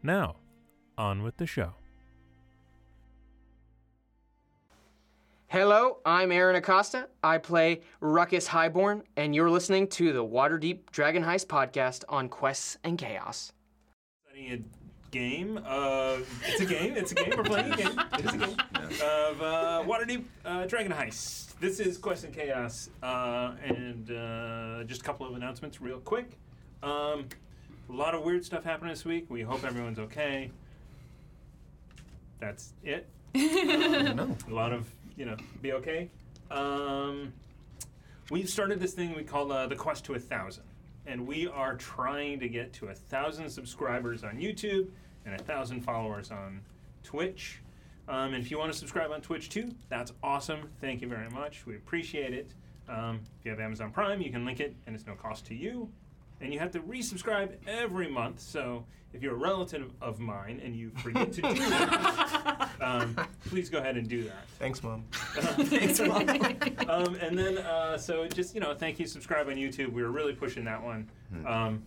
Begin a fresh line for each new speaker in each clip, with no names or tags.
Now, on with the show.
Hello, I'm Aaron Acosta. I play Ruckus Highborn, and you're listening to the Waterdeep Dragon Heist podcast on Quests and Chaos.
a game. Uh, it's a game. It's a game. We're playing a game. It is a game of uh, Waterdeep uh, Dragon Heist. This is Quest and Chaos, uh, and uh, just a couple of announcements, real quick. Um, a lot of weird stuff happened this week. We hope everyone's okay. That's it. Um,
No.
a lot of you know be okay um, we've started this thing we call uh, the quest to a thousand and we are trying to get to a thousand subscribers on youtube and a thousand followers on twitch um, and if you want to subscribe on twitch too that's awesome thank you very much we appreciate it um, if you have amazon prime you can link it and it's no cost to you and you have to resubscribe every month so if you're a relative of mine and you forget to do that um, please go ahead and do that
Thanks, Mom.
um, and then, uh, so just you know, thank you. Subscribe on YouTube. We were really pushing that one. Um,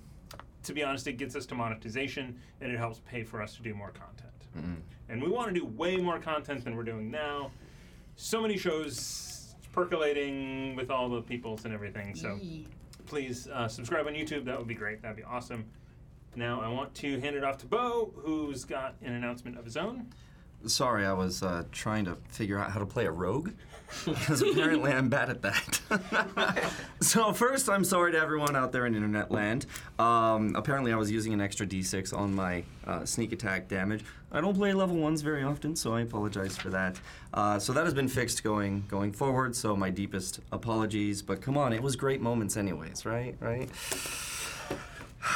to be honest, it gets us to monetization, and it helps pay for us to do more content. And we want to do way more content than we're doing now. So many shows percolating with all the peoples and everything. So please uh, subscribe on YouTube. That would be great. That'd be awesome. Now I want to hand it off to Bo, who's got an announcement of his own.
Sorry, I was uh, trying to figure out how to play a rogue, because apparently I'm bad at that. so first, I'm sorry to everyone out there in internet land. Um, apparently, I was using an extra d6 on my uh, sneak attack damage. I don't play level ones very often, so I apologize for that. Uh, so that has been fixed going going forward. So my deepest apologies, but come on, it was great moments anyways, right? Right?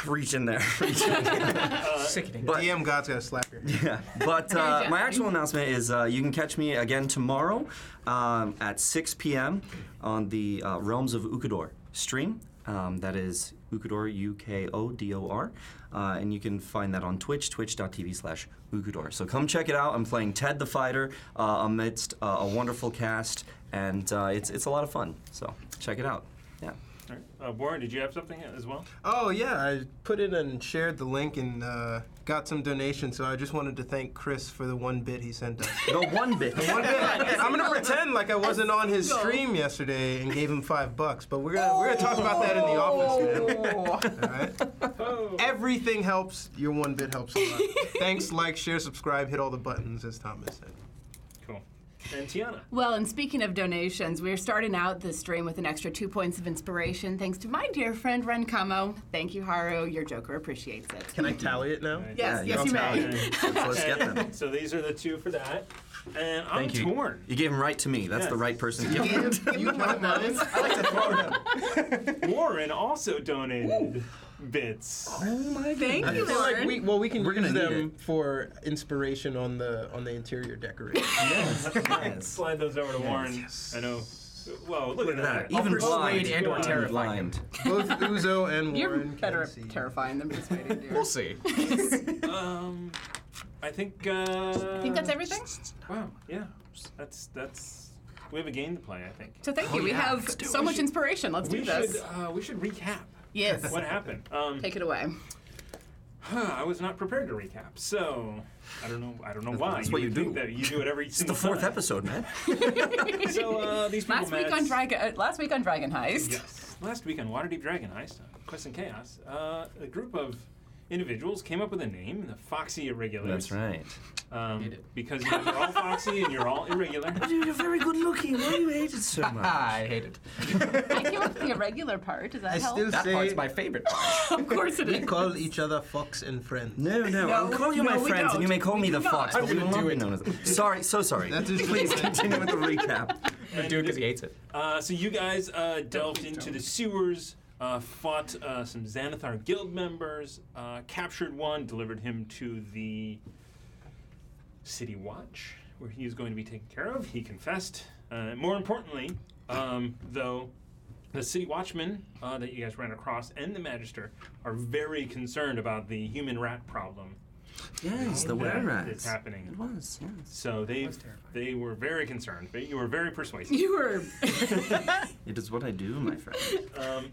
reach in there. Reach in
Sickening.
But-
DM God's gonna slap her.
yeah. But uh, my actual announcement is uh, you can catch me again tomorrow um, at 6 p.m. on the uh, Realms of Ukador stream. Um, that is Ukador, U K O D O R. Uh, and you can find that on Twitch, twitch.tv slash Ukador. So come check it out. I'm playing Ted the Fighter uh, amidst uh, a wonderful cast, and uh, it's, it's a lot of fun. So check it out. Yeah.
All right. Uh, Warren, did you have something as well?
Oh yeah, I put in and shared the link and uh, got some donations. So I just wanted to thank Chris for the one bit he sent us.
The one bit.
One bit. I'm gonna pretend like I wasn't on his stream yesterday and gave him five bucks, but we're gonna we're gonna talk about that in the office, man. All right.
Oh.
Everything helps. Your one bit helps a lot. Thanks, like, share, subscribe, hit all the buttons, as Thomas said.
Cool. And Tiana.
Well, and speaking of donations, we're starting out this stream with an extra two points of inspiration thanks to my dear friend Ren Camo. Thank you, Haru. Your Joker appreciates it.
Can I tally it now?
Yes, yes, you
can
may.
tell. Let's get them.
So these are the two for that. And I'm
Thank you.
torn.
You gave him right to me. That's
Yes.
the right person to give
You,
him.
you don't mind? I like to throw them.
Warren also donated bits.
Oh,
Thank
I
you,
feel like
Lauren.
we well we can
We're gonna
use
need
them
it.
for inspiration on the on the interior decoration.
Yes.
Slide those over to Warren. I know. Well, look,
Look at that.
I'll
Even
persuade
blind.
you on-
Even blind.
Both Uzo and Warren.
You're
can
better
see.
at terrifying than persuading, dear.
We'll see.
Um, I think. Uh,
I think that's everything.
Wow. Yeah. That's that's. We have a game to play. I think.
So thank you. we have so much inspiration. Let's
We
do this.
should uh, we should recap
yes.
what happened. Um,
Take it away.
I was not prepared to recap, so I don't know. I don't know why.
That's
would
what you
think
do.
That you do it every
It's the
single
fourth
time.
episode, man.
So uh, these people
Last week
met-
on Dragon. Uh, last week on Dragon Heist.
Yes. Last week on Waterdeep Dragon Heist, on Quest and Chaos, uh, a group of individuals came up with a name, the Foxy Irregulars.
That's right.
Um, Because you're all foxy and you're all irregular.
You're very good looking. Why do you hate it so much?
I hate it.
I came up with the irregular part. Does that
I
help?
still
That
say
part's my favorite part.
of course it
we
is.
call each other fox and friends.
No, no, I'll call you
no,
my
we
friends, and you may
don't.
call me
We
the
do not.
fox,
I'm
but we will not be known as. Sorry, so sorry.
That's just-
Please continue with the recap.
I do it because he hates it.
Uh, so you guys uh, delved into the sewers uh, fought uh, some Xanathar guild members, uh, captured one, delivered him to the city watch, where he is going to be taken care of. He confessed. Uh, and more importantly, um, though, the city watchmen uh, that you guys ran across and the magister are very concerned about the human rat problem
Yes, the
that
were rats.
is happening.
It was, yes.
So they they were very concerned. But you were very persuasive.
You were.
It is what I do, my friend.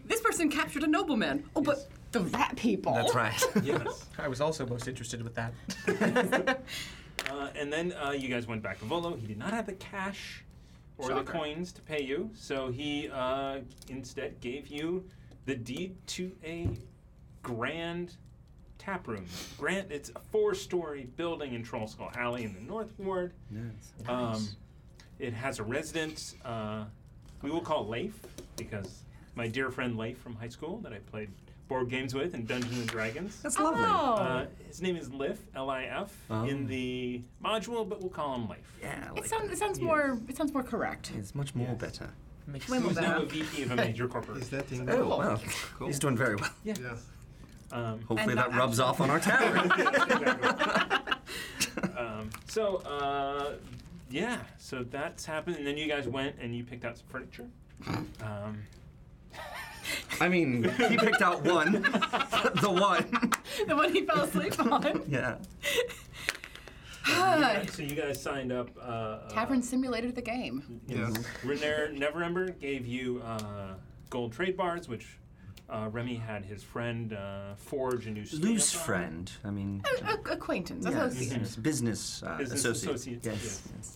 this person captured a nobleman. Oh, but the rat people.
That's right.
yes.
I was also most interested with that.
Uh, and then uh, you guys went back to Volo. He did not have the cash or the
Shocker.
coins to pay you, so he uh, instead gave you the deed to a grand tap room. Grant, it's a four-story building in Troll Skull Alley in the North Ward.
Yes.
Um, it has a resident uh, we will call Leif because my dear friend Leif from high school that I played board games with in Dungeons and Dragons.
That's
Oh.
lovely.
Uh, his name is Lif, L-I-F,
Oh.
in the module, but we'll call him Lif.
yeah, I like
It sounds, it sounds more. It sounds more correct.
that. It's much more better.
Makes
Way more
He's now a
better.
VP of a major
Is
corporation.
that thing?
Oh, wow. He's doing very well.
Yeah.
Um,
Hopefully
And
that
not
rubs off on our tavern.
um, so, uh, yeah, so that's happened, and then you guys went and you picked out some furniture. Um,
I mean, he picked out one. the one.
The one he fell asleep on.
Yeah.
Good.
so you guys signed up. Uh, uh,
Tavern simulator the game.
Yeah.
Renair Neverember gave you uh, gold trade bars, which uh, Remy had his friend uh, forge a new stamp
Loose
on.
friend. I mean,
A- acquaintance.
yeah,
Associate.
it's business, uh,
Business
associate.
associates,
Yes.
yeah.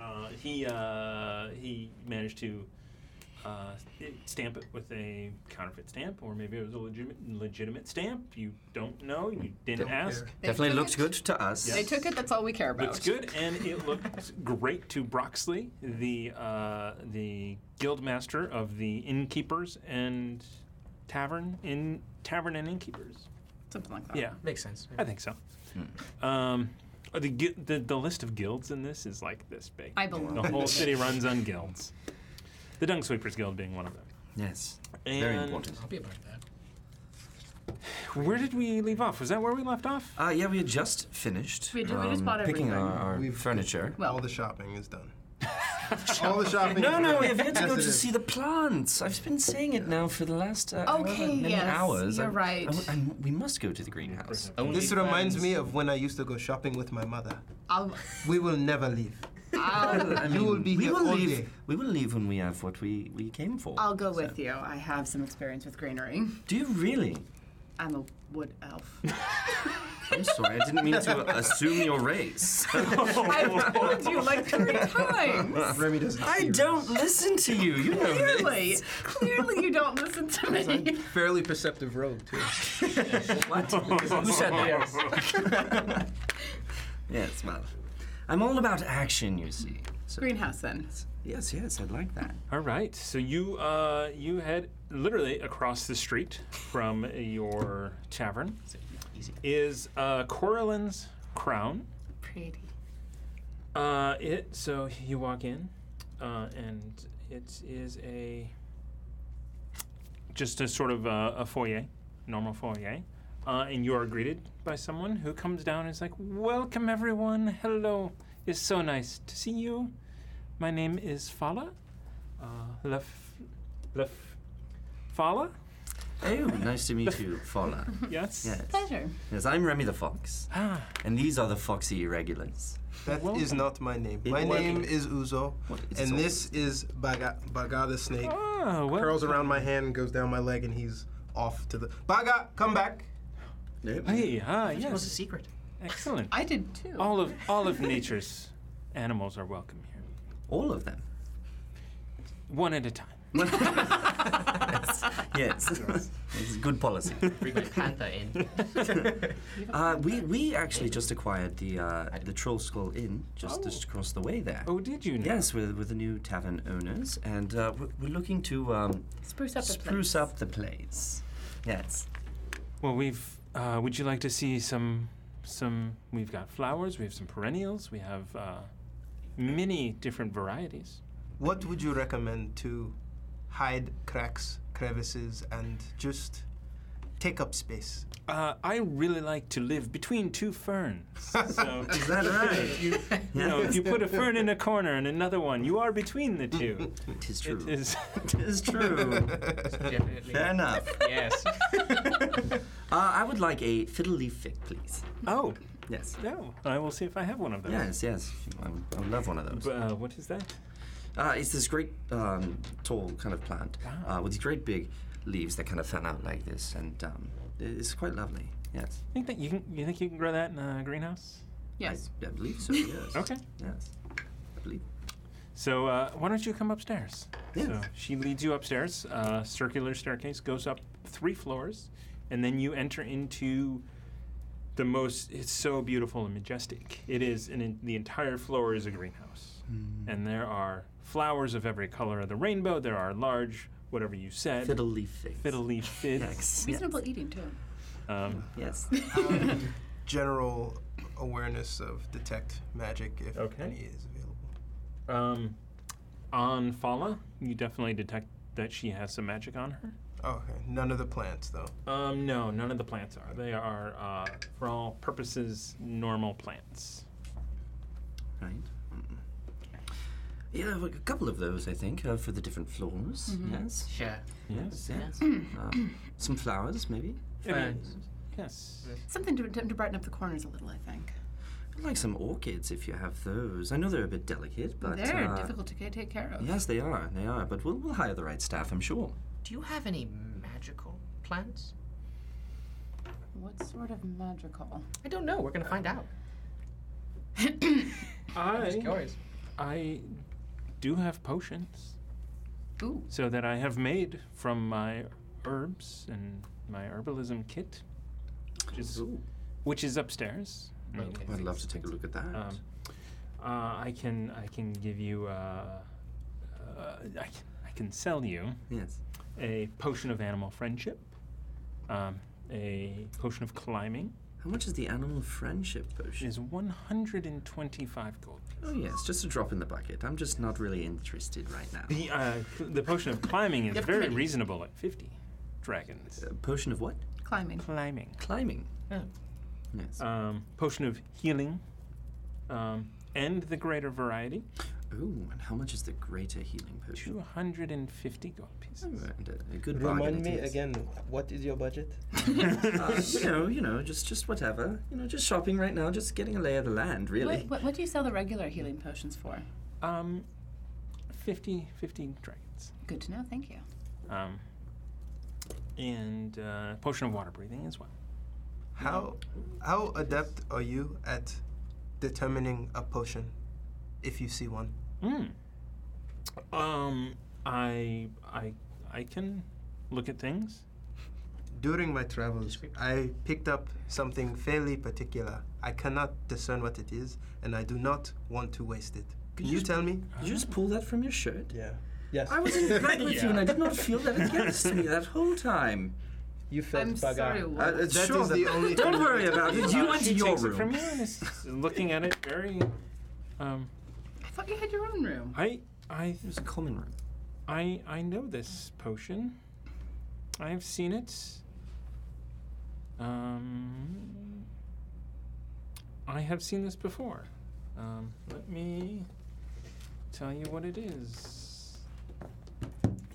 Uh, he uh, he managed to uh, it- stamp it with a counterfeit stamp, or maybe it was a legitimate legitimate stamp. You don't know. You didn't
Don't
ask.
care.
They
Definitely
took
looks
it.
good to us.
They took it. That's all we care about.
Looks good, and it looks great to Broxley, the uh, the guild master of the innkeepers and tavern in tavern and innkeepers.
Something like that.
Yeah,
Makes sense.
I think so. Um, uh, the, gui- the the list of guilds in this is like this big.
I believe.
The whole city runs on guilds. The Dung Sweepers Guild being one of them.
Yes.
And
Very important.
I'll be about that.
Where did we leave off? Was that where we left off?
Uh, yeah, we had just finished. um,
We did- we just bought
picking
everything.
our, our
We've-
furniture.
Well-
All the shopping is done. All the shopping.
No, no, we have yet to
Yes,
go
it
to
is.
see the plants. I've been saying it now for the last uh, however
Okay,
many
yes,
hours.
you're
I-
right.
I- I- we must go to the greenhouse.
This reminds me of when I used to go shopping with my mother.
I'll,
We will never leave.
I'll,
I
You will be
we
here
will
all
leave.
day.
We will leave when we have what we, we came for.
I'll go with you. I have some experience with greenery.
Do you really?
I'm a wood elf.
I'm sorry, I didn't mean to assume your race.
I've told you like three times.
Remy doesn't.
I
see
don't listen to you. You know this.
Clearly, clearly you don't listen to me.
Fairly perceptive rogue too.
What? Who said that? yes, well, I'm all about action, you see. So,
Greenhouse then.
yes, yes, I'd like that.
All right. So you uh, you head literally across the street from your tavern is uh, Coralyn's Crown.
Pretty.
Uh, it so you walk in, uh, and it is a just a sort of a, a foyer, normal foyer, uh, and you are greeted by someone who comes down and is like, "Welcome everyone. Hello. It's so nice to see you. My name is Fala. Uh, Lef Lef Fala.
Oh, nice to meet you, Fola.
Yes.
Yes.
Pleasure.
Yes, I'm Remy the Fox,
Ah,
and these are the Foxy Irregulars.
That is
Welcome.
not my name.
It
my
was-
name is Uzo,
What is
and
Uzo?
this is Baga, Baga the snake.
ah, well,
Curls around my hand, goes down my leg, and he's off to the. Baga, come back.
Hey, ah,
What's the
yes,
secret?
excellent.
I did too.
All of all of nature's animals are welcome here,
All of them.
one at a time.
Yes. it's good policy.
Bring my panther in.
Uh, we we actually just acquired the uh, the Troll Skull Inn just, just across the way there.
Oh, did
Mm.
you? Know?
Yes, with with the new tavern owners, and uh, we're, we're looking to um,
spruce up the
spruce up the place. Yes.
Well, we've. Uh, would you like to see some? Some. We've got flowers. We have some perennials. We have uh, many different varieties.
What would you recommend to hide cracks, crevices, and just take up space.
Uh, I really like to live between two ferns. So,
Is that right?
you, you know, if you put a fern in a corner and another one, you are between the two.
Tis true.
It is.
Tis true.
Definitely.
Fair enough.
Yes.
Uh, I would like a fiddle leaf fig, please.
Oh,
Yes.
no. I will see if I have one of those.
Yes, yes. I would, I would love one of those.
B- Uh, what is that?
Uh, it's this great um, tall kind of plant uh, with these great big leaves that kind of fan out like this, and um, i- it's quite lovely. Yes,
Think that you can? You think you can grow that in a greenhouse?
Yes.
I, I believe so. Yes.
Okay.
Yes, I believe.
So uh, why don't you come upstairs?
Yeah.
So she leads you upstairs. Uh, circular staircase goes up three floors, and then you enter into the most. It's so beautiful and majestic. It is, and in, the entire floor is a greenhouse,
Hmm.
and there are flowers of every color of the rainbow. There are large, whatever you said,
Fiddle leaf fig.
fiddle leaf figs.
Yes.
Reasonable eating too.
Um,
Yes. Um,
General awareness of detect magic, if
Okay.
any is available.
um, on Fala, you definitely detect that she has some magic on her.
Oh, okay. None of the plants, though.
Um, no, none of the plants are. They are, uh, for all purposes, normal plants.
Right. Mm. Yeah, well, a couple of those, I think, uh, for the different floors.
Mm-hmm.
Yes.
Sure.
Yes.
Yes. Um, some flowers, maybe.
Ferns.
Yes.
Something to, to, to brighten up the corners a little, I think.
I'd like some orchids if you have those. I know they're a bit delicate, but
They're
uh,
difficult to ca- take care of.
Yes, they are. They are. But we'll, we'll hire the right staff, I'm sure.
Do you have any magical plants?
What sort of magical?
I don't know. We're gonna find out.
I,
Yours.
I do have potions,
Ooh.
so that I have made from my herbs and my herbalism kit, which is, which is upstairs. I mean,
Okay.
Mm. I'd love to take a look at that.
Um, uh, I can I can give you. Uh, uh, I can I can sell you
yes.
a potion of animal friendship, um, a potion of climbing.
How much is the animal friendship potion?
is 125 gold.
Oh yes, just a drop in the bucket. I'm just not really interested right now.
The, uh, the potion of climbing is
Yep,
very
committee.
reasonable at 50 dragons.
A Uh, potion of what?
Climbing.
Climbing.
Climbing.
Oh.
Yes.
Um, potion of healing. Um, and the greater variety,
oh, and how much is the greater healing potion?
250 gold pieces.
And a, a good bargain it is.
what is your budget?
Uh, you know, you know, just just whatever. You know, just shopping right now, just getting a lay of the land, really.
What, what, what do you sell the regular healing potions for?
Um, 50, 50 dragons.
Good to know. Thank you.
Um, and uh, potion of water breathing as well.
How how adept are you at determining a potion, if you see one?
Mm. Um, I, I, I can look at things.
During my travels, I picked up something fairly particular. I cannot discern what it is, and I do not want to waste it. Can you tell me?
Did you just pull that from your shirt?
Yeah. Yes.
I was in the bed with you, and I did not feel that against me that whole time.
you felt
I'm
bugger.
sorry.
Uh,
What?
it's
That
sure
is the only
Don't
thing
worry about it. You went to
Uh, She
your
takes it from
room.
you and is looking at it very. Um,
I thought you had your own room.
I, I,
It was a common room.
I, I know this potion. I have seen it. Um, I have seen this before. Um, let me tell you what it is.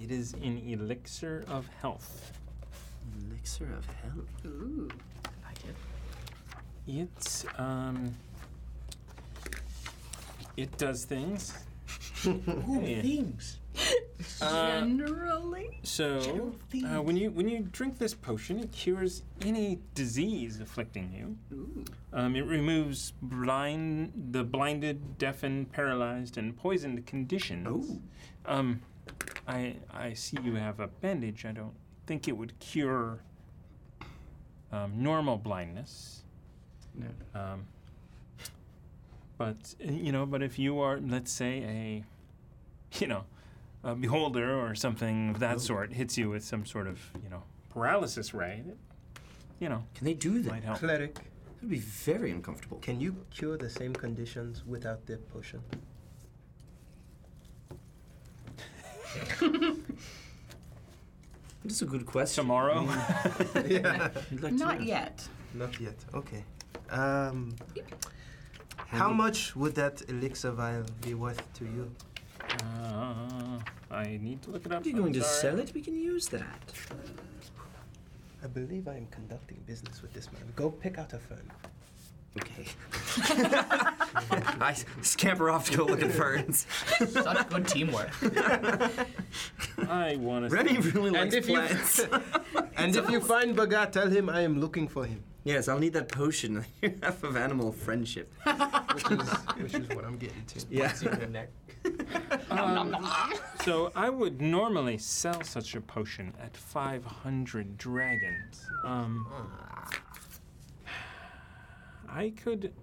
It is an elixir of health.
Elixir of hell.
Ooh.
It um, it does things. Yeah.
Things.
Uh,
Generally?
So, uh, when you when you drink this potion, it cures any disease afflicting you. Um, it removes blind, the blinded, deafened, paralyzed, and poisoned conditions.
Ooh.
Um, I I see you have a bandage. I don't think it would cure um, normal blindness.
No.
Um, but uh, you know, but if you are, let's say, a you know, a beholder or something of that sort hits you with some sort of you know paralysis ray, that, you know,
Can they do that?
might help.
Cleric,
That would be very uncomfortable.
can you cure the same conditions without the potion?
That's a good question.
tomorrow.
yeah.
I'd like to
Not
know.
yet.
Not yet. Okay. Um, how much would that elixir vial be worth to you?
uh, I need to look it up.
If you're
I'm
going to
sorry.
sell it, we can use that.
I believe I am conducting business with this man. Go pick out a phone.
Okay.
I scamper off to go look at ferns.
Such good teamwork.
I want to.
Remy really likes
if you-
plants.
And if you find Bagat, tell him I am looking for him,
yes, I'll need that potion. You have of animal friendship.
which is, which is what I'm getting to.
Yeah.
So I would normally sell such a potion at 500 dragons. Um, I could.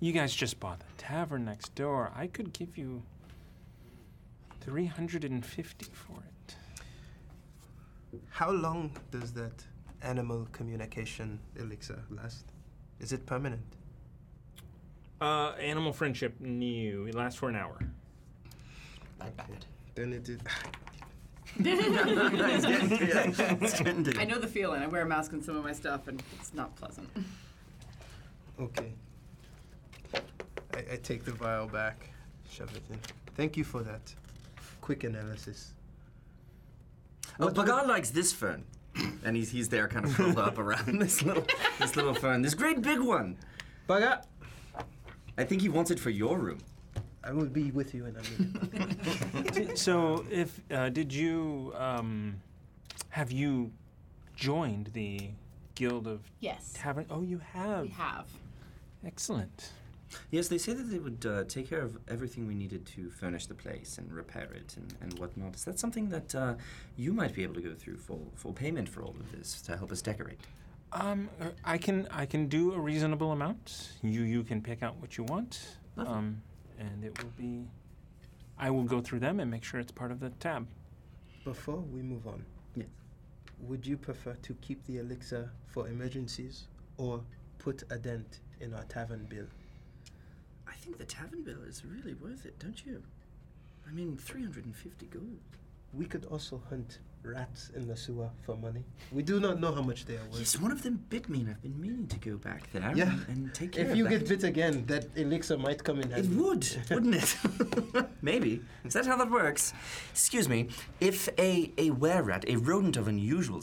You guys just bought the tavern next door. I could give you 350 for it.
How long does that animal communication elixir last? Is it permanent?
Uh, animal friendship, new. It lasts for an hour.
Not bad.
Then it is.
it's getting, yeah, it's getting to-
I know the feeling. I wear a mask on some of my stuff, and it's not pleasant.
Okay. I, I take the vial back, shove it in. Thank you for that quick analysis.
Oh, Bagat likes this fern. And he's, he's there kind of curled up around this little this little fern. This great big one.
Bagat!
I think he wants it for your room.
I will be with you in a minute.
So, if uh, did you um, have you joined the Guild of
Yes,
Tavern? Oh, you have.
we have.
Excellent.
Yes, they said that they would uh, take care of everything we needed to furnish the place and repair it and, and whatnot. Is that something that uh, you might be able to go through for, for payment for all of this to help us decorate?
Um, uh, I can I can do a reasonable amount. You you can pick out what you want. Um, and it will be. I will go through them and make sure it's part of the tab.
Before we move on,
Yes.
would you prefer to keep the elixir for emergencies or put a dent in our tavern bill?
I think the tavern bill is really worth it, don't you? I mean, 350 gold.
We could also hunt rats in the sewer for money. We do not know how much they are worth.
Yes, one of them bit me, and I've been meaning to go back there
Yeah.
and, and take care
If
of
you
that.
get bit again, that elixir might come in
It
handy.
would, wouldn't it? Maybe. Is that how that works? Excuse me. If a, a were rat, a rodent of unusual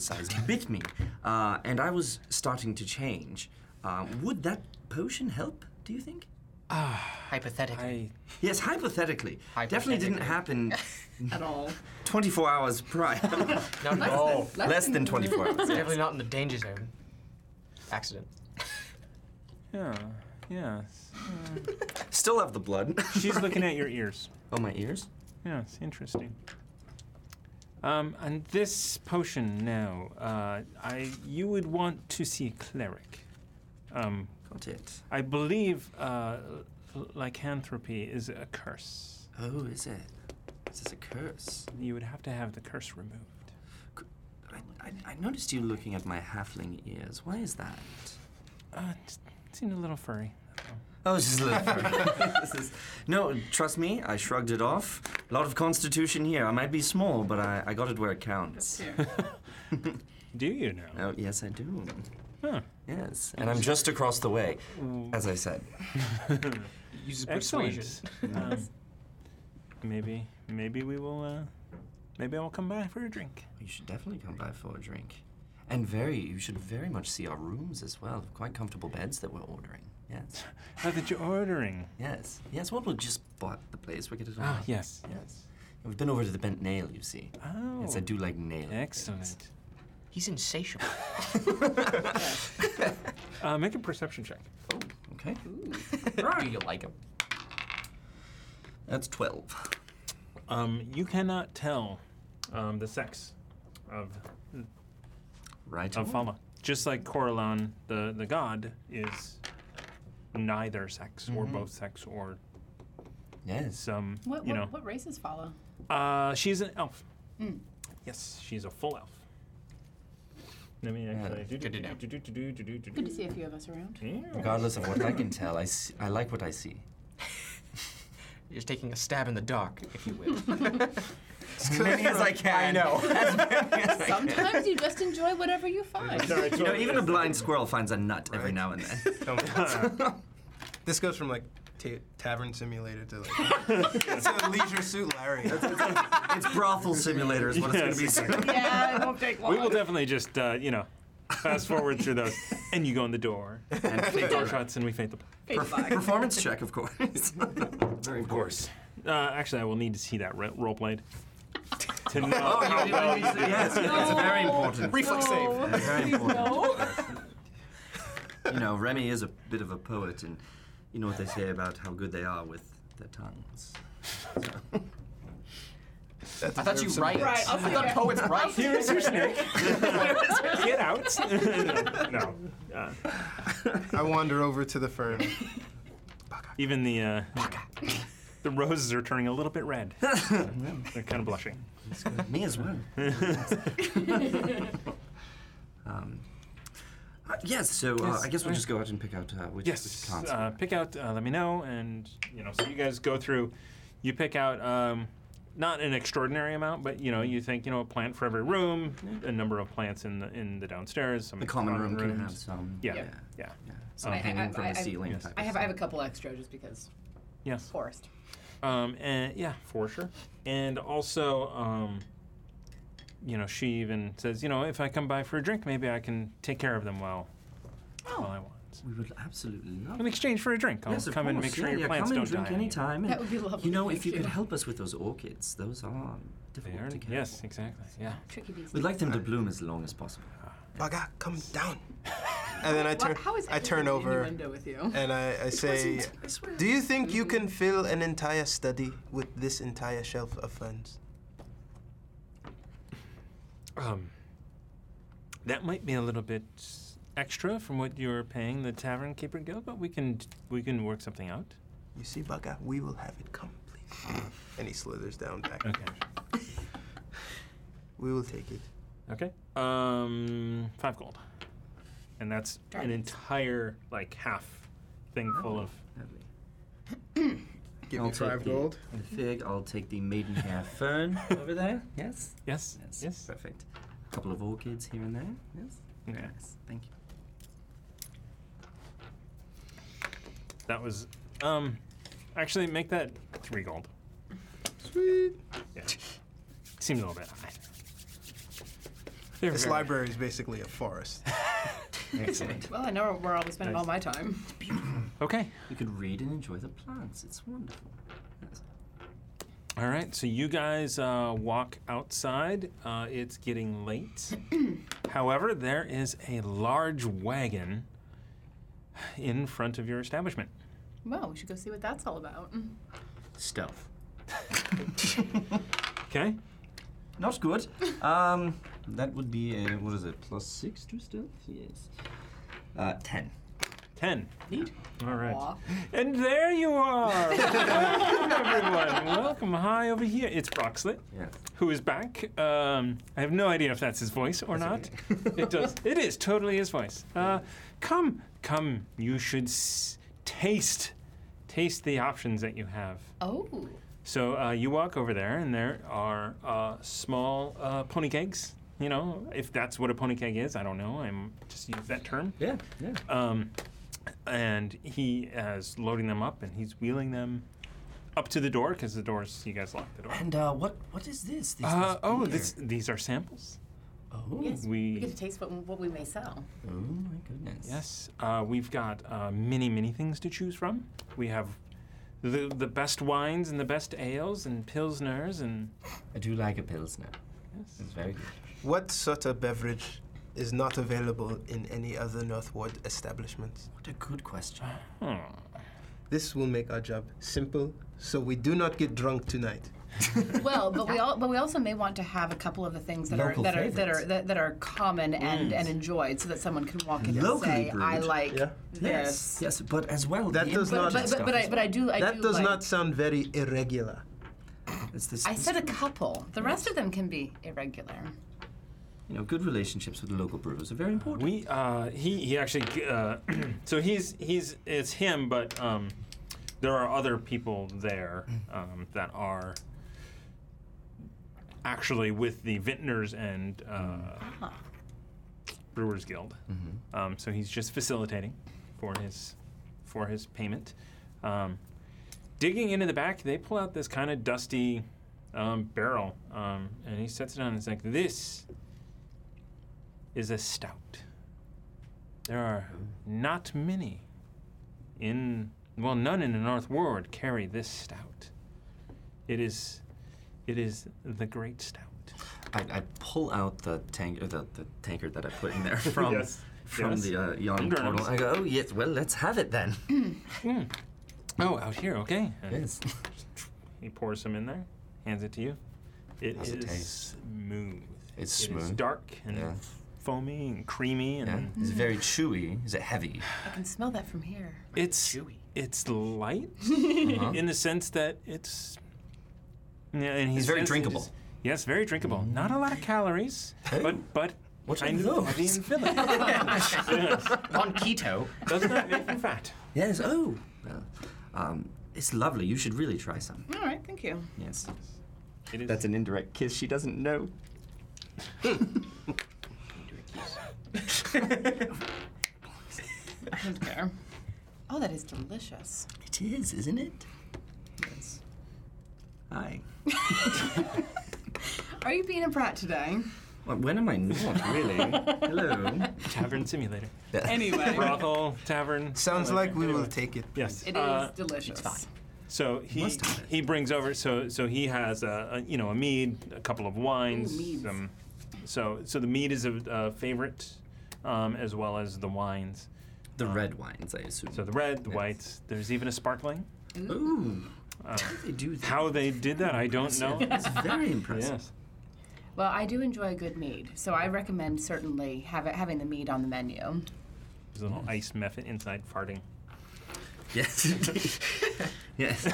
size, bit me, uh, and I was starting to change, uh, would that potion help, do you think?
Hypothetically.
I
Yes, hypothetically. Definitely didn't happen
At all.
24 hours prior.
No, no.
Less than 24 hours.
Definitely not in the danger zone. Accident.
yeah yes.
Still have the blood.
She's looking at your ears.
Oh, my ears?
Yes, interesting. Um, and this potion now, uh, I you would want to see a cleric. Um,
Got it.
I believe uh, l- lycanthropy is a curse.
Oh, is it? Is this a curse?
You would have to have the curse removed.
I, I, I noticed you looking at my halfling ears. Why is that?
Uh, it seemed a little furry.
Oh, it's just a little furry. This is- no, trust me, I shrugged it off. A lot of constitution here. I might be small, but I, I got it where it counts.
Do you know?
Oh, yes, I do.
Huh.
Yes, and I'm just across the way, as I said.
Uses persuasion.
Excellent. Um, maybe, maybe we will. Uh, maybe I will come by for a drink.
You should definitely come by for a drink. And very, you should very much see our rooms as well. Quite comfortable beds that we're ordering. Yes,
How that you're ordering?
yes, yes. Well, we just bought the place. We get it all.
Ah,
out.
yes,
yes. We've been over to the bent nail, you see.
Oh,
Yes, I do like nail.
excellent.
He's insatiable.
Uh, make a perception check.
Oh, okay.
Do you like him?
That's twelve.
Um, you cannot tell um, the sex of
Right.
of Fama. Just like Coralon, the the god is neither sex or both sex or
Yes.
some.
What,
you
what,
know,
what races follow?
Uh, she's an elf.
Hmm.
Yes, she's a full elf. Let me actually. do- do-
Good to
do-
know.
do- do- do- do- do- do-
Good to
do.
see a few of us around.
Yeah.
Regardless of what I can tell, I, see, I like what I see.
You're taking a stab in the dark, if you will.
as many as I can. I know. As many as I can.
Sometimes you just enjoy whatever you find.
You know, even a blind squirrel finds a nut every now and then.
This goes from like ta- tavern simulator to like it's a leisure suit Larry.
It's brothel simulator is what it's going to be
Yes.
soon.
yeah, it won't take long.
We will definitely just, uh, you know, fast forward through those. And you go in the door,
And fake
door
art.
shots, and we faint the.
Page five.
Performance check, of course. Very of
course. Uh, actually, I will need to see that re- role played to know how well you did.
yes, it's very important.
Reflex save.
Yeah, very
Please
important.
no.
You know, Remy is a bit of a poet, and you know what they say about how good they are with their tongues.
I thought you right.
Right, I'll
I
see
thought
ya.
poets right.
Here is your snake. Get out. no. no. Uh,
I wander over to the fern.
even the uh, the roses are turning a little bit red. They're kind of blushing.
Me as well. um, uh, yes, so uh, I guess we'll just go out and pick out uh, which
Yes.
which
Uh,
concert.
pick out. Uh, let me know, and you know. So you guys go through. You pick out um, not an extraordinary amount, but you know, you think you know a plant for every room, a number of plants in the in the downstairs. Some
the common room can
rooms.
have some.
Yeah.
yeah.
Yeah.
yeah. Some
I- I-
hanging from
I-
the
I-
ceiling.
Yes.
type
I
of
have I have a
stuff.
couple extra just because
Yes.
forest.
Um, and yeah, for sure. And also, um, you know, she even says, you know, if I come by for a drink, maybe I can take care of them while while I want.
We would absolutely love
In exchange for a drink, I'll
Oh. Yes, of
come and
course,
make sure
yeah,
your
yeah,
plants
come
don't
and drink
die.
anytime. and,
That would be lovely,
You know, if
thank
you
you.
could help us with those orchids, those are
They
difficult
are-
to care
yes,
for.
exactly. Yeah.
Tricky beast.
We'd like them to bloom as long as possible.
Baga, come down. And then I
Wha-
turn.
how is
I turn
everything
over
innuendo with you?
and I, I say,
wasn't, I swear.
"Do you think you can fill an entire study with this entire shelf of ferns?"
Um, that might be a little bit extra from what you're paying the tavern keeper guild, but we can we can work something out.
You see, Baga, we will have it. Come, please. And he slithers down back. We will take it.
Okay. Um, five gold, and that's an
Diamonds.
entire like half thing full of.
Lovely.
Give
I'll
me
take
five
the-
gold.
The fig, I'll take the maidenhair fern over there. Yes.
Yes.
Yes.
Yes.
Perfect. A couple of orchids here and there. Yes.
Okay.
Yes. Thank you.
That was. Um, actually, make that three gold. Sweet. Yeah. Seems a little bit high. There we
This
go.
library is basically a forest.
Excellent.
Well, I know where I'll be spending all my time.
Okay.
You could read and enjoy the plants. It's wonderful. Yes.
All right, so you guys uh, walk outside. Uh, it's getting late. However, there is a large wagon in front of your establishment.
Well, we should go see what that's all about.
Stealth.
Okay?
Not good. Um, that would be a, what is it? Plus six to stealth. Yes. Uh, ten.
10.
Neat.
All right.
Aw.
And there you are! Welcome, everyone. Welcome. Hi over here. It's Broxlet,
Yes.
who is back. Um, I have no idea if that's his voice or not. it does. It is totally his voice. Uh, come, come. You should s- taste, taste the options that you have.
Oh,
So uh, you walk over there, and there are uh, small uh, pony kegs. You know, if that's what a pony keg is, I don't know. I'm just use that term.
Yeah. Yeah.
Um, and he is loading them up, and he's wheeling them up to the door because the doors you guys locked the door.
And uh, what what is this? This
Uh,
is
oh,
beer.
this, these are samples.
Oh.
yes.
we-
We, get to taste what, what we may sell.
Oh my goodness.
Yes, uh, we've got uh, many, many things to choose from. We have the the best wines and the best ales and pilsners and
I do like a pilsner. It's very good.
What sort of beverage is not available in any other Northward establishments?
What a good question.
hmm.
This will make our job simple, so we do not get drunk tonight.
well, but we all, but we also may want to have a couple of the things that
Local
are that are that are
favorites.
that, that are common and, and enjoyed, so that someone can walk in
Locally
and say, "I
brewed.
like
Yeah.
this."
Yes, but as well.
That
the
does
But,
not-
imported
but, but,
stuff
but I
as
but I do I
that
do
does
like,
not sound very irregular.
well. It's this,
I
this,
said a couple. The rest of them can be irregular.
you know, good relationships with the local brewers are very important.
We uh, he he actually g- uh, so he's he's it's him, but um, there are other people there um, that are actually with the vintners and uh,
Mm. Ah,
Brewers Guild.
Mm-hmm.
Um, so he's just facilitating for his for his payment. Um, digging into the back, they pull out this kind of dusty um, barrel, um, and he sets it on. And it's like this is a stout. There are not many in well, none in the North Ward carry this stout. It is, it is the great stout.
I, I pull out the tank, uh, the, the tankard that I put in there from
Yes,
from
yes.
the uh, yon
Under
portal.
arms.
I go, oh yes, well let's have it then.
Oh, out here, okay. And
yes.
He pours some in there, hands it to you. It
How's
is
it taste?
smooth.
It's
It is
smooth?
dark and
Yeah.
foamy and creamy and
Yeah.
Mm-hmm.
It's very chewy. Is it heavy?
I can smell that from here.
it's
Chewy.
it's light
Mm-hmm.
in the sense that it's yeah, and he
It's
says
very
it is-
drinkable. Mm.
yes, very drinkable. Not a lot of calories, but but
What
kind
are
of
those?
heavy and filling. yes.
On keto.
Does not make you fat.
Uh-huh. Yes. Oh. Well, um, it's lovely. You should really try some.
All right, thank you.
Yes.
It is
That's an indirect kiss. She doesn't know.
I don't care. Oh, that is delicious.
It is, isn't it? Yes. Hi.
Are you being a brat today?
Well, when am I not really? Hello.
tavern simulator.
Anyway,
Brothel, tavern.
Sounds like we will
Anyway.
take it.
Yes.
it is
uh,
delicious.
So he
must have it.
he brings over so so he has a, a you know a mead, a couple of wines.
meads.
some- so so the mead is a, a favorite, um, as well as the wines.
The red wines, I assume.
So the red, the whites. There's even a sparkling. Uh,
Ooh. How do they do that?
How they did that, I don't know.
It's very impressive.
yes.
Well, I do enjoy a good mead, so I recommend certainly have it, having the mead on the menu.
There's a little ice method inside farting.
Yes. indeed. yes.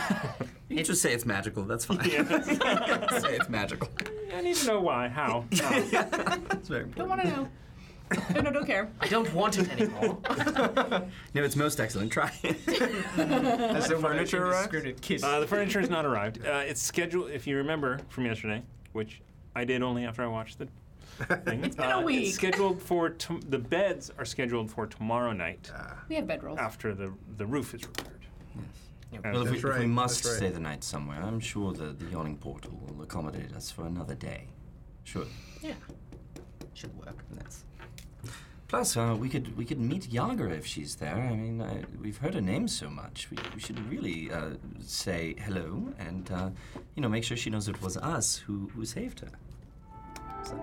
You can just say it's magical. That's fine. say it's magical.
I need to know why, how.
It's very
Don't
important.
want to know. no, no, don't care.
I don't want it anymore.
No, it's most excellent. Try it.
Has the furniture arrived?
kiss.
Uh, the furniture has not arrived. Uh, it's scheduled, if you remember from yesterday, which I did only after I watched the thing. Uh, it's
been a week.
It's scheduled for tom the beds are scheduled for tomorrow night
We have bedrolls.
after the the roof is repaired.
Well, if we,
That's
if we
right,
must
that's right.
stay the night somewhere, I'm sure the, the yawning portal will accommodate us for another day. Sure.
yeah. Should work.
Yes. Plus, uh, we could we could meet Yagra if she's there. I mean, I, we've heard her name so much. We, we should really uh, say hello and uh, you know make sure she knows it was us who, who saved her. So,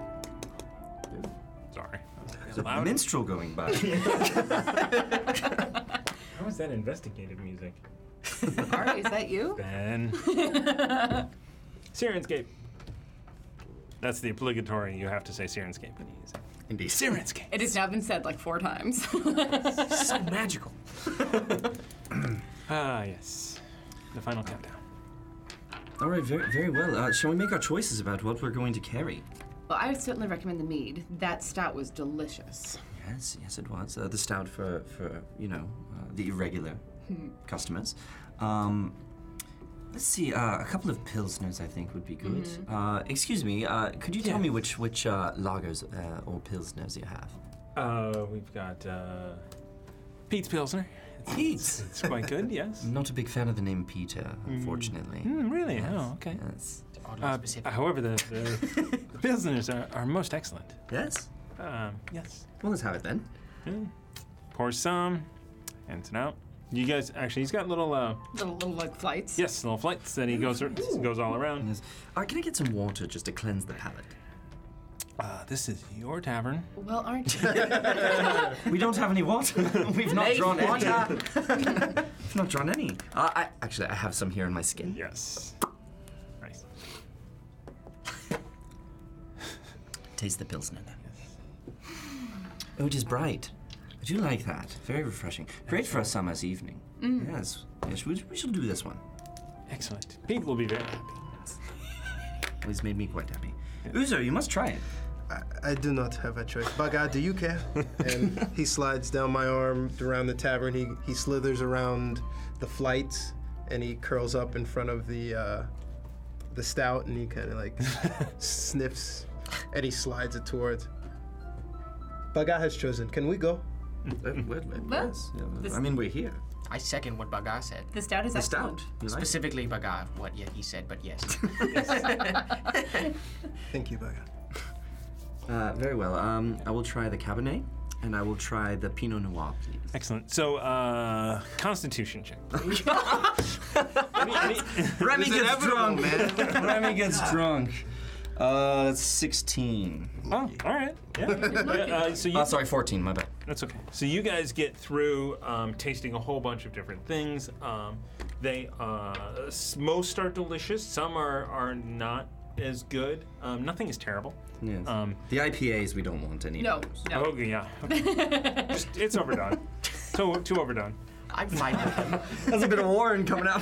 Sorry.
the minstrel going by.
How is that investigative music?
Ari, is that you?
Ben. Sirenscape. That's the obligatory, you have to say Sirenscape when you use it.
Indeed.
Sirenscape.
It has now been said like four times.
So magical.
Ah, yes. The final countdown.
All right, very, very well. Uh, shall we make our choices about what we're going to carry?
Well, I would certainly recommend the mead. That stout was delicious.
Yes, yes, it was. Uh, the stout for, for you know, uh, the irregular customers. Um, let's see, uh, a couple of pilsners I think would be good. Uh, excuse me, uh, could you tell me which which uh, lagers uh, or pilsners you have?
Uh, we've got uh, Pete's Pilsner.
Pete!
It's quite good, yes.
I'm not a big fan of the name Peter, unfortunately.
Mm, really? Oh, okay.
Yes.
Oddly
Uh,
specific.
however, the, the, the Pilsners are, are most excellent.
Yes?
Um, yes.
Well, let's have it then.
Pour some, hands it out. You guys, actually, he's got little, uh,
Little, little like flights.
yes, little flights that he goes goes all around.
Yes. Uh, can I get some water just to cleanse the palate?
Uh, this is your tavern.
Well, aren't you?
We don't have any water. We've not
Made
drawn
water.
any. We've not drawn any. Uh, I, actually, I have some here in my skin.
Yes. Nice.
Taste the pilsner then. Oh, it is bright. I do like that. Very refreshing. Great for a summer's evening. Yes. Yes, we, we shall do this one.
Excellent. Pete will be very happy.
Well, it's made me quite happy. Uzo, you must try it.
I, I do not have a choice. Baga, do you care? and he slides down my arm around the tavern. He he slithers around the flights and he curls up in front of the uh, the stout and he kind of like sniffs and he slides it towards. Baga has chosen. Can we go?
Uh, yes. yeah, I mean, we're here.
I second what Baga said.
The stout is
The
excellent.
stout. You like it?
Specifically, Baga, what yeah, he said, but yes.
Thank you, Baga.
Uh, very well. Um, I will try the Cabernet, and I will try the Pinot Noir, please.
Excellent. So, uh, Constitution check. Any- any-
Remy
It's inevitable, man.
Remy gets drunk. Uh, that's 16.
oh, all right. Yeah. Yeah, uh, so you,
Oh, sorry, 14, my bad.
That's okay. So you guys get through um, tasting a whole bunch of different things. Um, they uh, s- most are delicious. Some are are not as good. Um, nothing is terrible.
Yes.
Um,
the IPAs, we don't want any.
No, no.
Oh yeah. Okay. Just, it's overdone. Too too overdone.
I'm fine with him.
That's a bit of Warren coming out.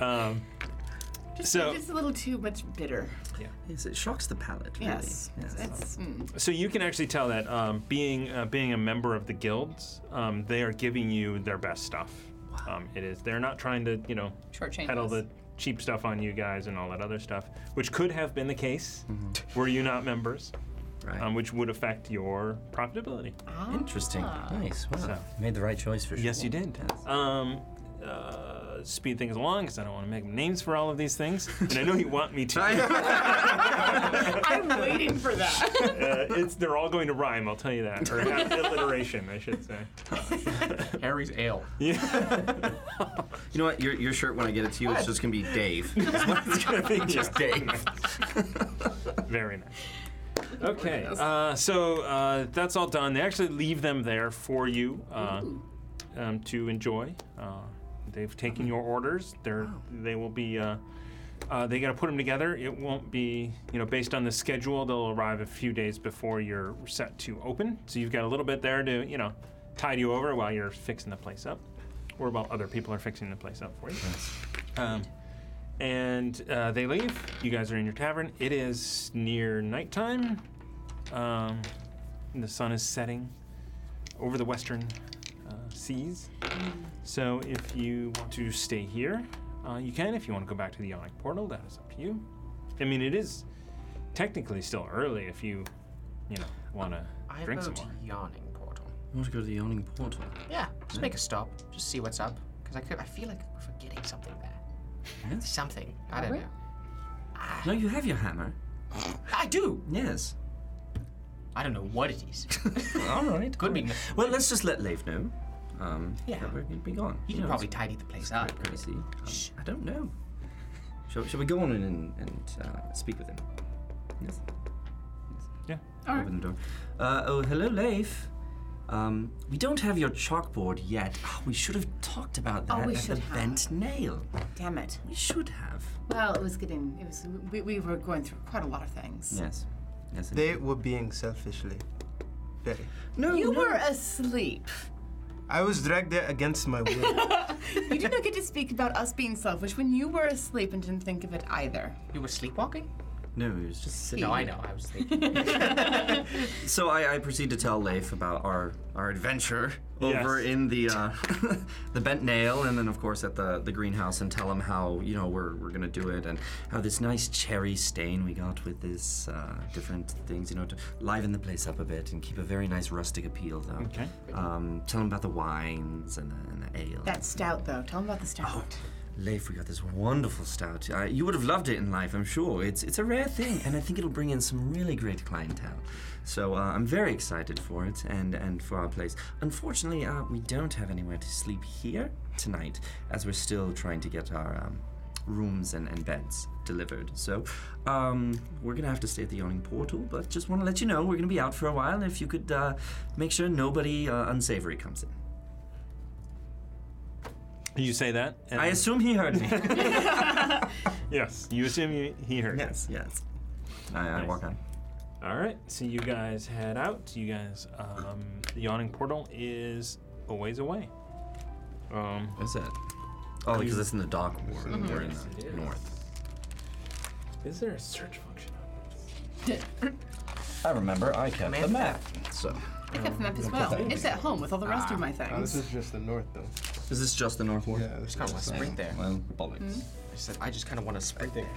Um, So
Just a little too much bitter.
yes, it shocks the palate, really.
Yes. That's, mm.
so you can actually tell that um, being uh, being a member of the guilds, um, they are giving you their best stuff. Um, it is. They're not trying to you know
Shortchange
peddle
us.
the cheap stuff on you guys and all that other stuff, which could have been the case were you not members.
Right.
um, which would affect your profitability.
Ah.
Interesting. Nice. Wow. Made the right choice for sure.
Yes, you did. Um, uh, speed things along because I don't want to make names for all of these things, and I know you want me to. uh,
I'm waiting for that.
Uh, it's they're all going to rhyme. I'll tell you that, or have alliteration, I should say.
Harry's ale.
You know what? Your, your shirt, when I get it to you, it's just going to be Dave. it's going to be just Dave.
Very nice. Okay, uh, so uh, that's all done. They actually leave them there for you uh, um, to enjoy. Uh, they've taken your orders. They're they will be. Uh, uh, they got to put them together. It won't be, you know, based on the schedule. They'll arrive a few days before you're set to open. So you've got a little bit there to, you know, tide you over while you're fixing the place up, or while other people are fixing the place up for you. Um, and uh, they leave. You guys are in your tavern. It is near nighttime. Um, the sun is setting over the western uh, seas. So if you want to stay here, uh, you can. If you want to go back to the Ionic Portal, that is up to you. I mean, it is technically still early if you, you know, want to
I
drink some
vote
more.
yawning portal.
I want to go to the Yawning Portal.
Yeah, just make a stop. Just see what's up. Because I, could- I feel like we're forgetting something there. Something. I don't know.
No, you have your hammer.
I do.
Yes.
I don't know what it is.
All right.
Could be.
Well, let's just let Leif know. Um,
Yeah.
That we're going to be gone.
He
You
can
know,
probably
it's
tidy the place up.
quite crazy. Um, I don't know. Shall, shall we go on in and, and uh, speak with him? Yes.
Yeah.
All
Open the door. Uh, oh, hello, Leif. Um, we don't have your chalkboard yet. Ah, we should have talked about
Oh,
that
we
at the
should have.
bent nail.
Damn it.
We should have.
Well, it was getting. It was. We, we were going through quite a lot of things.
Yes. Yes. indeed.
They were being selfishly. Very.
no,
You
no.
were asleep.
I was dragged there against my will.
You do not get to speak about us being selfish when you were asleep and didn't think of it either.
You were sleepwalking?
No, it was just sitting.
No, I know. I was thinking.
So I, I proceed to tell Leif about our our adventure over
Yes.
in the uh, the bent nail, and then of course at the the greenhouse, and tell him how you know we're we're gonna do it, and how this nice cherry stain we got with this uh, different things, you know, to liven the place up a bit and keep a very nice rustic appeal, though.
Okay.
Um, tell him about the wines and the, and the ale.
That stout, though. Tell them about the stout.
Leif, we got this wonderful stout. Uh, you would have loved it in life, I'm sure. It's it's a rare thing, and I think it'll bring in some really great clientele. So uh, I'm very excited for it and, and for our place. Unfortunately, uh, we don't have anywhere to sleep here tonight, as we're still trying to get our um, rooms and, and beds delivered. So um, we're gonna have to stay at the Yawning Portal, but just want to let you know we're gonna be out for a while. If you could uh, make sure nobody uh, unsavory comes in.
You say that? and-
I assume he heard me.
yes. You assume you, he heard. it.
yes, yes. I, I walk on.
All right, so you guys head out. You guys, um, the yawning portal is a ways away. Um,
What's that? Oh, because it's in the dock war. We're in the north.
is there a search function? on
I remember I kept the map. So
pick up the map as well. It's at home with all the rest of my
Oh, this
things.
is just the north, though.
Is this just the North Ward?
Yeah, this
just kind of want to sprint there. Mm-hmm.
Well, bollocks.
I said, I just kind of want to sprint there.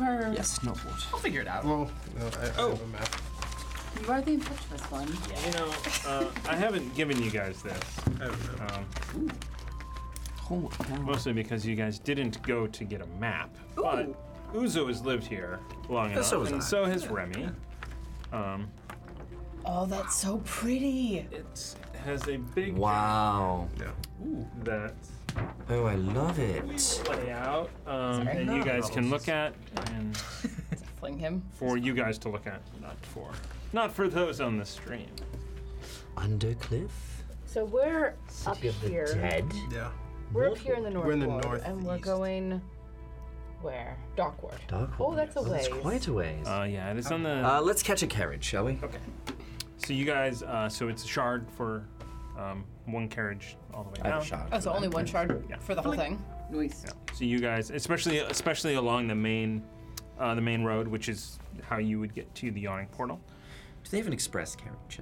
Or
Yes, Northwood.
I'll figure it out.
Well, no, I, I
Oh!
have a map.
you are the impetuous one.
You know, uh, I haven't given you guys this,
I have a map.
um,
Oh, wow.
mostly because you guys didn't go to get a map. But Uzo has lived here long enough,
so has
and
I.
so has Remy. Um,
Oh, that's so pretty.
it has a big
Wow.
that
Oh, I love it.
layout um, that you guys can look at, and
Fling him.
for you guys to look at, not for, not for those on the stream.
Undercliff.
So we're up
City of the
here.
Dead.
Yeah.
We're up here in the north
We're in the
ward, and we're
northeast.
going where? Dockward.
Dark
Oh, that's a
Ward. That's
ways.
quite a ways.
Uh, yeah, it is on the.
Uh, let's catch a carriage, shall we?
so you guys, uh, so it's a shard for um, one carriage all the way
I have
down.
a shot.
Oh, so only one shard for the whole thing.
Yeah. So you guys, especially especially along the main, uh, the main road, which is how you would get to the yawning portal.
Do they have an express carriage?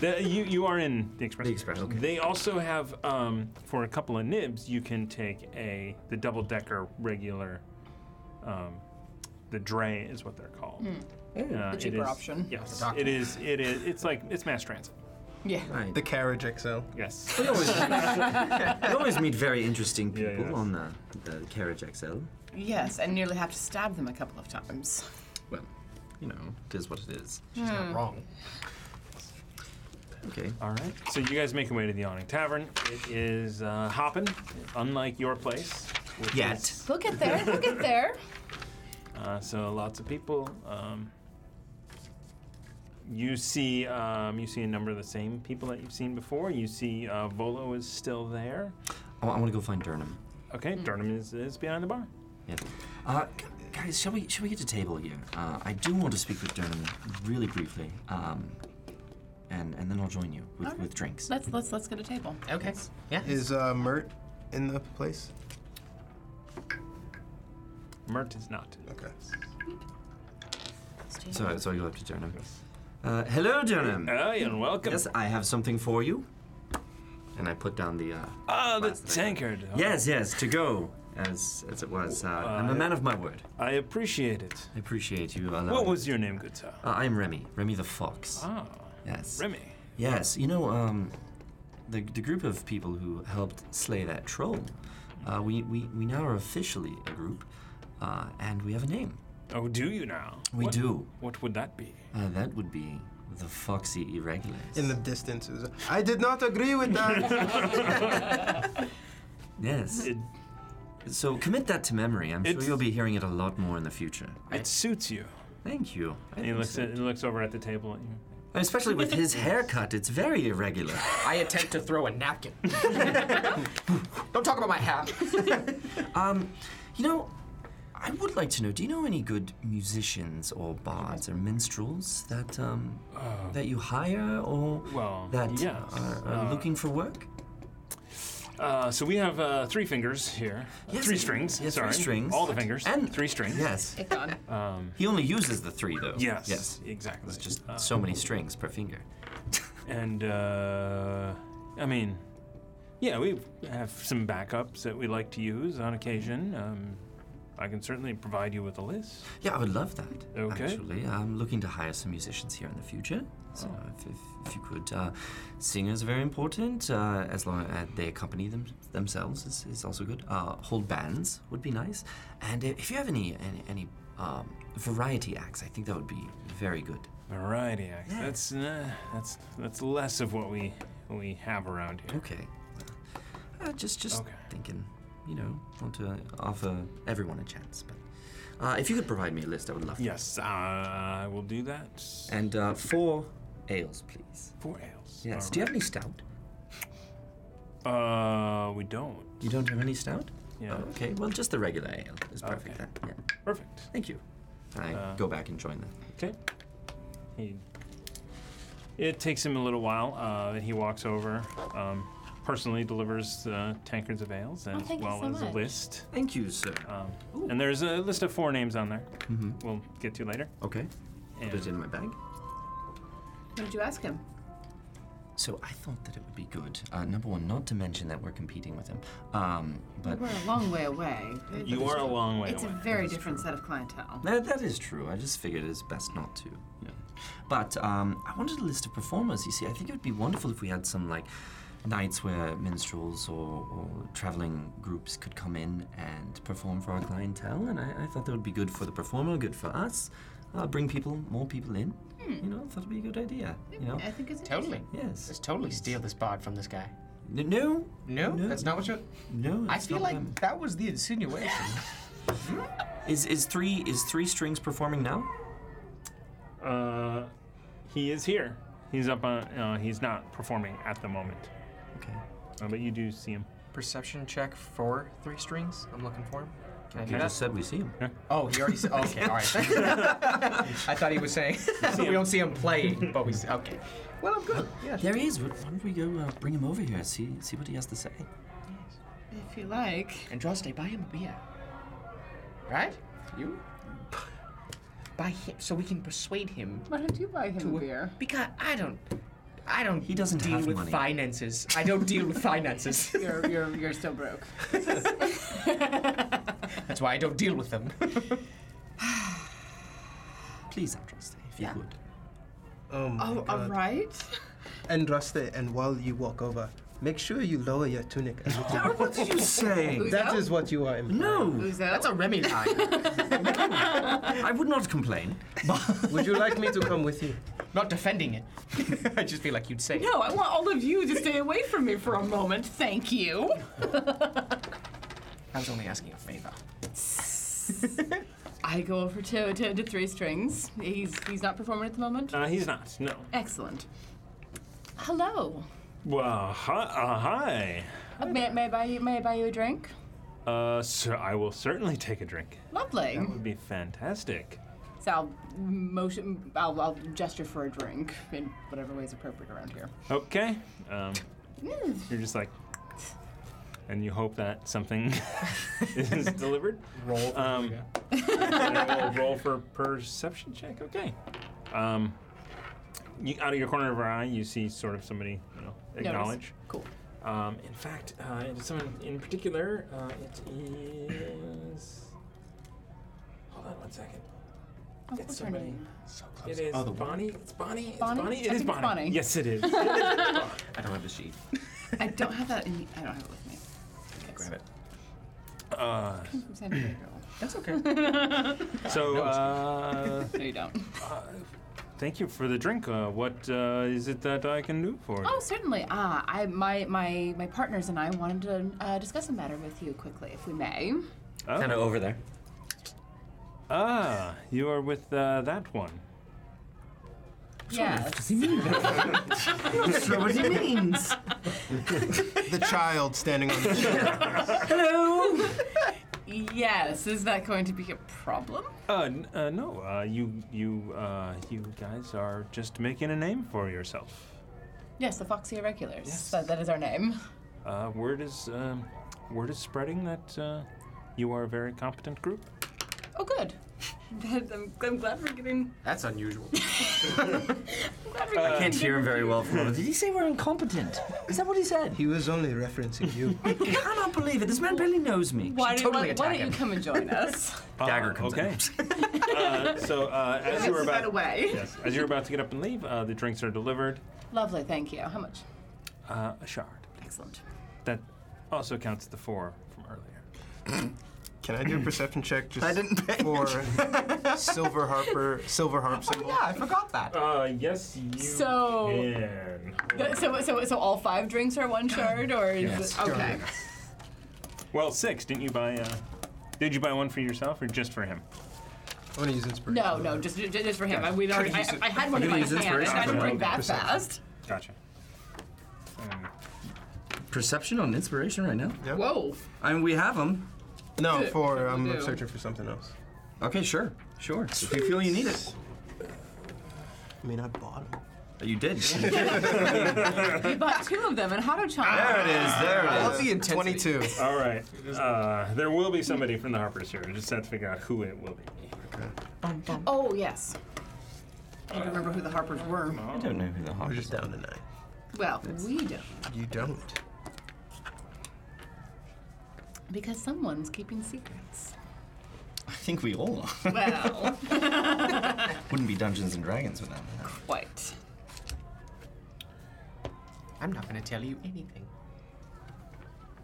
The, you you are in the express.
The express, okay.
They also have um, for a couple of nibs, you can take a the double decker regular, um, the dray is what they're called. Uh,
Hmm. The
it
cheaper
is-
option.
Yes, it is. It is. It's like it's mass transit.
Yeah.
The carriage XL.
Yes.
We always, we always meet very interesting
Yeah,
people
yeah.
on the, the carriage XL.
Yes, and nearly have to stab them a couple of times.
Well, you know, it is what it is.
She's not wrong.
Okay.
All right. So you guys make your way to the Yawning Tavern. It is uh, hopping, unlike your place. Which
Yet.
Is,
We'll get there. We'll get there.
Uh, so lots of people. Um, you see, um, you see a number of the same people that you've seen before. You see, uh, Volo is still there.
I, want to go find Durham.
Okay,
Hmm.
Durham is, is behind the bar.
Yeah. Uh, gu- guys, shall we shall we get to table here? Uh, I do want to speak with Durham really briefly, um, and and then I'll join you with, with drinks.
Let's let's let's get a table.
Okay. Yeah.
Is uh, Mert in the place?
Mert is not.
Okay.
So so you'll have to Durham. Uh, hello, Durham.
Hi and welcome.
Yes, I have something for you. And I put down the. Uh,
Ah, the
glass that I-
tankard. Oh,
Yes, yes, to go, as as it was. Uh, I'm a man of my word.
I appreciate it.
I appreciate you. allowing-
What was your name, good sir?
Uh, I'm Remy. Remy the Fox.
Ah,
yes.
Remy.
Yes, you know, um, the, the group of people who helped slay that troll, uh, we, we, we now are officially a group, uh, and we have a name.
Oh, do you now?
We
What-
do.
What would that be?
Uh, that would be the Foxy Irregulars.
In the distance. it was- I did not agree with that.
yes.
It,
So commit that to memory. I'm sure
It's-
you'll be hearing it a lot more in the future.
it suits you.
Thank you. I
And he
think
looks
so.
at, he looks over at the table at you.
Especially with his haircut, it's very irregular.
I attempt to throw a napkin. Don't talk about my hat.
Um, You know, I would like to know. Do you know any good musicians or bards or minstrels that um,
Oh.
that you hire or
well,
that
yes,
are, are
uh,
looking for work?
Uh, so we have uh, three fingers here. Uh,
Yes,
three strings.
yeah, three
sorry.
strings.
All the fingers.
And-
three strings.
Yes.
Gone.
He only uses the three though.
Yes.
Yes.
Exactly.
It's just
Uh,
so many strings per finger.
and uh, I mean, yeah, we have some backups that we like to use on occasion. Um, I can certainly provide you with a list.
Yeah, I would love that.
Okay. Oh.
Actually, I'm looking to hire some musicians here in the future. So if, if, if you could, uh, singers are very important. Uh, as long as they accompany them themselves is, is also good. Uh, whole bands would be nice. And if you have any any, any um, variety acts, I think that would be very good.
Variety act. That's uh, that's that's less of what we we have around here.
Okay. Uh, just just
Okay.
thinking, you know, want to offer everyone a chance. But uh, if you could provide me a list, I would love. to.
Yes, I will do that.
And uh, four ales, please.
Four ales.
Yes.
All
Do you have any stout?
right. Uh, we don't.
You don't have any stout?
Yeah.
Oh, okay, well, just the regular ale is perfect
Okay.
then. Yeah.
Perfect.
Thank you. I
Uh,
go back and join them.
Okay. He. It takes him a little while. Uh, and he walks over, um, personally delivers uh, tankards of ales as
Oh, thank you
well
so
as
much.
a list.
Thank you, sir.
Um, and there's a Mm-hmm. list of four names on there. We'll get to later.
okay. Put it in my bag.
What did you ask him?
So I thought that it would be good. Uh, number one, not to mention that we're competing with him. Um, but
We're a long way away.
You are a long way
It's
away.
a very different set of clientele.
That, that is true. I just figured it's best not to. you know. But um, I wanted a list of performers. You see, I think it would be wonderful if we had some like nights where minstrels or, or traveling groups could come in and perform for our clientele. And I, I thought that would be good for the performer, good for us. Uh, bring people, more people in. You know, I thought it'd be a good idea. You know,
I think it's
Totally.
Yes.
Let's totally steal this bod from this guy.
No.
No? That's not what you.
No.
I
it's
feel
not
like
them.
that was the insinuation.
is is three is three strings performing now?
Uh, he is here. He's up on. Uh, he's not performing at the moment.
Okay.
Uh, but you do see him.
Perception check for three strings. I'm looking for him. Can I do
You
that?
just said we see him.
Oh, he already said. Okay, all right. I thought he was saying we don't see him playing, but we see. Okay. Well, I'm good. Yeah.
There he is. Why don't we go uh, bring him over here? See see what he has to say.
If you like.
And Droste, buy him a beer. Right? You? Buy him so we can persuade him
Why don't you buy him a beer?
Because I don't, I don't. He
doesn't
deal
have
with
money.
finances. I don't deal with finances.
You're, you're, you're still broke.
That's why I don't deal with them.
Please, Andraste, if you would.
Oh my
Oh, all
god.
right.
And Raste, and while you walk over, make sure you lower your tunic a little.
what did you say?
that is what you are implying.
No,
That's a Remy line.
I would not complain.
Would you like me to come with you?
Not defending it. I just feel like you'd say. it.
No, I want all of you to stay away from me for a moment. Thank you.
I was only asking a favor.
I go over to, to, to Three Strings. He's he's not performing at the moment.
Uh, he's not. No.
Excellent. Hello.
Well, hi. Uh, hi.
Uh, May, may, I buy you, may I buy you a drink?
Uh, so I will certainly take a drink.
Lovely.
That would be fantastic.
So I'll motion. I'll, I'll gesture for a drink in whatever way is appropriate around here.
Okay. Um,
Hmm.
you're just like, and you hope that something is delivered.
Roll.
Um, and we'll roll for perception check. Okay. Um, you, out of your corner of your eye, you see sort of somebody you know, acknowledge.
Cool.
Um, in fact, uh, it is someone in particular. Uh, it is. Hold on one second.
Oh,
It's
what's her
somebody.
name?
So
It
close.
is
Oh, the one.
Bonnie. It's Bonnie. It's
Bonnie?
Bonnie.
I
It
think
is
it's
Bonnie.
Bonnie.
Yes, it is.
I don't have a sheet.
I don't have that. In, I don't have it with me.
Grab it.
uh,
It's from San Diego.
That's okay.
so, uh,
No, you don't.
thank you for the drink. Uh, what uh, is it that I can do for you?
Oh, certainly. Ah, I my my my partners and I wanted to uh, discuss a matter with you quickly, if we may.
Oh.
Kind of over there.
Ah, you are with uh, that one.
Yes.
That's not what he means.
The child standing on the chair.
Hello. yes. Is that going to be a problem?
Uh, n- uh, no, uh, you, you, uh, you guys are just making a name for yourself.
Yes, the Foxy Irregulars.
Yes.
That, that is our name.
Uh, word is, um, word is spreading that uh, you are a very competent group.
Oh, good. I'm, I'm glad we're getting.
That's unusual.
I'm glad we're getting
I can't hear him very well. From over there. Did he say we're incompetent? Is that what he said?
He was only referencing you.
I cannot believe it. This man barely knows me.
Why, did,
totally
why, why
attack
don't you
him.
come and join us?
Dagger comes
Ah, okay. uh, so uh, as you were
Is that
about,
away?
yes, as you were about to get up and leave, uh, the drinks are delivered.
Lovely, thank you. How much?
Uh, a shard.
Excellent.
That also counts the four from earlier.
Can I do a perception check just
I didn't pay
for silver harper, silver harp
Oh,
symbol?
yeah, I forgot that.
Uh, yes, you
So-
can.
So, so, so all five drinks are one shard, or is
Yes.
it okay?
Well, six. Didn't you buy? Uh, did you buy one for yourself or just for him?
I want to use inspiration.
No, no, just, just just for him. I, we'd already, I, I had one in my
use
hand. I
inspiration
tried to
for
drink
my
that
perception.
fast.
Gotcha. Um,
Perception on inspiration right now.
Yep.
Whoa.
I mean, we have him.
No, for um,
What do we
I'm
do?
searching for something else.
Okay, sure, sure. If you feel you need it,
I mean, I bought him.
you did. there
We bought two of them in Hadochan.
it is. There
I
it is.
love the intensity.
Twenty-two.
all right. Uh, there will be somebody from the Harpers here. We just have to figure out who it will be.
Oh, yes. I don't remember who the Harpers were.
I don't know who the Harpers
We're just down to nine.
Well, we don't.
You don't.
Because someone's keeping secrets.
I think we all are.
Well,
Wouldn't be Dungeons and Dragons without that.
quite.
I'm not going to tell you anything.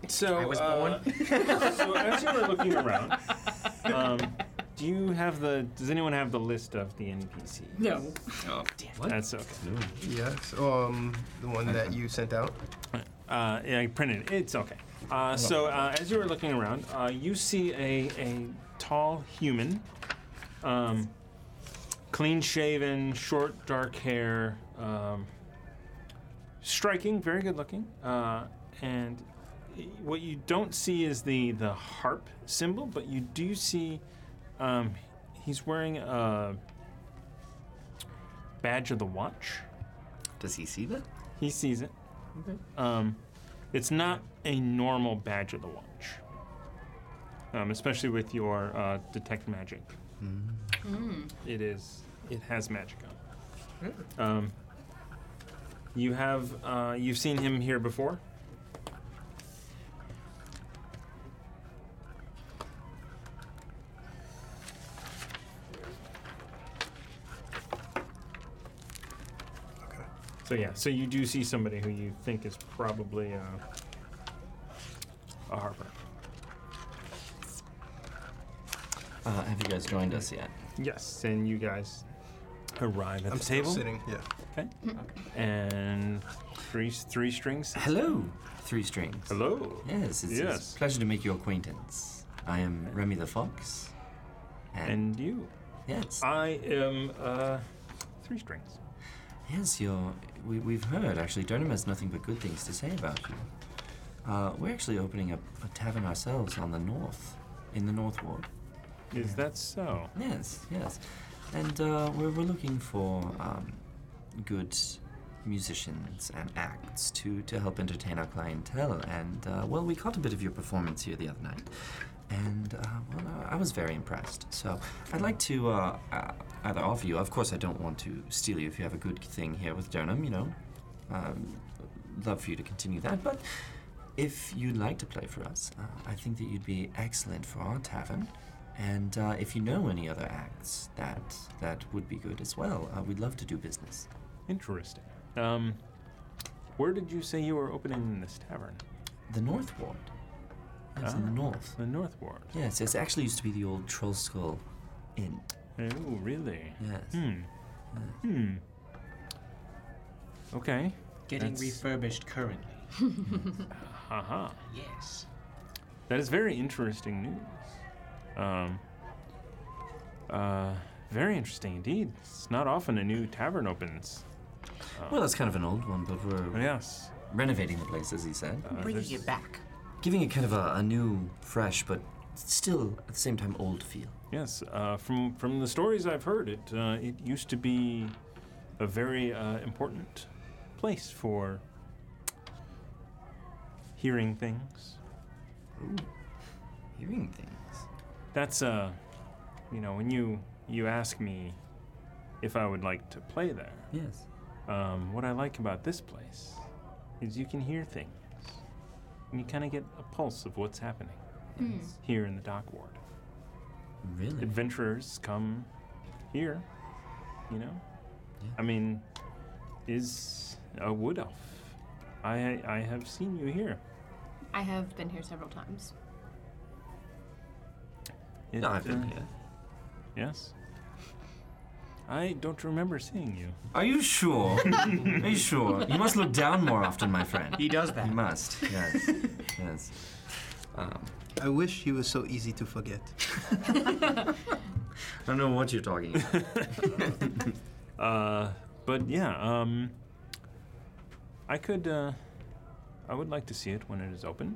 So
I was
Oh,
uh,
born.
so as you were looking around, um, do you have the? Does anyone have the list of the NPCs?
No.
Oh,
What?
That's okay.
Yes. Um, the one that you sent out.
Uh, yeah, I printed it. It's okay. Uh, so uh, as you were looking around, uh, you see a, a tall human, um, clean shaven, short dark hair, um, striking, very good looking. Uh, and what you don't see is the the harp symbol, but you do see um, he's wearing a badge of the watch.
Does he see that?
He sees it. Um, it's not a normal badge of the watch, um, especially with your uh, detect magic. It is. It has magic on. it. Um, you have. Uh, you've seen him here before. So yeah, so you do see somebody who you think is probably uh, a harper.
Uh, have you guys joined us yet?
Yes, and you guys arrive at
I'm
the
still
table.
sitting. Yeah.
Okay. And three three strings.
Hello, Three Strings.
Hello.
Yes, it's,
Yes.
it's a pleasure to make your acquaintance. I am Remy the Fox.
And you.
Yes,
I am uh, three strings.
yes, you're. We, we've heard actually. Durham has nothing but good things to say about you. Uh, we're actually opening up a tavern ourselves on the north, in the North Ward.
Is that so?
Yes, yes. And uh, we're, we're looking for um, good musicians and acts to, to help entertain our clientele. And, uh, well, we caught a bit of your performance here the other night. And, uh, well, I- I was very impressed. So I'd like to uh, uh, either offer you, of course, I don't want to steal you if you have a good thing here with Durham, you know. Um, love for you to continue that. But if you'd like to play for us, uh, I think that you'd be excellent for our tavern. And uh, if you know any other acts that that would be good as well, uh, we'd love to do business.
Interesting. Um, where did you say you were opening this tavern?
The North Ward. Yes, in the
Ah.
north.
The North Ward.
Yes, yes. Actually, used to be the old Troll Skull Inn.
Oh, really?
Yes.
Hmm. Hmm. Okay.
Getting
That's-
refurbished currently.
Haha.
Yes.
That is very interesting news. Um, uh, very interesting indeed. It's not often a new tavern opens.
Well, that's kind of an old one, but
But
we're
yes.
renovating the place, as he said,
uh,
Bringing
there's-
it back.
giving it kind of a, a new, fresh, but still at the same time old feel.
Yes, uh, from from the stories I've heard, it uh, it used to be a very uh, important place for hearing things.
Hearing things.
That's uh, you know, when you you ask me if I would like to play there,
Yes.
um, what I like about this place is you can hear things, and you kind of get a pulse of what's happening here in the dock ward.
Really.
adventurers come here, you know? I mean, is a wood elf. I I have seen you here.
I have been here several times.
It,
No, I've been
uh,
Mm.
here.
Yes. I don't remember seeing you.
Are you sure? Are you sure? You must look down more often, my friend.
He does that.
You must. Yes. yes. Um,
I wish he was so easy to forget.
I don't know what you're talking about.
Uh, but yeah, um, I could. Uh, I would like to see it when it is open.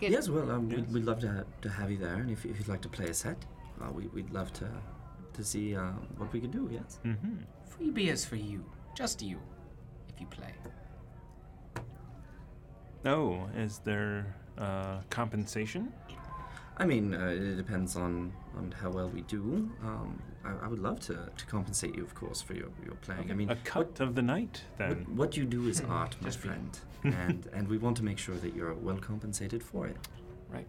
Good.
yes, well, um,
Yes.
We'd, we'd love to, ha- to have you there, and if, if you'd like to play a set, uh, we, we'd love to to see uh, what we can do. Yes.
Mm-hmm.
Free beers for you. Just you. If you play.
Oh, is there uh, compensation?
I mean, uh, it depends on, on how well we do. Um, I, I would love to, to compensate you, of course, for your, your playing. I mean,
a cut of the night, then.
what, what you do is art, my friend, and and we want to make sure that you're well compensated for it.
Right.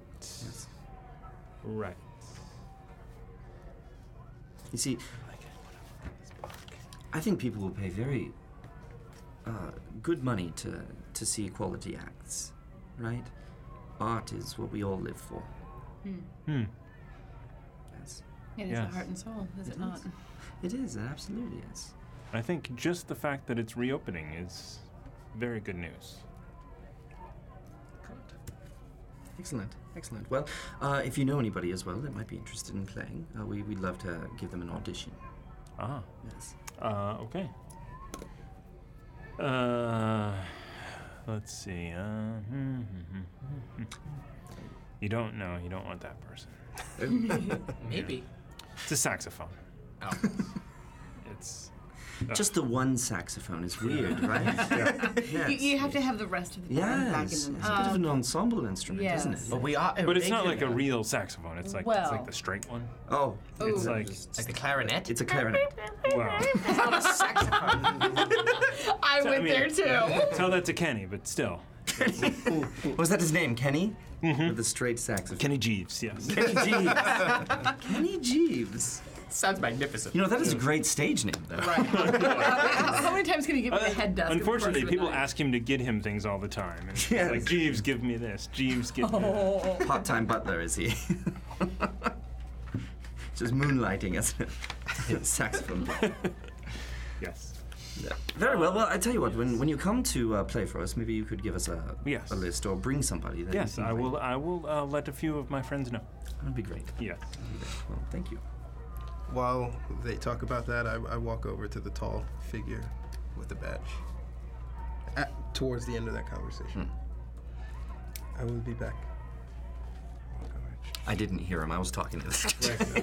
Right.
You see, I think people will pay very uh, good money to to see quality acts, right? Art is what we all live for.
Hmm.
Hmm.
Yes.
It is
Yes.
the heart and soul, is it, not?
It is. It absolutely is.
I think just the fact that it's reopening is very good news.
Excellent, excellent. Well, uh, if you know anybody as well that might be interested in playing, uh, we, we'd love to give them an audition.
Ah.
Yes.
Uh, okay. Uh, let's see. Uh, hmm, hmm, hmm, hmm. you don't know. You don't want that person.
Maybe.
It's a saxophone.
Oh.
It's. Ah. uh,
Just the one saxophone is weird, right?
You, you have to have the rest of the band
Yes,
back in
it's
the
a bit of an ensemble instrument, isn't it?
Yes.
But we are.
But it's not
they
like a
could-
real saxophone. It's like it's
Well.
like the straight one.
Oh.
It's
Ooh.
like
Like the clarinet.
It's a clarinet.
wow.
It's not a saxophone.
I went there too.
Tell that to Kenny, but still.
Was that his name, Kenny? With the straight saxophone.
Kenny Jeeves, yes.
Mm-hmm. Kenny Jeeves. Kenny Jeeves.
Sounds magnificent.
You know, that is a great stage name, though.
how, how many times can you give me a head dust? in the course of
Uh, Unfortunately,
the
people
night?
ask him to get him things all the time. And it's
Yes.
Like Jeeves, give me this. Jeeves, give me. That.
Oh.
Part-time butler, is he? Just moonlighting as a saxophone player.
Yes.
Very well. Well, I tell you what. When, when you come to uh, play for us, maybe you could give us a,
Yes.
a list or bring somebody. That you
Yes,
can
I
bring.
will. I will uh, let a few of my friends know.
That'd be great.
Yes.
Well, thank you.
While they talk about that, I, I walk over to the tall figure with the badge. At, towards the end of that conversation,
Hmm.
I will be back. Walk over.
I didn't hear him. I was talking to this.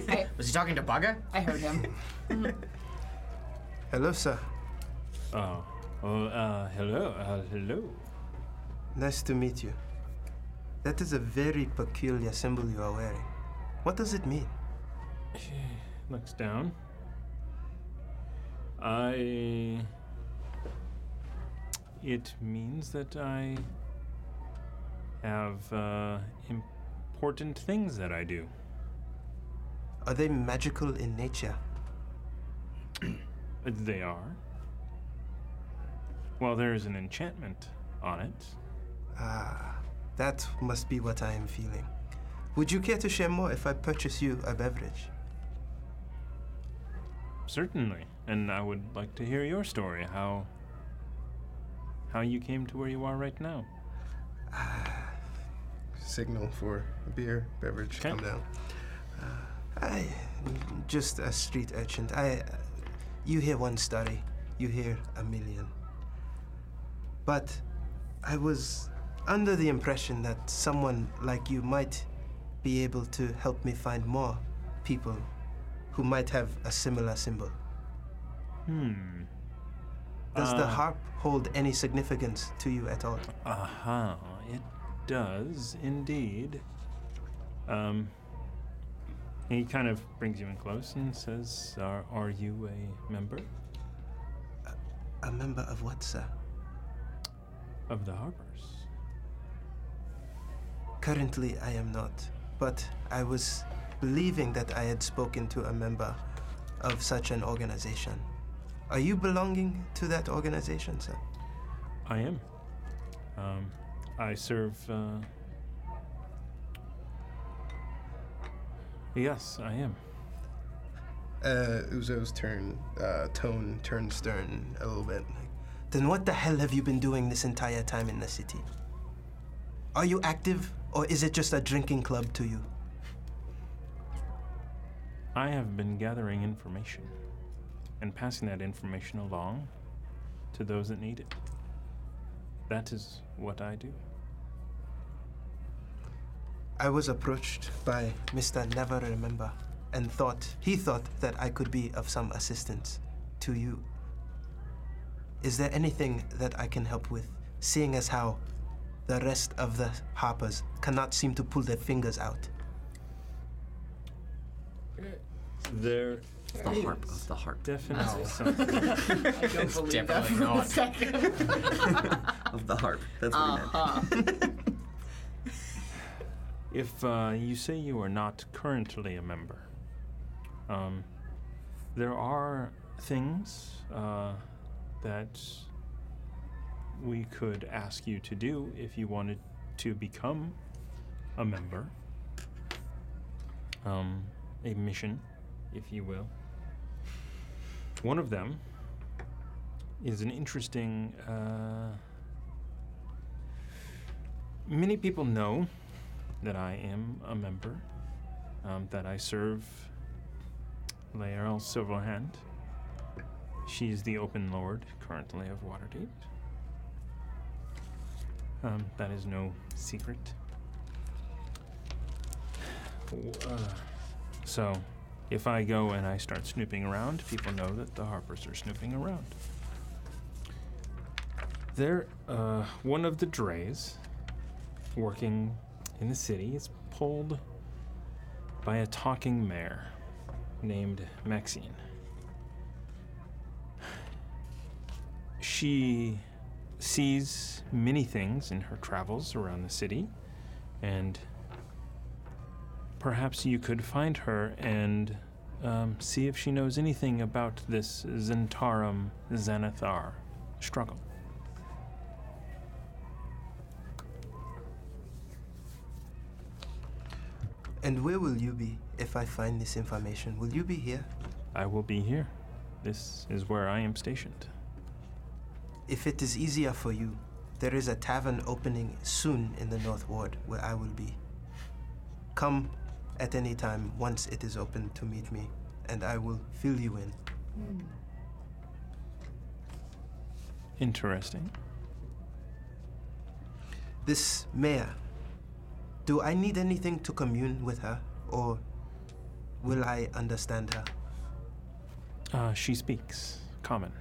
guy.
Was he talking to Bugger?
I heard him.
Hello, sir.
Oh. Well, uh, hello. Uh, hello.
Nice to meet you. That is a very peculiar symbol you are wearing. What does it mean?
Looks down. I. It means that I have uh, important things that I do.
Are they magical in nature?
They are. Well, there is an enchantment on it.
Ah, that must be what I am feeling. Would you care to share more if I purchase you a beverage?
Certainly, and I would like to hear your story. How how you came to where you are right now?
Signal for a beer, beverage,
Okay.
come down.
Ah, I, just a street urchin. I, you hear one story, you hear a million. But I was under the impression that someone like you might be able to help me find more people who might have a similar symbol.
Hmm.
Does the
Um,
Uh,
harp hold any significance to you at all?
Aha, it does indeed. Um, he kind of brings you in close and says, "Are are you a member
A member of what, sir?
of the Harbors?"
Currently, I am not, but I was believing that I had spoken to a member of such an organization. Are you belonging to that organization, sir?
I am. Um, I serve. Uh... Yes, I am.
Uh, Uzo's turn, uh, tone turns stern a little bit.
Then what the hell have you been doing this entire time in the city? Are you active, or is it just a drinking club to you?
I have been gathering information and passing that information along to those that need it. That is what I do.
I was approached by Mr. Never Remember and thought he thought that I could be of some assistance to you. Is there anything that I can help with, seeing as how the rest of the Harpers cannot seem to pull their fingers out?
There.
The harp of the harp.
Definitely something.
It's definitely not. of the harp. That's what he meant.
Uh-huh. Uh,
If uh, you say you are not currently a member, um, there are things uh, that we could ask you to do if you wanted to become a member. Um, a mission, if you will. One of them is an interesting. Uh, many people know that I am a member, um, that I serve Laerl Silverhand. She is the Open Lord currently of Waterdeep. Um, that is no secret. W- uh, so, if I go and I start snooping around, people know that the Harpers are snooping around. There, uh, one of the Drays working in the city is pulled by a talking mare named Maxine. She sees many things in her travels around the city, and perhaps you could find her and um, see if she knows anything about this Zentarum Xanathar struggle.
And where will you be if I find this information? Will you be here?
I will be here. This is where I am stationed.
If it is easier for you, there is a tavern opening soon in the North Ward where I will be. Come at any time once it is open to meet me, and I will fill you in.
Interesting.
This mayor, do I need anything to commune with her, or will I understand her?
Uh, she speaks common.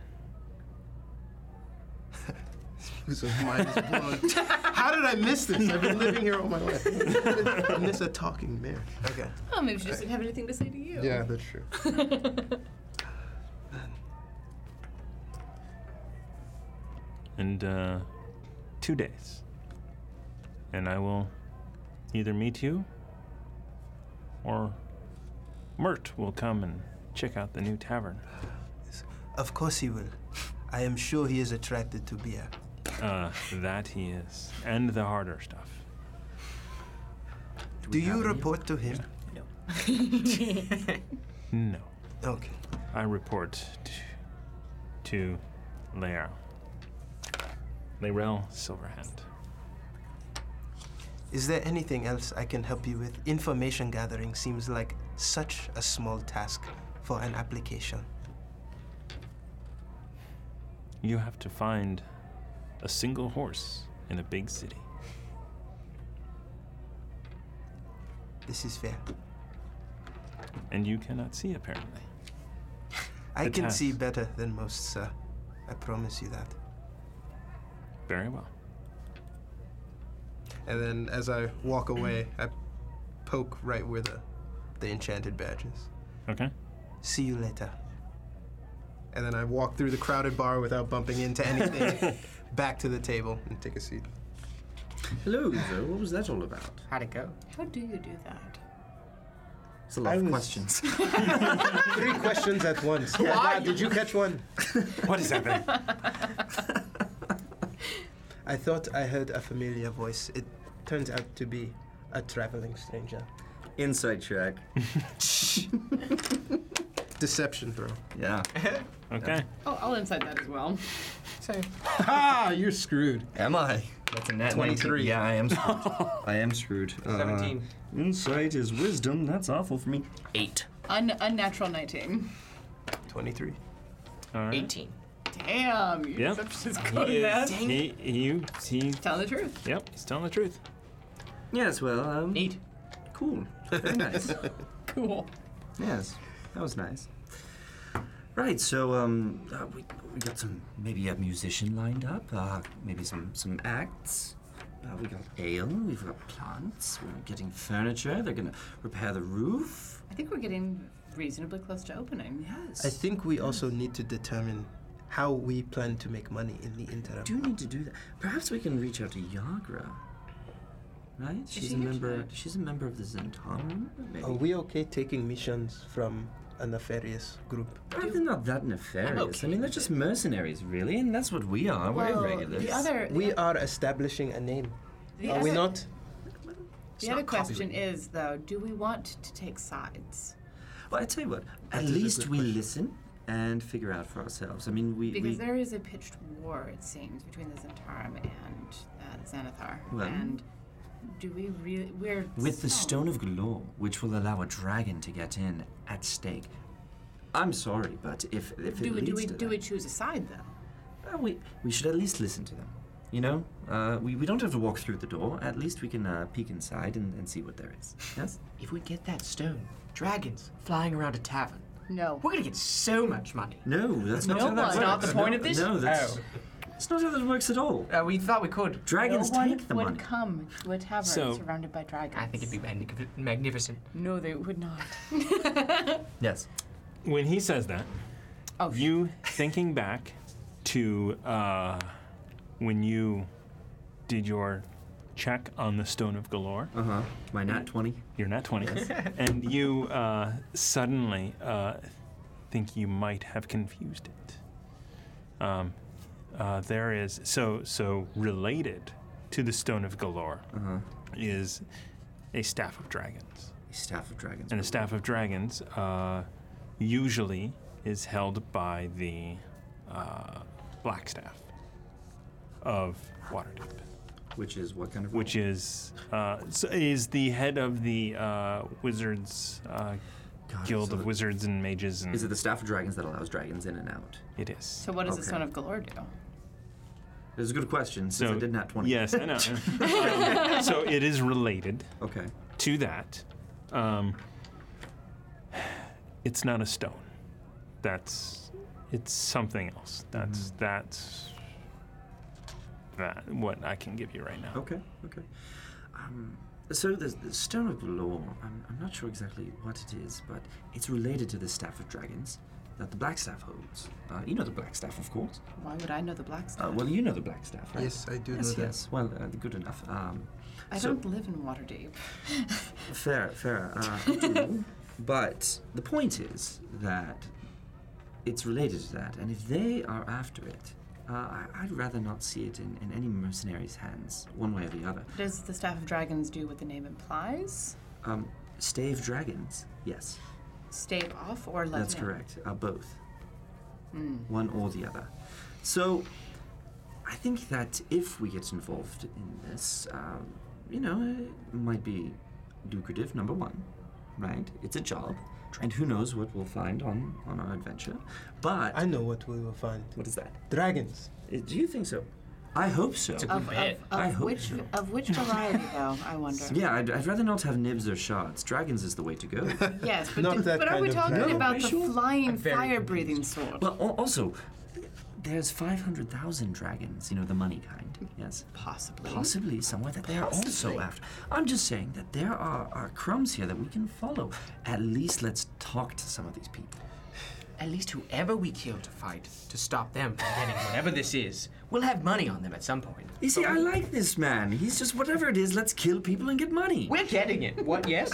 So mind is blown. How did I miss this? I've been living here all my life. I miss a talking mare.
Okay.
Oh, maybe she just didn't have anything to say to you.
Yeah, that's true.
and uh, two days. And I will either meet you or Mert will come and check out the new tavern.
Of course he will. I am sure he is attracted to beer.
Uh, that he is. And the harder stuff.
Do, you report to him?
No.
Okay.
I report t- to Lair. Lairel Silverhand.
Is there anything else I can help you with? Information gathering seems like such a small task for an application.
You have to find a single horse in a big city.
This is fair.
And you cannot see, apparently.
I
Good
can
task.
see better than most, sir. I promise you that.
Very well.
And then as I walk away, I poke right where the, the enchanted badge is.
Okay.
See you later.
And then I walk through the crowded bar without bumping into anything, back to the table and take a seat.
Hello, Uzo. What was that all about?
How'd it go?
How do you do that?
It's a lot
I
of
was-
questions.
Three questions at once.
Why?
Wow, did you catch one?
What is happening?
I thought I heard a familiar voice. It turns out to be a traveling stranger.
Inside track.
Deception throw.
Yeah.
Okay.
Oh, I'll inside that as well.
Ah, you're screwed.
Am I? That's a net
23.
Yeah, I am screwed. I am screwed. Uh,
17.
insight is wisdom. That's awful for me. Eight.
Un- unnatural 19.
23.
All right.
18.
Damn, your
Yep.
deception's
He
good
is-
enough.
he, you, he,
Tell the truth.
yep, he's telling the truth.
yes, well, um,
Eight.
cool. Very nice.
Cool.
Yes, that was nice. Right, so um, uh, we, we got some maybe a musician lined up, uh, maybe some some acts, Uh, we got ale, we've got plants, we're getting furniture, they're going to repair the roof.
I think we're getting reasonably close to opening. Yes.
I think we also need to determine how we plan to make money in the interim.
Do need to do that. Perhaps we can reach out to Yagra. Right? She's
she
a
here Oh,
member. She's a member of the Zentara. Maybe.
Are we okay taking missions from a nefarious group?
Well, they're not that nefarious. I mean, they're just mercenaries, really, and that's what we are.
Well,
We're regulars.
the other-
We are establishing a name.
The
are we
other-
not?
The other question is, though, do we want to take sides?
Well, I tell you what.
That
At
is a
least
good
we listen and figure out for ourselves. I mean, we.
Because
we
there is a pitched war, it seems, between the Zentarim and uh, the Xanathar.
Well.
and do we really? We're
with the
so-
Stone of Galore, which will allow a dragon to get in at stake. I'm sorry, but if if it
Do we,
leads
do we
to
do we choose a side though?
Well, we, we should at least listen to them. You know, uh, we, we don't have to walk through the door. At least we can uh, peek inside and, and see what there is. Yes?
If we get that stone, dragons flying around a tavern,
No.
we're gonna get so much money.
No, that's not
No
how that
one. Not the
works.
point
No,
of this?
No, that's,
Oh.
that's not how that works at all.
Uh, we thought we could.
Dragons
no one
take the
would
money.
come to a tavern
So-
surrounded by dragons.
I think it'd be magni- magnificent.
No, they would not.
Yes.
When he says that,
Oh, sh-
you thinking back to uh, when you did your check on the Stone of Galore,
Uh huh. My nat 20.
you're not 20, and you uh, suddenly uh, think you might have confused it. Um, uh, there is so so related to the Stone of Galore
Uh huh.
is a staff of dragons.
Staff of Dragons.
And the staff of dragons uh, usually is held by the uh, black staff of Waterdeep,
Which is what kind of.
which is uh, s- is the head of the uh, wizards uh,
God,
guild
so
of
the-
wizards and mages. And
Is it the Staff of Dragons that allows dragons in and out?
it is.
so what does the
Okay.
Stone of Galore do?
That's a good question since I did nat 20.
Yes, I know. Um, so it is related
Okay.
to that. Um, it's not a stone. That's it's something else. That's
Mm-hmm.
that's that what I can give you right now.
Okay, okay. Um, so the, the Stone of Galore, I'm, I'm not sure exactly what it is, but it's related to the Staff of Dragons that the Black Staff holds. Uh, you know the Black Staff, of course.
Why would I know the black
Uh,
staff?
well, you know the Black Staff, right?
Yes, I do know
yes,
that.
Yes, well, uh, good enough. Um,
I
so-
don't live in Waterdeep.
Fair, fair. Uh, I do. but the point is that it's related to that, and if they are after it, uh, I, I'd rather not see it in, in any mercenaries' hands, one way or the other.
Does the staff of dragons do what the name implies?
Um, stave dragons, yes.
Stave off or let
That's
in? Hmm.
correct. Uh, both. One or the other. So, I think that if we get involved in this, um, you know, it might be lucrative, number one, right? It's a job. And who knows what we'll find on, on our adventure. But.
I know what we will find.
what is that?
Dragons.
Uh, Do you think so? I hope so.
Of, of,
I
of
hope
which
so.
of which variety though? I wonder.
Yeah, I'd, I'd rather not have nibs or shards. Dragons is the way to go.
Yes, but,
Not
do-
that
but are
kind
we
of
talking
dragon.
about the
Sure.
flying fire-breathing sword?
Well, al- also, there's 500,000 dragons, you know, the money kind. Yes.
Possibly.
Possibly somewhere that they're also after. I'm just saying that there are, are crumbs here that we can follow. At least let's talk to some of these people.
At least whoever we kill to fight to stop them from getting whatever this is, we'll have money on them at some point.
You see, I like this man. He's just whatever it is, let's kill people and get money.
We're getting it. What? Yes.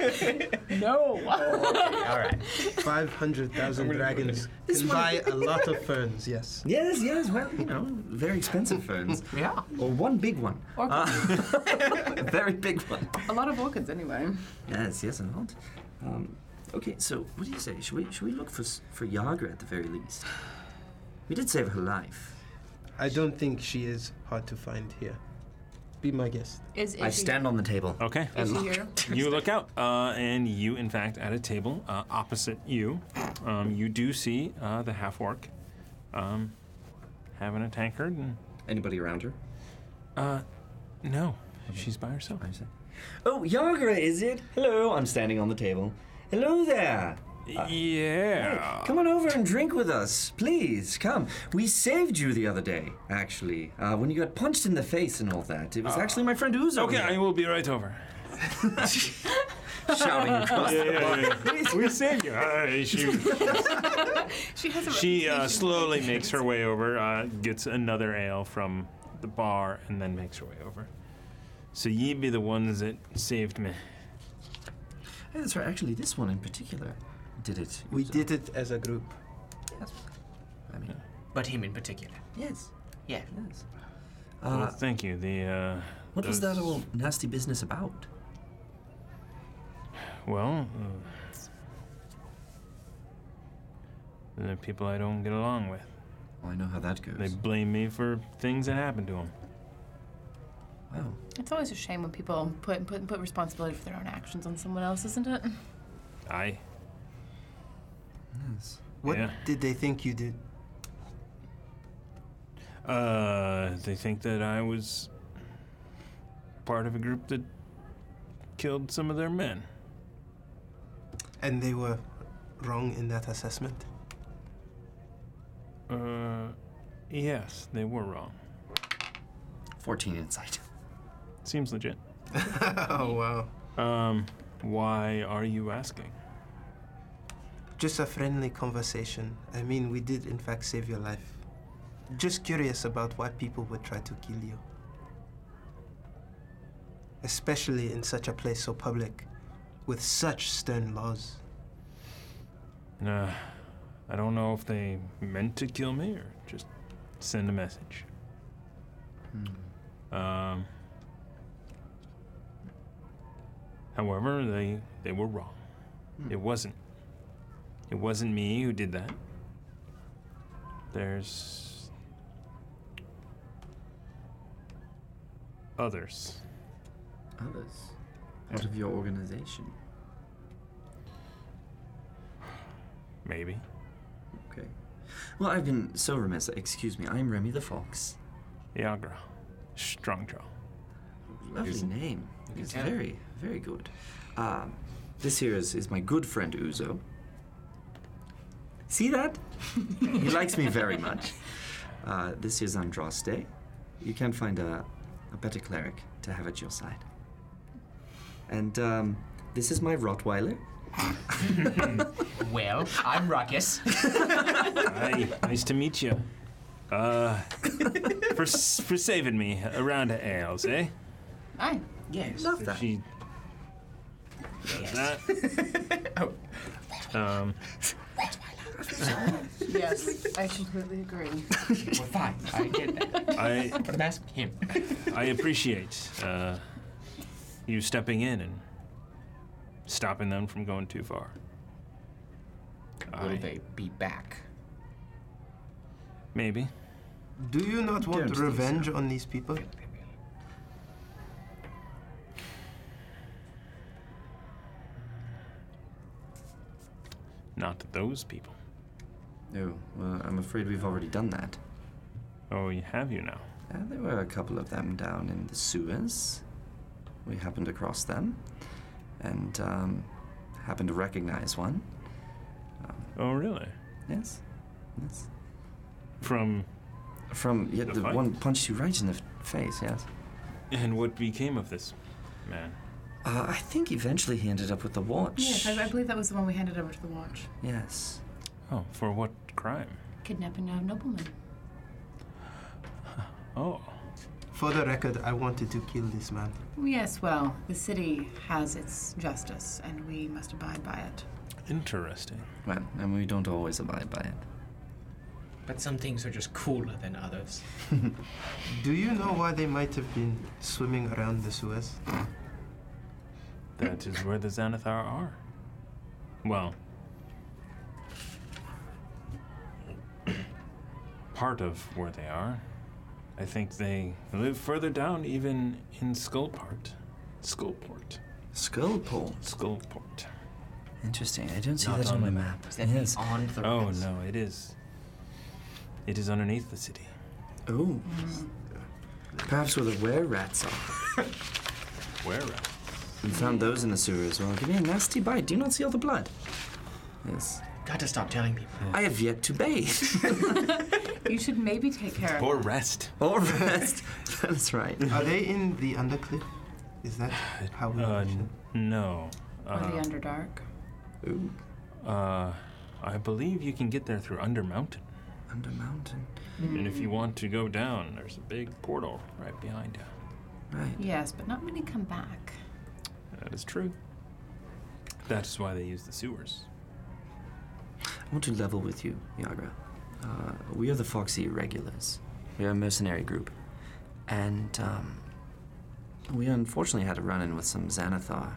All right.
500,000 dragons can buy a lot of ferns, yes.
Yes, yes, well, you know, very expensive ferns.
Yeah.
Or one big one. A very big one.
A lot of orchids, anyway.
Yes, yes, and not. Um, okay, so what do you say? Should we should we look for s- for Yagra at the very least? We did save her life.
I don't think she is hard to find here. Be my guest.
Is, is
I
she-
stand on the table.
Okay.
is she here?
You look out, uh, and you, in fact, at a table uh, opposite you, um, you do see uh, the half orc um, having a tankard. And
Anybody around her?
no, Uh, she's by herself.
Oh, Yagra, is it? Hello, I'm standing on the table. Hello there.
yeah.
Come on over and drink with us, please. Come. We saved you the other day, actually, uh, when you got punched in the face and all that. It was actually my friend Uzo.
Ah. Okay, I will be right over.
Shouting across
yeah,
the
yeah,
bar. Oh,
yeah. We saved you. Uh, she
she has a
she uh,
reputation.
slowly makes her way over, uh, gets another ale from the bar, and then makes her way over. So ye be the ones that saved me.
Hey, that's right. Actually, this one in particular did it.
We
Uzo.
did it as a group.
Yes. I mean,
But him in particular.
yes.
Yeah.
Yes.
well,
Uh,
thank you. The uh,
what was that
those-
all nasty business about?
Well, uh, the people I don't get along with.
Well, Oh, I know how that goes.
They blame me for things that happened to them.
Wow.
It's always a shame when people put, put put responsibility for their own actions on someone else, isn't it?
I.
Yes.
What
Yeah.
did they think you did?
Uh, they think that I was part of a group that killed some of their men.
And they were wrong in that assessment?
Uh, yes, they were wrong.
14 insight.
Seems legit.
oh, wow.
Um, why are you asking?
Just a friendly conversation. I mean, we did in fact save your life. Just curious about why people would try to kill you. Especially in such a place so public, with such stern laws.
Uh, I don't know if they meant to kill me or just send a message.
Hmm.
Um, however, they they were wrong.
Hmm.
It wasn't. It wasn't me who did that. There's others.
Others. Out of your organization.
Maybe.
Okay. Well, I've been so remiss. Excuse me. I'm Remy the Fox.
Yagra. Strongjaw.
Lovely name. It's
tell.
very, very good. Um, this here is, is my good friend Uzo. See that? he likes me very much. Uh, this is Andraste. You can't find a, a better cleric to have at your side. And um, this is my Rottweiler.
Well, I'm Ruckus.
Hi, nice to meet you. Uh, for, s- for saving me a round of ales, eh?
Aye.
yes.
Love that.
She does that. Um,
Yes, I completely agree.
We're fine. I get that.
I
But ask him.
I appreciate uh, you stepping in and stopping them from going too far.
Will
I,
they be back?
maybe.
Do you not
Don't
want
think so.
revenge on these people?
Not those people.
No, Oh, well, I'm afraid we've already done that.
Oh, you have you now.
Uh, there were a couple of them down in the sewers. We happened across them and um, happened to recognize one. Um,
Oh, really?
Yes? Yes.
From.
From yeah,
The
the
fight?
one punched you right in the f- face, yes.
And what became of this man?
Uh, I think eventually he ended up with the watch.
Yes, I, I believe that was the one we handed over to the watch.
Yes.
Oh, for what crime?
Kidnapping a nobleman.
Oh.
For the record, I wanted to kill this man.
Yes, well, the city has its justice, and we must abide by it.
Interesting.
Well, and we don't always abide by it.
But some things are just cooler than others.
Do you know why they might have been swimming around the Suez?
That is where the Xanathar are. Well, part of where they are. I think they live further down, even in Skullport. Skullport.
Skull pole.
Skullport.
Interesting. I don't see
Not
that
on
on my
the-
map.
Does that mean
yes.
on the
Oh
rocks?
no, it is. It is underneath the city.
Oh. Perhaps where the were rats are.
Where?
We found those in the sewer as well. Give me a nasty bite. Do you not see all the blood? Yes.
Got to stop telling people.
I have yet to bathe.
You should maybe take
Uh,
care of it.
rest. Or rest. That's right.
Are they in the undercliff? Is that how we
Uh,
reach
n- no.
Or the
Uh,
Underdark.
uh, I believe you can get there through Under Mountain.
Under mountain.
And if you want to go down, there's a big portal right behind you.
Right.
Yes, but not many come back.
That is true. That is why they use the sewers.
I want to level with you, Yagra. Uh, we are the Foxy Irregulars. We are a mercenary group. And um, we unfortunately had a run in with some Xanathar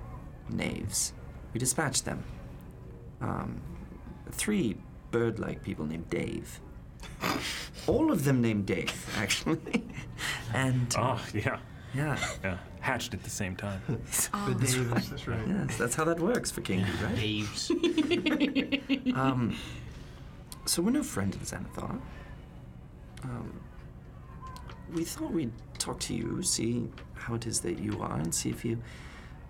knaves. We dispatched them. Um, three bird like people named Dave. All of them named Dave, actually. and
Oh, yeah.
yeah,
Yeah. Hatched at the same time.
Oh.
the Daves?
That's right.
yes, that's how that works for King Bee, right?
Thieves.
Um, so we're no friend of Xanathar. Um, we thought we'd talk to you, see how it is that you are, and see if you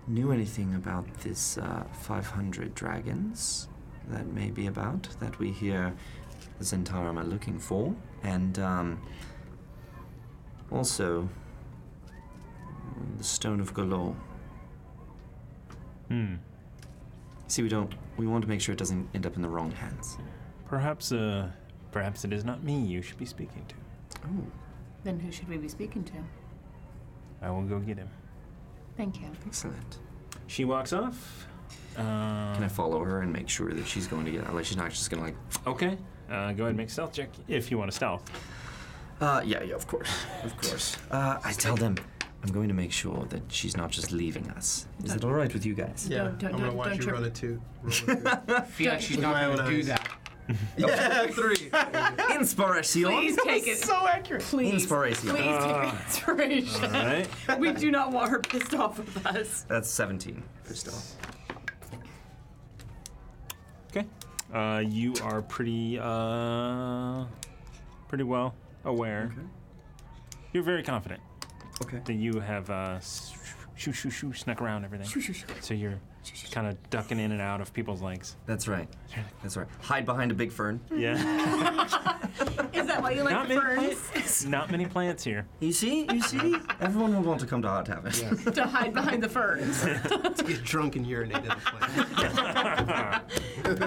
knew anything about this uh, 500 dragons that may be about, that we hear the Zentarum are looking for. And um, also, the Stone of Galore.
Hmm.
See, we don't. We want to make sure it doesn't end up in the wrong hands.
Perhaps, uh, perhaps it is not me you should be speaking to.
Oh,
Then who should we be speaking to?
I will go get him.
Thank you.
excellent.
She walks off. Uh,
Can I follow her and make sure that she's going to get out? Like she's not just gonna like.
Okay. Uh, go ahead and make a stealth check if you want to stealth.
Uh, yeah, yeah, of course, of course. Uh, I tell them I'm going to make sure that she's not just leaving us. Is that all right with you guys?
Yeah,
Don't- don't-
I'm gonna
don't-
watch
don't
you
trip.
run it too. Roll a two.
I feel like she's
With
not
my
going to
own
do
eyes.
that.
Yeah, three. Inspiration.
Please take it. So accurate. Please.
Inspiration.
Please take your inspiration.
Ah. All right.
We do not want her pissed off with us.
That's 17. First off.
Okay. Uh, you are pretty, uh, pretty well aware. You're very confident
Okay.
that you have uh, s- shoo shoo shoo snuck around everything. So you're kind of ducking in and out of people's legs.
That's right. That's right. Hide behind a big fern.
Yeah.
Is that why you like
not
the
many
ferns?
plants. Not many plants here.
You see? You see? Everyone will want to come to Hot Tavern.
to hide behind the ferns.
Get drunk and urinate in the flame.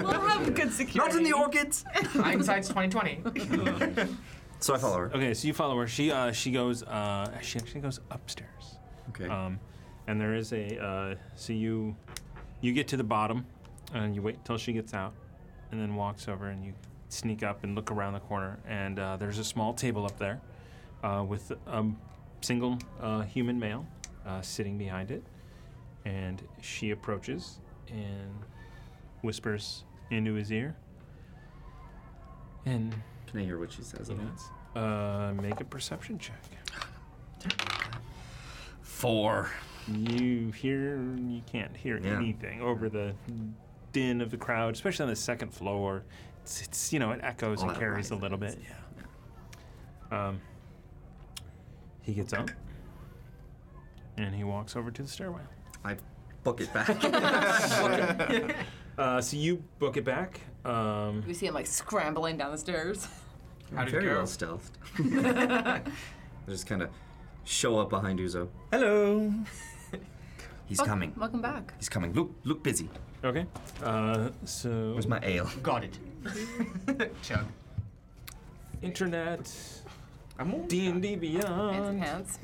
we'll have good security.
Not in the orchids.
Hindsight's 2020.
So I follow her.
Okay, so you follow her. She uh, she goes. Uh, she actually goes upstairs.
Okay.
Um, and there is a uh, so you you get to the bottom and you wait till she gets out and then walks over and you sneak up and look around the corner and uh, there's a small table up there uh, with a single uh, human male uh, sitting behind it and she approaches and whispers into his ear and
Can I hear what she says?
he nods. uh, make a perception check.
Four.
You hear, you can't hear
Yeah.
anything over the din of the crowd, especially on the second floor. It's, it's you know, it echoes
A lot
and
of
carries a
rising.
little bit. Yeah. Um, he gets up and he walks over to the stairwell.
I book it back.
Uh, so you book it back. Um,
We see him like scrambling down the stairs.
How
did it
Very
go?
well stealthed. I just kind of show up behind Uzo. Hello.
Oh.
He's coming.
Welcome back.
He's coming. Look, look busy.
okay. Uh, so
Where's my ale?
Got it. Chug.
internet, D and D
Hands in
Beyond
hands.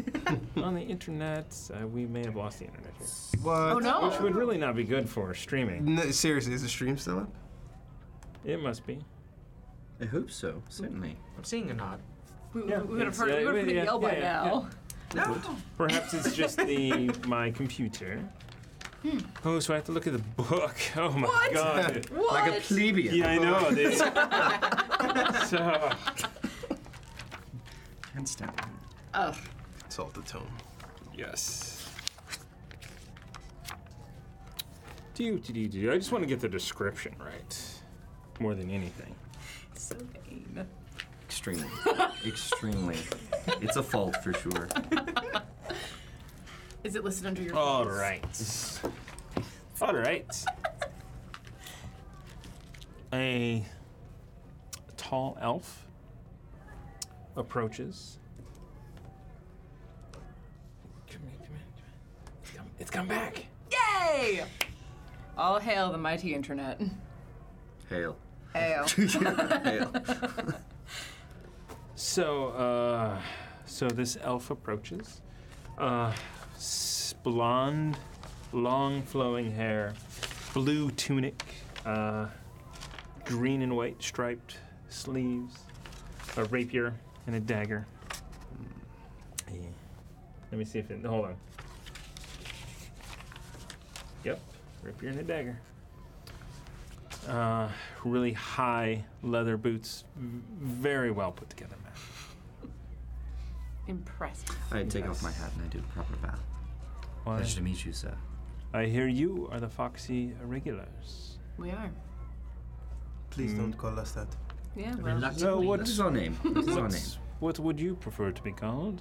on the internet. Uh, we may have lost the internet. Here.
What?
Oh
Which
no.
would really not be good for streaming.
No, seriously, is the stream still up?
It must be.
I hope so. Certainly.
I'm seeing a nod.
We,
Yeah,
we would have
it's,
heard,
uh,
we would have heard
yeah,
a yell by
yeah, yeah,
now.
Perhaps it's just the my computer. Oh, so I have to look at the book. Oh my
What?
god.
What?
Like a plebeian.
Yeah, I know. This. so,
Can't stand it.
Ugh.
Salt the tone.
yes. Do, do, do, do. I just want to get the description right more than anything.
So vain.
Extremely. Extremely. It's a fault for sure.
Is it listed under your?
All right. All right. a tall elf approaches.
Come here, come here, come here. It's come, it's come back.
Yay! All hail the mighty internet.
Hail.
Hail.
So, uh, so this elf approaches. Uh, s- blonde, long flowing hair, blue tunic, uh, green and white striped sleeves, a rapier, and a dagger. Let me see if it. Hold on. Yep, rapier and a dagger. Uh, really high leather boots, v- very well put together, man.
Impressed.
I take off my hat and I do a proper bow.
Why?
Pleasure to meet you, sir.
I hear you are the Foxy Irregulars.
We are.
Please
Mm.
don't call us that.
Yeah, well.
Reluctantly. No, what
What is our name? What is our name?
What's- What would you prefer to be called?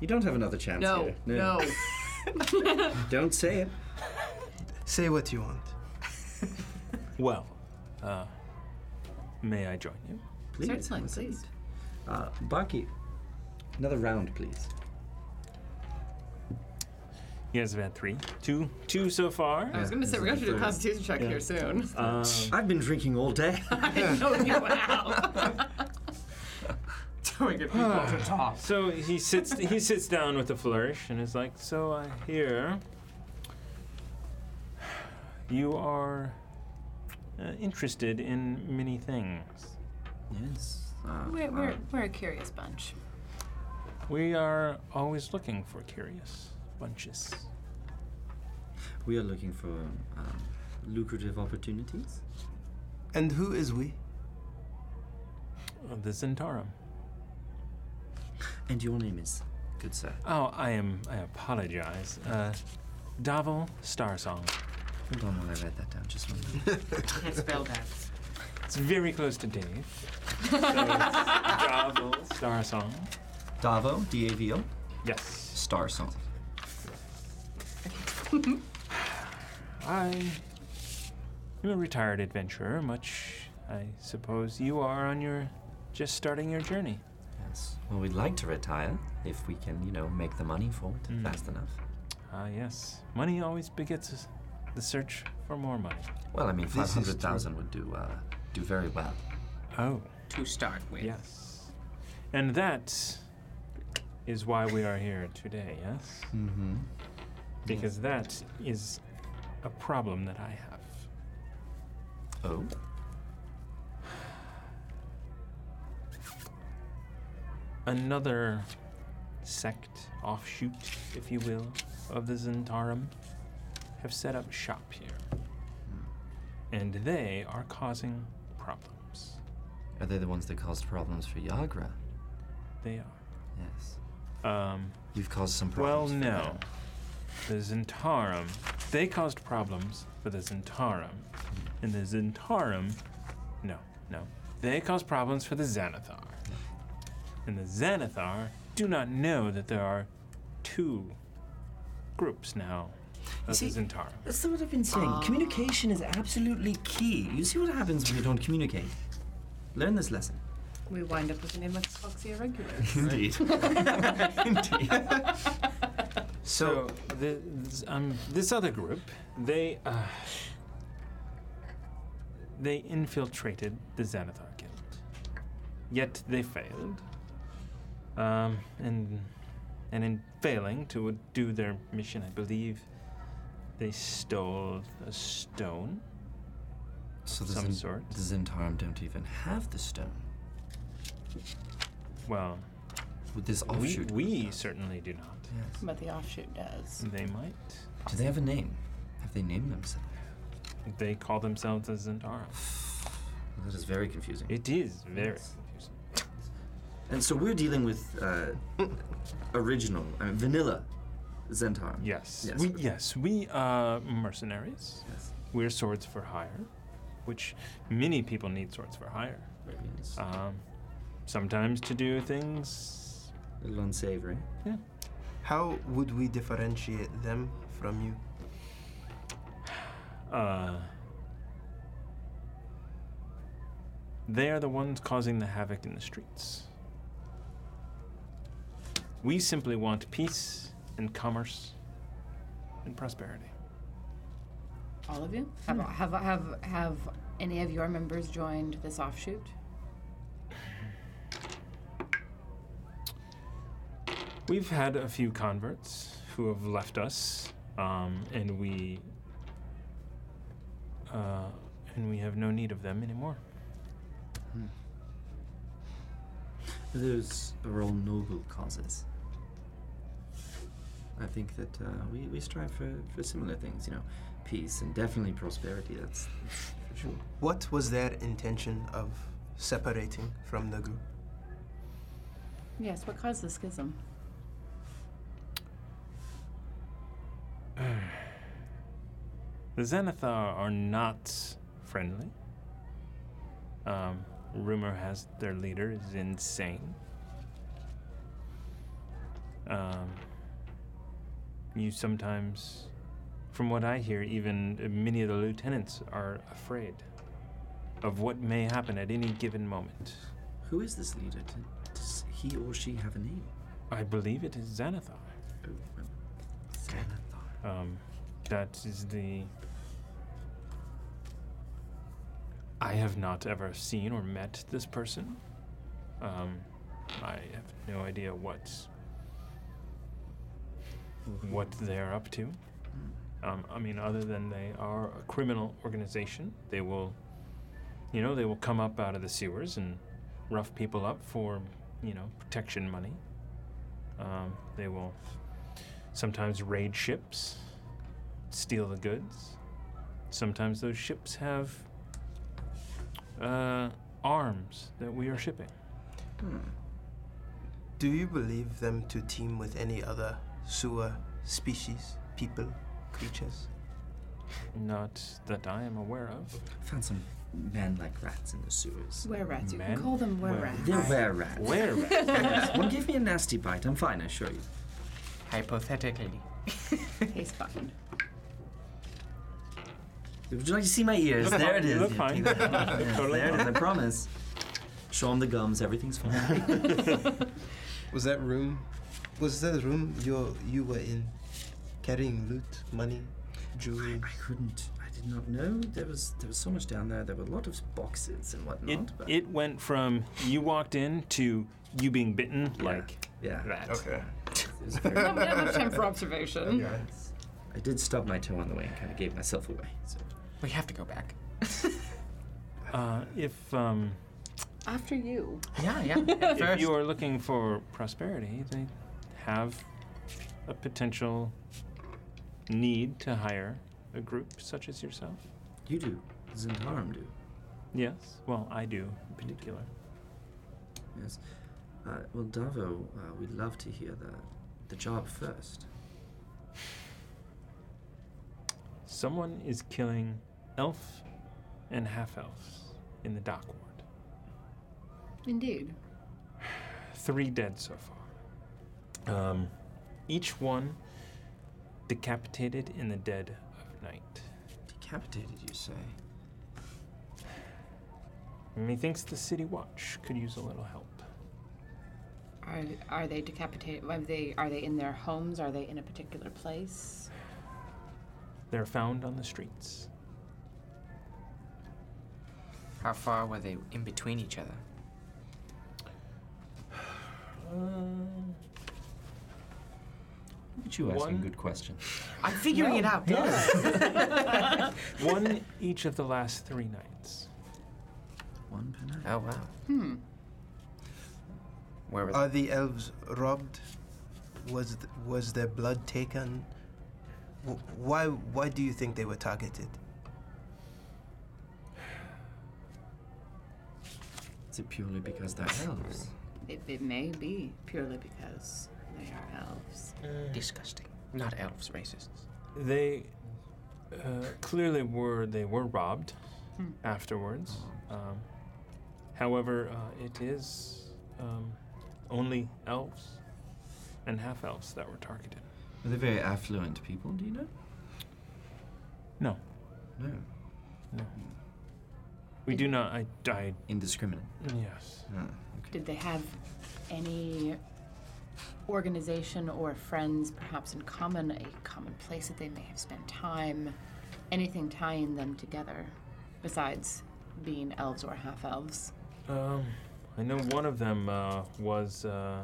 You don't have another chance
No,
here.
no.
don't say it.
Say what you want.
Well, uh, may I join you?
Please.
Certainly, please.
Uh, Baki, another round, please.
You guys have had three, two, two so far.
I was gonna say we're gonna have to do a constitution check here soon.
Um,
I've been drinking all day.
I know you have.
Doing it people to talk.
So he sits he sits down with a flourish and is like, "So I hear you are uh, interested in many things.
Yes. Uh,
We're, we're, we're a curious bunch.
We are always looking for curious bunches.
We are looking for um, lucrative opportunities.
And who is we?
of The Zentarum.
And your name is, good sir.
Oh, I am. I apologize. Uh, Davil Starsong.
Hold on while I write that down. Just one minute.
Can't spell that.
It's very close to Dave. So it's Davil Starsong.
Davo, D A V O,
Yes.
Star Song.
I am a retired adventurer, much I suppose you are on your just starting your journey.
Yes. Well, we'd like to retire if we can, you know, make the money for it fast enough.
Ah, yes. Money always begets us- the search for more money.
Well, I mean,
This is
five hundred thousand would do uh, do very well.
Oh,
To start with.
yes. And that is why we are here today, yes?
Mm-hmm.
Because that is a problem that I have.
Oh.
Another sect, offshoot, if you will, of the Zentarum have set up shop here. And they are causing problems.
Are they the ones that caused problems for Yagra?
They are.
Yes.
Um,
You've caused some
well,
problems. for
no.
them.
The Zentarum. They caused problems for the Zentarum. And the Zentarum. No, no. They caused problems for the Xanathar. And the Xanathar do not know that there are two groups now of
see-
the Zentarum.
That's what I've been saying. Communication is absolutely key. You see what happens when you don't communicate. Learn this lesson.
We wind up with the name like Foxy Irregulars.
Indeed.
So the, this, um, this other group, they uh, they infiltrated the Xanathar Guild, yet they failed. Um, and and in failing to do their mission, I believe they stole a stone.
So the
Some
Zin-
sort.
The Zentarum don't even have the stone.
Well,
With this
we,
offshoot.
we certainly do not.
Yes.
But the offshoot does.
They might.
Do they have a name? Have they named themselves?
They call themselves the Zentarum.
That is very confusing.
It is very
Yes.
confusing.
And so we're dealing with uh, original, I mean, vanilla Zentarum.
Yes.
Yes.
We, yes, we are mercenaries.
Yes.
We're swords for hire, which many people need swords for hire.
Yes.
Um, sometimes to do things.
A little unsavory.
Yeah.
How would we differentiate them from you?
Uh, They are the ones causing the havoc in the streets. We simply want peace and commerce and prosperity.
All of you? Have, have, have, have any of your members joined this offshoot?
We've had a few converts who have left us, um, and we uh, and we have no need of them anymore.
Hmm. Those are all noble causes. I think that uh, we, we strive for, for similar things, you know, peace and definitely prosperity. That's, that's for sure.
What was their intention of separating from the group?
Yes, what caused the schism?
The Xanathar are not friendly. Um, rumor has it their leader is insane. Um, you sometimes, from what I hear, even many of the lieutenants are afraid of what may happen at any given moment.
Who is this leader? D- Does he or she have a name? Oh,
I believe it is Xanathar. Um, that is the. I have not ever seen or met this person. Um, I have no idea what what they're up to. Um, I mean, other than they are a criminal organization, they will, you know, they will come up out of the sewers and rough people up for, you know, protection money. Um, they will sometimes raid ships, steal the goods. Sometimes those ships have uh, arms that we are shipping.
Hmm.
Do you believe them to team with any other sewer species, people, creatures?
Not that I am aware of.
Found some men like rats in the sewers.
Were rats. You
Men?
can call them were rats.
They're were rats.
Were rats.
Yes. One gave me a nasty bite. I'm fine, I assure you.
Hypothetically.
He's fine.
Would you like to see my ears?
Look
there
fine.
it is.
Look
dude.
fine.
There it is.
Totally
there it is. I
fine.
promise. Show him the gums. Everything's fine.
Was that room? Was that room you you were in, carrying loot, money, jewelry? I,
couldn't. I did not know. There was there was so much down there. There were a lot of boxes and whatnot.
It, it went from you walked in to you being bitten like
yeah.
that.
Okay.
We don't we don't have time for observation.
I did stub my toe on the way and kind of gave myself away. So
we have to go back.
Uh, if um,
After you.
Yeah, yeah.
if you are looking for prosperity, they have a potential need to hire a group such as yourself.
You do. Zindarum do.
Yes. Well, I do in particular.
Yes. Uh, well, Davo, uh, we'd love to hear the the job first.
Someone is killing elf and half elves in the dock ward.
Indeed.
Three dead so far. Um, each one decapitated in the dead of night.
Decapitated, you say?
Methinks the city watch could use a little help.
Are, are they decapitated? Are they, are they in their homes? Are they in a particular place?
They're found on the streets.
How far were they in between each other?
Look at you asking
One-
good questions.
I'm figuring it out.
One each of the last three nights.
One per night.
Oh wow.
Hmm.
Where were
Are the elves robbed? Was th- was their blood taken? W- why why do you think they were targeted?
Is it purely because they're elves?
It, it may be purely because they are elves.
Uh, Disgusting. Not elves, racists.
They uh, clearly were. They were robbed afterwards. Um, however, uh, it is um, only elves and half elves that were targeted.
Are they very affluent people? Do you know?
No.
No.
No. We do not. I died.
Indiscriminate.
Yes.
Ah,
Did they have any organization or friends perhaps in common, a common place that they may have spent time, anything tying them together besides being elves or half elves?
Um, I know one of them uh, was. Uh,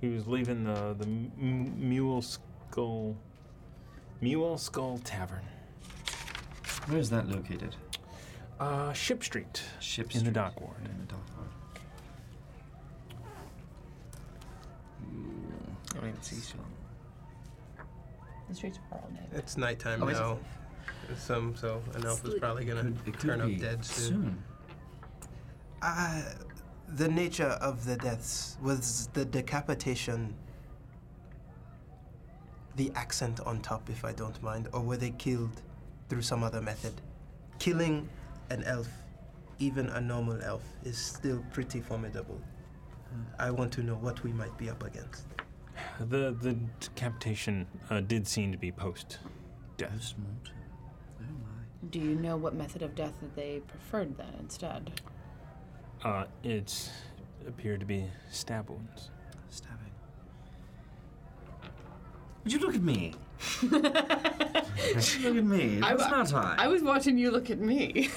he was leaving the the M- M- Mule Skull. Mule Skull Tavern.
Where is that located?
Uh, Ship Street.
Ship
in the dock ward.
In the dock ward.
I don't even see so.
The streets are all named.
It's nighttime
Oh, is it?
now. Some so an elf is
Sleep.
probably gonna
It could
turn up
be
dead
soon.
Uh, the nature of the deaths was the decapitation. The accent on top, if I don't mind, or were they killed through some other method? Killing an elf, even a normal elf, is still pretty formidable.
Hmm.
I want to know what we might be up against.
The the decapitation uh, did seem to be post death.
Oh
Do you know what method of death that they preferred then instead?
Uh, it appeared to be stab wounds.
Stabbing. Would you look at me? look at me.
I
That's
wa-
not high.
I was watching you look at me.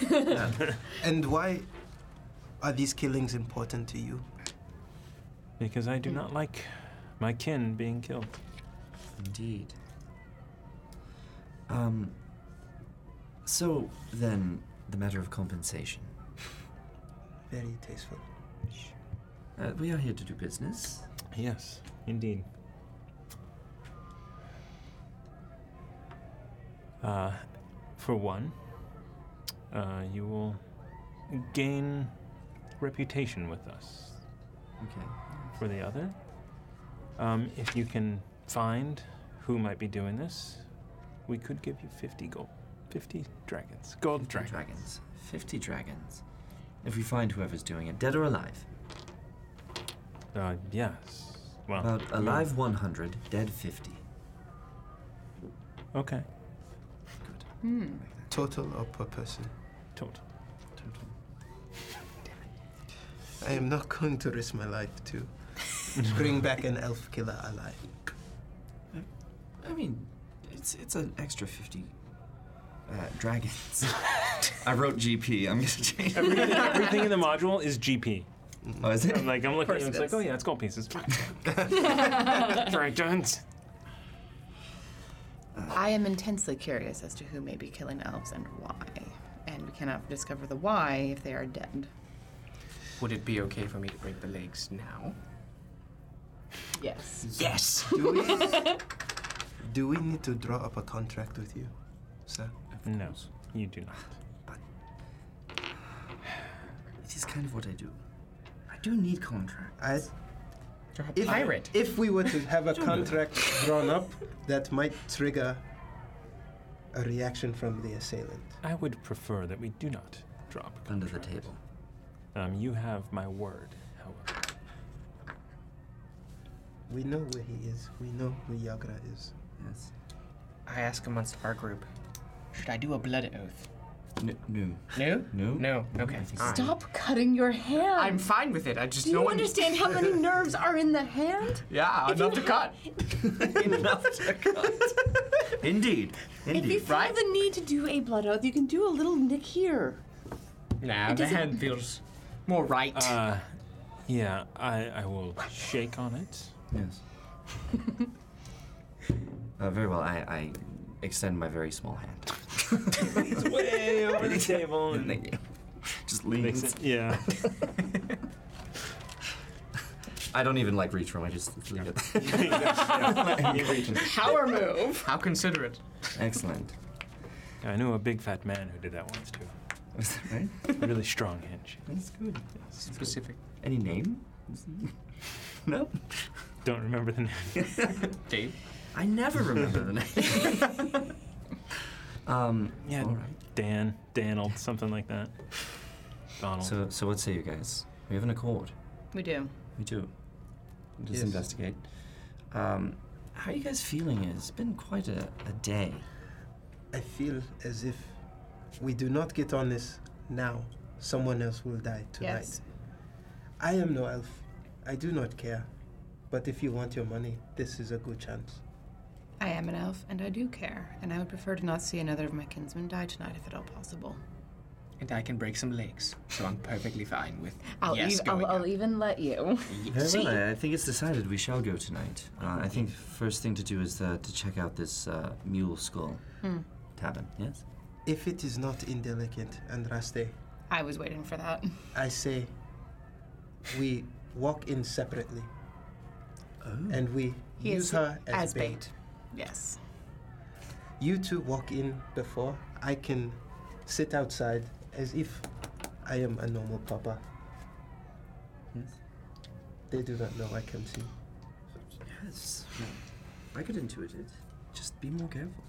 And why are these killings important to you?
Because I do not like my kin being killed.
Indeed. Um. So then, the matter of compensation.
Very tasteful.
Uh, we are here to do business.
Yes, indeed. Uh, for one, uh, you will gain reputation with us.
Okay.
For the other, um, if you can find who might be doing this, we could give you 50 gold. 50 dragons. Gold dragons.
dragons. 50 dragons. If we find whoever's doing it, dead or alive.
Uh, yes. Well,
About
I mean-
alive 100, dead 50.
Okay.
Hmm.
Total or per person?
Total.
Total.
I am not going to risk my life to bring back an elf killer alive.
I mean, it's it's an extra 50 uh, dragons. I wrote GP. I'm going to change
everything, everything in the module is GP.
Oh, is
Mm.
it?
I'm like, I'm looking at it, it's
Of
like,
course it
oh
is.
yeah, it's gold pieces. Dragons.
I am intensely curious as to who may be killing elves and why. And we cannot discover the why if they are dead.
Would it be okay for me to break the legs now?
Yes.
Yes.
Do we, do we need to draw up a contract with you, sir?
No, you do not.
It is kind of what I do. I do need contract.
I,
If, pirate.
If we were to have a
Don't do
contract drawn up, that might trigger a reaction from the assailant.
I would prefer that we do not drop
Under the table.
Um, you have my word, however.
We know where he is. We know where Yagra is.
Yes.
I ask amongst our group, should I do a blood oath?
N- no.
No?
No.
No. Okay. All right.
Stop cutting your hand.
I'm fine with it. I just
Do you
no one-
understand how many nerves are in the hand?
Yeah,
If you
enough to cut.
Enough to cut. Indeed.
If you
Indeed.
feel the need to do a blood oath, you can do a little nick here.
Nah,
It
the
doesn't-
hand feels more right.
Uh, yeah, I, I will shake on it.
Yes. uh, very well. I, I extend my very small hand.
It's way over the table.
And
And
then Just
makes
leans.
it, yeah.
I don't even like reach for him. I just leave it.
You reach it.
Power move.
How considerate.
Excellent.
I knew a big fat man who did that once too.
Is that right?
Really strong handshake.
That's good.
Specific.
Any name? no.
Don't remember the name.
Dave.
I never remember the name. um,
Yeah,
All right.
Dan, Danald, something like that. Donald.
So, so what say you guys? We have an accord.
We do.
We do. Just
Yes.
investigate. Um, how are you guys feeling? It's been quite a, a day.
I feel as if we do not get on this, now. Someone else will die tonight.
Yes.
I am no elf. I do not care. But if you want your money, this is a good chance.
I am an elf, and I do care, and I would prefer to not see another of my kinsmen die tonight if at all possible.
And I can break some legs, so I'm perfectly fine with
I'll,
yes
ev-
going
I'll, I'll even let you.
Very well, I- I think it's decided we shall go tonight. Uh, I think first thing to do is uh, to check out this uh, mule skull
Hmm.
tavern. Yes.
If it is not indelicate, Andraste,
I was waiting for that.
I say we walk in separately. And we
Hmm. He
use
is
her as,
as bait. Yes.
You two walk in before. I can sit outside as if I am a normal papa.
Yes.
They do not know I can see.
Yes. I could intuit it. Just be more careful.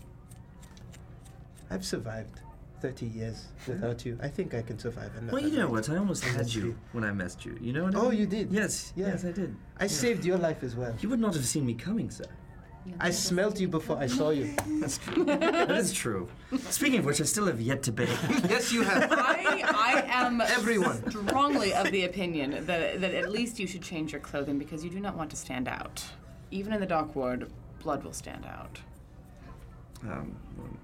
I've survived 30 years without you. I think I can survive another.
well, you know
night.
what? I almost had you when I messed you. You know what I
Oh,
mean?
you did?
Yes.
Yeah.
Yes, I did.
I saved your life as well.
You would not have seen me coming, sir.
I smelt you before I saw you.
That's true. that is true. Speaking of which, I still have yet to bathe.
yes, you have.
I, I am
Everyone.
strongly of the opinion that, that at least you should change your clothing because you do not want to stand out. Even in the dock ward, blood will stand out.
Um, um,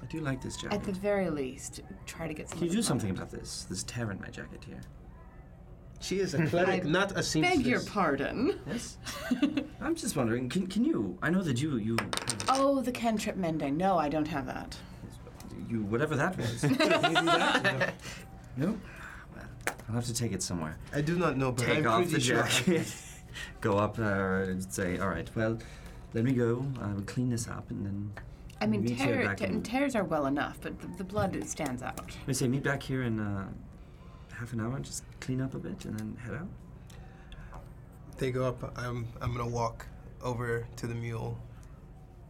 I do like this jacket.
At the very least, try to get some.
Can you
of
do
the blood
something
out.
about this? This tear in my jacket here.
She is a cleric,
I
not a seamstress.
Beg your pardon.
Yes. I'm just wondering. Can, can you? I know that you you have-
Oh, the cantrip mending. No, I don't have that.
you whatever that was. Can you do that? No. No? Well, I'll have to take it somewhere.
I do not know, but
Take
I'm
off
pretty
the
sure.
jacket. go up there and say, all right. Well, let me go. I will clean this up and then.
I mean,
meet here
tear,
back
te-
in.
tears are well enough, but the, the blood stands out.
I say meet back here in uh, half an hour. Just clean up a bit and then head out.
They go up. I'm I'm gonna walk over to the mule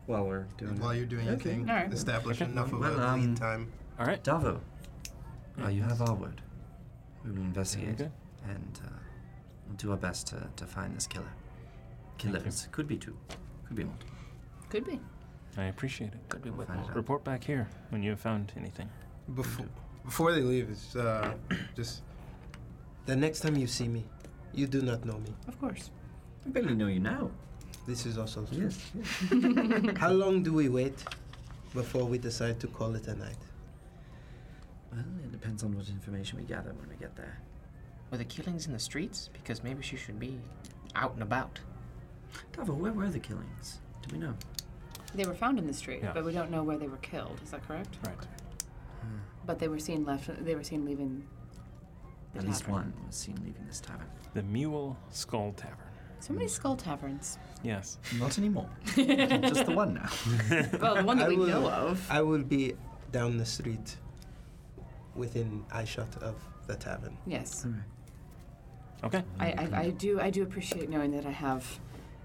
While we're doing.
while you're doing your
Okay.
thing.
All right.
Establish
Okay.
enough of
Well,
a
um,
lead time.
All right.
Davo, uh, you have
Yes.
our word. We will investigate
Okay.
and uh, we'll do our best to, to find this killer. Killers. Could be two. Could be more.
Could be.
I appreciate it.
Could be we'll find it out.
Report back here when you have found anything.
Before before they leave, it's uh, just
The next time you see me, you do not know me.
Of course.
I barely know you now.
This is also true.
Yes. yes.
How long do we wait before we decide to call it a night?
Well, it depends on what information we gather when we get there.
Were the killings in the streets? Because maybe she should be out and about.
Davo, where were the killings? Do we know?
They were found in the street,
Yeah.
but we don't know where they were killed. Is that correct? Hmm.
Right.
But they were seen left. They were seen leaving. The
At least
tavern.
one was seen leaving this tavern.
The Mule Skull Tavern.
So
Hmm.
many skull taverns.
Yes.
Not anymore. Just the one now.
Well, the one that
I
we
will-
know of.
I will be down the street within eyeshot of the tavern.
Yes.
All right.
Okay.
I, I, I
Hmm.
do. I do appreciate knowing that I have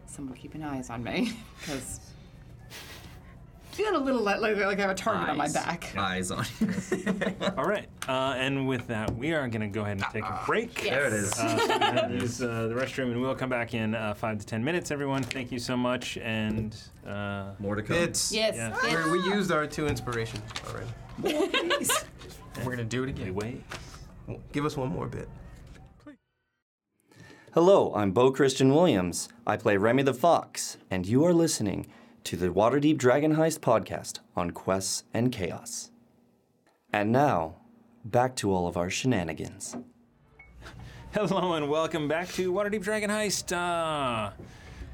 someone keeping eyes on me because feeling a little like, like, like I have a target on my
Eyes.
back.
Eyes on you.
All right. Uh, and with that, we are going to go ahead and take a break.
Yes.
There it is.
Uh, so we can use uh, the restroom, and we'll come back in uh, five to ten minutes. Everyone, thank you so much, and uh,
More to come.
it's
Yes.
Yeah.
yes.
we we used our two inspiration already.
We're gonna do it
we
again.
wait.
Give us one more bit.
Hello, I'm Bo Christian Williams. I play Remy the Fox, and you are listening to the Waterdeep Dragon Heist podcast on Quests and Chaos. And now, back to all of our shenanigans.
Hello and welcome back to Waterdeep Dragon Heist. Uh,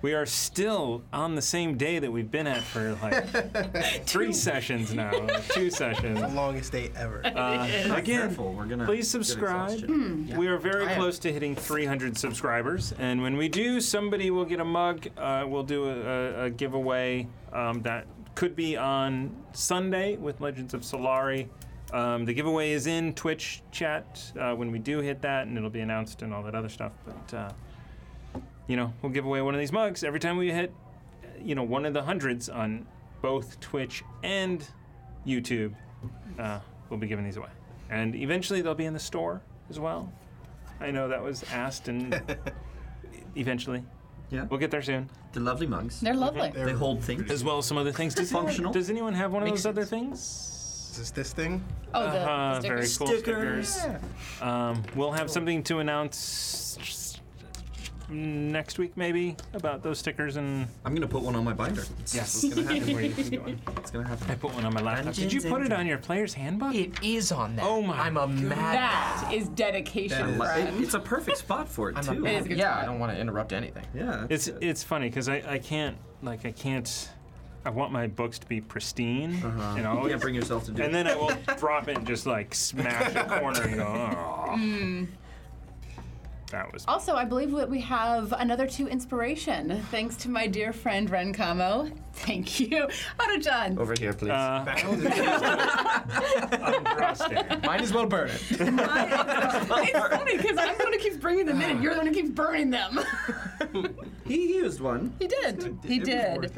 we are still on the same day that we've been at for like three sessions now, like, two sessions.
The longest day ever.
Again,
Careful, we're gonna
please
get
subscribe.
Hmm.
exhaustion.
We are very
I am-
close to hitting 300 subscribers, and when we do, somebody will get a mug. Uh, we'll do a, a, a giveaway um, that could be on Sunday with Legends of Solari. Um, the giveaway is in Twitch chat uh, when we do hit that, and it'll be announced and all that other stuff. But uh, you know, we'll give away one of these mugs every time we hit, uh, you know, one of the hundreds on both Twitch and YouTube. Uh, we'll be giving these away, and eventually they'll be in the store as well. I know that was asked, and eventually
Yeah,
we'll get there soon,
the lovely mugs.
They're lovely.
They hold things.
as well as some other things. Does
Functional.
Anyone, does anyone have one of
Makes
those other
sense.
things?
Is this this thing?
Oh, the- the
Uh-huh, very
stickers.
cool
Stickers.
stickers. Um, we'll have something to announce next week, maybe, about those stickers. And
I'm gonna put one on my binder.
Yes,
It's gonna happen.
it's gonna happen. I put one on my laptop. Did you
Dungeons
put
and
it on your player's handbook?
It is on there.
Oh my!
I'm a mad.
That is dedication, friend.
it's a perfect spot for it
I'm
too.
a
It is a
mad.
good
Yeah,
spot.
I don't want to interrupt anything.
Yeah.
It's it's funny because I, I can't like I can't I want my books to be pristine and
You
all.
can't bring yourself to do
And
it.
then I will drop it and just like smash a corner and go, oh,
Mm.
that was.
Also, I believe that we have another two inspiration, thanks to my dear friend Ren Kamo. Thank you. Autojan.
Over here, please.
Uh,
Uh,
Might as well burn it.
it's funny because I'm the one who keeps bringing them in, and you're the one who keeps burning them.
he used one.
he did. He did.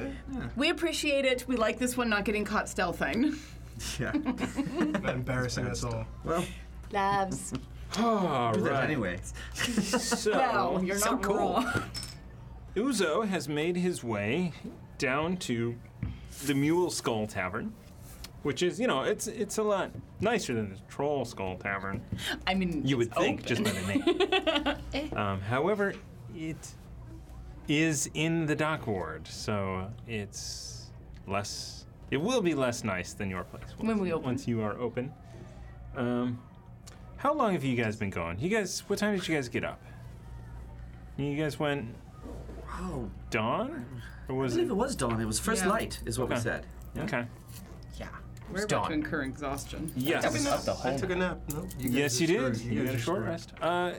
We appreciate it. We like this one not getting caught stealthing.
Yeah.
embarrassing us all.
Well,
Loves.
All
do that
right.
anyway.
Oh, So,
well, you're not wrong.
Uzo has made his way down to the Mule Skull Tavern, which is, you know, it's it's a lot nicer than the Troll Skull Tavern.
I mean,
You would
it's
think, just by
open.
the name.
Eh,
um, however, it is in the dock ward, so it's less. It will be less nice than your place once,
When we open.
Once you are open. Um, how long have you guys been going? You guys, what time did you guys get up? You guys went
Wow.
dawn, or
I
was
oh, believe
it?
it was dawn. It was first
Yeah.
light, is what we
Okay.
said.
Okay.
Yeah.
We're
It's
about to
dawn.
incur exhaustion.
Yes.
I took a nap. No, you guys
Yes, you
are
did.
screwed.
You
guys
got a
are
short
screwed.
rest. Uh,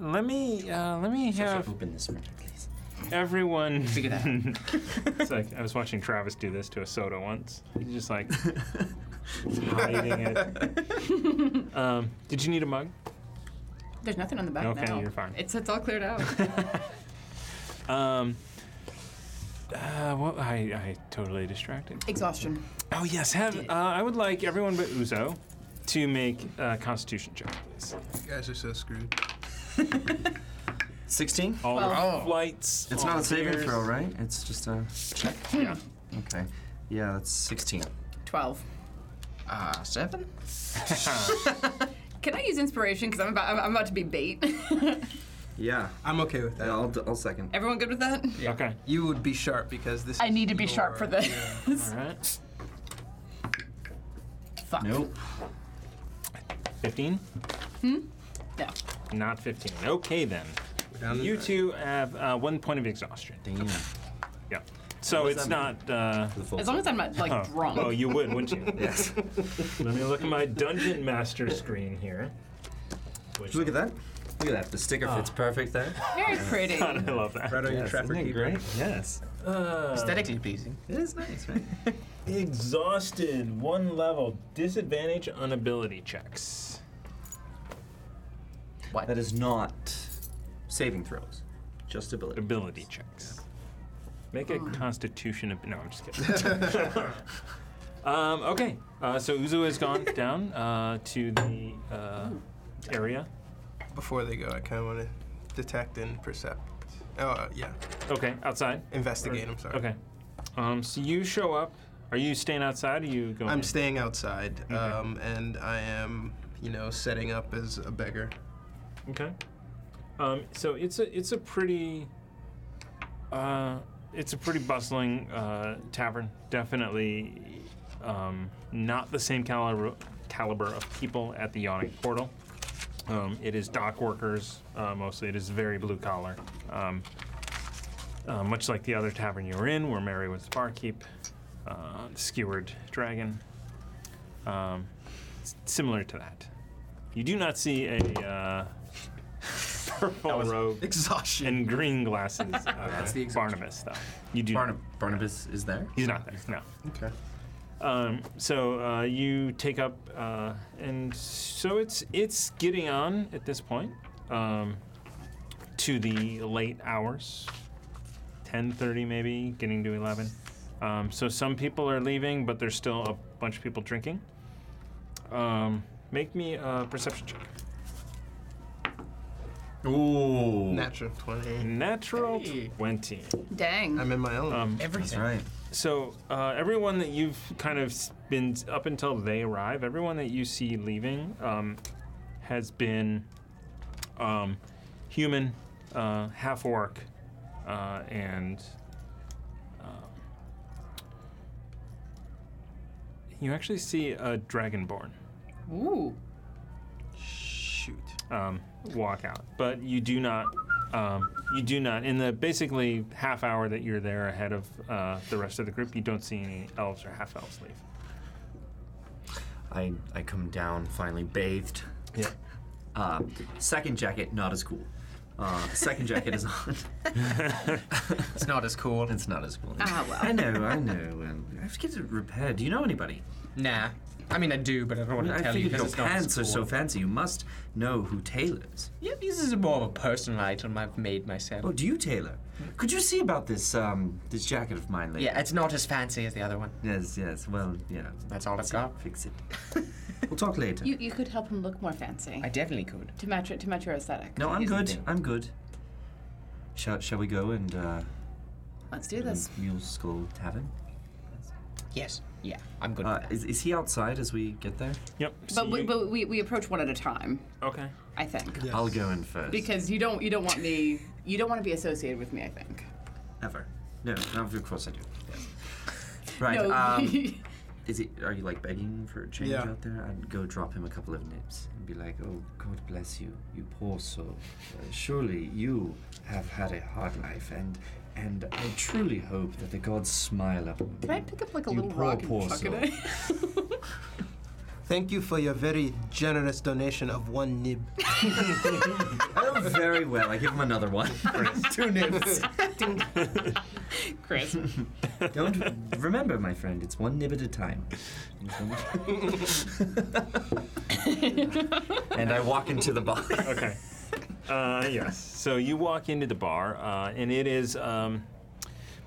let me uh, let me have
Open this one, please.
everyone.
Figure that
it's like I was watching Travis do this to a soda once. He's just like hiding it. Um, did you need a mug?
There's nothing on the back
Okay,
now.
you're fine.
It's, it's all cleared out.
Um, uh, well, I, I totally distracted.
exhaustion.
Oh yes, have uh, I would like everyone but Uzo to make a Constitution check, please.
You guys are so screwed.
16?
All
Well-
the flights.
It's
all
not a
the
saving
fears.
throw, right? It's just a.
Yeah.
Okay. Yeah, that's 16.
12.
Uh, seven?
Can I use inspiration? Because I'm about, I'm, I'm about to be bait.
Yeah.
I'm okay with that.
Yeah, I'll, I'll second.
Everyone good with that?
Okay.
You would be sharp because this.
I
is
need to be
your-
sharp for this.
All right.
Fuck.
Nope.
Fifteen.
No.
Not 15. Okay, then.
Down the
You
back.
two have uh, one point of exhaustion.
Damn.
Yeah. So it's not. Uh,
The full
As long as I'm not like
oh,
drunk.
Well, you would, wouldn't you?
Yes.
Let me look at my Dungeon Master screen here. Which
Look at that. Look at that. The sticker fits perfect there.
Very pretty.
God, I love that.
Right on your
Yes,
trapper
isn't it
keeper.
great? Yes.
Aesthetically pleasing.
It is nice, right?
Exhausted, one level, disadvantage on ability checks.
What?
that is not saving throws, just ability.
Ability checks. Make a Constitution. Ab- no, I'm just kidding. um, okay, uh, so Uzu has gone down uh, to the uh, area.
Before they go, I kind of want to detect and percept. Oh uh, yeah,
Okay, outside.
investigate. I'm sorry.
Okay. Um, so you show up. Are you staying outside? Or are you going?
I'm staying outside, um, and I am, you know, setting up as a beggar.
Okay. Um, so it's a it's a pretty uh, it's a pretty bustling uh, tavern. Definitely um, not the same caliber caliber of people at the yawning portal. Um, it is dock workers uh, mostly. It is very blue collar. Um, uh, much like the other tavern you were in, where Mary was the barkeep, uh, the skewered dragon. Um, s- similar to that. You do not see a uh, purple robe
Exhaustion.
and green glasses. Uh, That's
the
Barnabas, though. You do.
Barnab- Barnabas is there.
He's not there. No.
Okay.
Um, so uh, you take up, uh, and so it's it's getting on at this point um, to the late hours, ten thirty maybe, getting to eleven. Um, so some people are leaving, but there's still a bunch of people drinking. Um, make me a perception check. Ooh.
Natural 20.
Mm-hmm.
Natural 20.
Dang.
I'm in my own.
Um,
Everything.
right.
So uh, everyone that you've kind of s- been up until they arrive, everyone that you see leaving um, has been um, human, uh, half orc, uh, and um, you actually see a dragonborn
Ooh.
Shoot.
um, walk out. But you do not. Um, you do not. In the basically half hour that you're there ahead of uh, the rest of the group, you don't see any elves or half elves leave.
I, I come down finally bathed.
Yeah.
Uh, second jacket, not as cool. Uh, second jacket is on.
It's not as cool.
It's not as cool.
Ah, well.
I know, I know. Um, I have to get it repaired. Do you know anybody?
Nah. I mean, I do, but I don't want to
I
tell you
figured
because
your
it's not as
pants
cool.
are so fancy. You must know who tailors.
Yeah, this is more of a personal item I've made myself.
Oh, do you tailor? Could you see about this um this jacket of mine later?
Yeah, it's not as fancy as the other one.
Yes, yes. Well, yeah.
That's all I've got.
Fix it. We'll talk later.
You, you could help him look more fancy
I definitely could.
to match it to match your aesthetic.
no, I'm
Here's the
good.
thing.
I'm good. Shall, shall we go and uh,
Let's do this.
Mule Skull Tavern?
Yes. Yeah, I'm good.
Uh,
with that.
is, is he outside as we get there?
Yep. so
But we,
you-
but we, we approach one at a time,
okay.
I think,
I'll go in first.
because you don't you don't want me you don't want to be associated with me. I think.
Ever. No, no, of course I do. Yeah. Right.
No.
Um, is it? Are you like begging for a change
Yeah.
out there? I'd go drop him a couple of nips and be like, "Oh, God bless you, you poor soul. Uh, surely you have had a hard life, and and I truly hope that the gods smile upon
Can I pick up like a
you
little
poor,
rock
poor
and chuck
soul.
it?
Thank you for your very generous donation of one nib.
Oh, very well. I give him another one.
two nips.
at? Chris.
Don't remember, my friend. It's one nib at a time. and I walk into the bar.
Okay. Uh, yes. So you walk into the bar, uh, and it is um,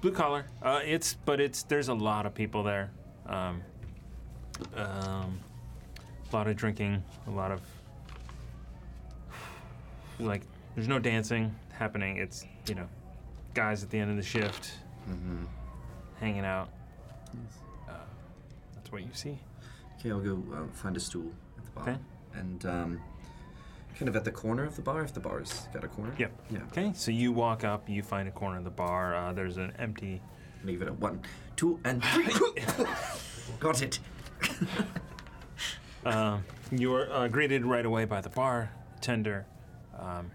blue collar. Uh, it's but it's there's a lot of people there. Um, um, a lot of drinking. A lot of like there's no dancing happening. It's you know guys at the end of the shift
Mm-hmm.
hanging out. Uh, that's what you see.
Okay, I'll go uh, find a stool at the bar.
Okay.
And um, kind of at the corner of the bar, if the bar's got a corner.
Yep.
Yeah.
Okay. So you walk up. You find a corner of the bar. Uh, there's an empty
Leave it at one, two, and three. got it.
Um, you are uh, greeted right away by the bartender. Um,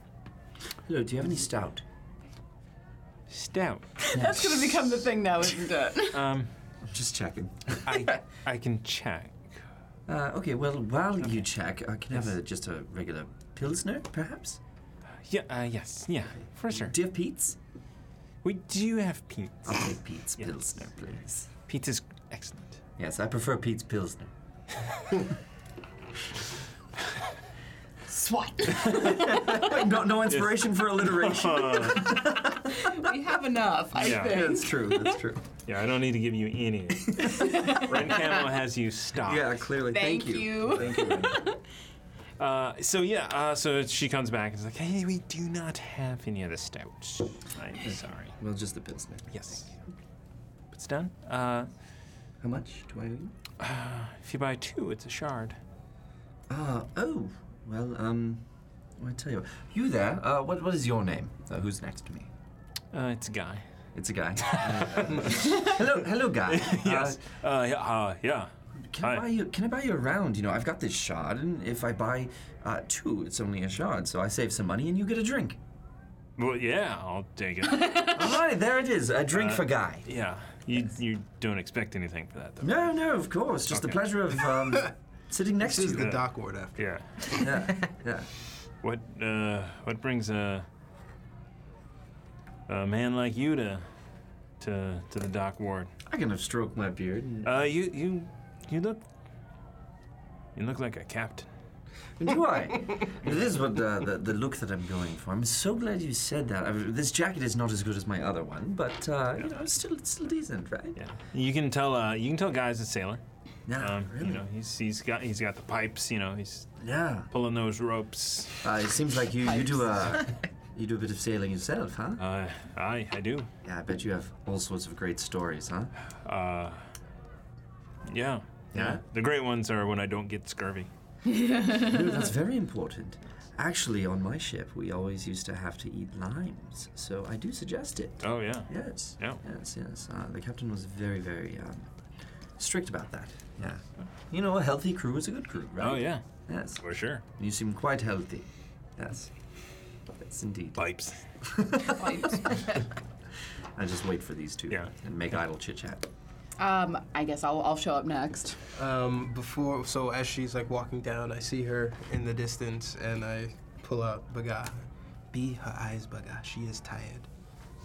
Hello, do you have any stout?
stout.
That's gonna become the thing now, isn't it?
Um,
Just checking.
I, I can check.
Uh, okay, well, while you check, uh, can I have a, just a regular Pilsner, perhaps?
Yeah. Uh, yes. Yeah. For sure.
Do you have Pete's?
We do have Pete's.
I'll take Pete's
Yes.
Pilsner, please.
Pete's is excellent.
Yes, I prefer Pete's Pilsner.
Swat.
Wait, no, no inspiration for alliteration.
we have enough, I
Yeah.
think.
that's true, that's true.
Yeah. I don't need to give you any. Ren Camo has you stopped.
Yeah, clearly. Thank,
Thank you.
you. Thank you.
Uh, so yeah. Uh, so she comes back and is like, "Hey, we do not have any of the stouts. I'm sorry."
well, just the Pilsner.
Yes. It's done. Uh,
How much do I owe you?
if you buy two, it's a shard.
Ah, oh, well, um, I tell you, what. you there? Uh, what, what is your name? Uh, who's next to me?
Uh, it's a guy.
It's a guy. Uh, hello, hello, guy.
Yes. Uh, yeah, uh, yeah.
Uh, can I
Hi.
buy you? Can I buy you a round? You know, I've got this shard, and if I buy uh, two, it's only a shard, so I save some money, and you get a drink.
Well, yeah, I'll take it.
All right, there it is, a drink
Uh,
for guy.
yeah, you you don't expect anything for that though.
No, no, of course, just the
Okay.
pleasure of um, sitting next
This is
to
the
you.
dock ward after.
Yeah.
Yeah, yeah.
What uh, what brings a a man like you to to to the dock ward?
I can have stroked my beard. And,
Uh, you you you look you look like a captain.
Do I? this is what uh, the, the look that I'm going for. I'm so glad you said that. I, this jacket is not as good as my other one, but uh, you know, it's still it's still decent, right?
Yeah. You can tell uh, you can tell guys a sailor.
Yeah, really.
You know, he's he's got he's got the pipes. You know, he's
Yeah.
pulling those ropes.
Uh, it seems like you, you do a you do a bit of sailing yourself, huh?
Uh, I I do.
Yeah, I bet you have all sorts of great stories, huh?
Uh, yeah.
Yeah?
The great ones are when I don't get scurvy.
no, that's very important. Actually, on my ship, we always used to have to eat limes, so I do suggest it.
Oh yeah.
Yes.
Yeah.
Yes, yes. Uh, the captain was very, very um, strict about that. Yeah.
You know, a healthy crew is a good crew, right?
Oh yeah.
Yes.
For sure.
You seem quite healthy. Yes. Yes, indeed.
Pipes.
I just wait for these two yeah. and make idle chit chat.
Um, I guess I'll, I'll show up next.
Um, before, so as she's like walking down, I see her in the distance, and I pull out Baga. Be her eyes, Baga. She is tired.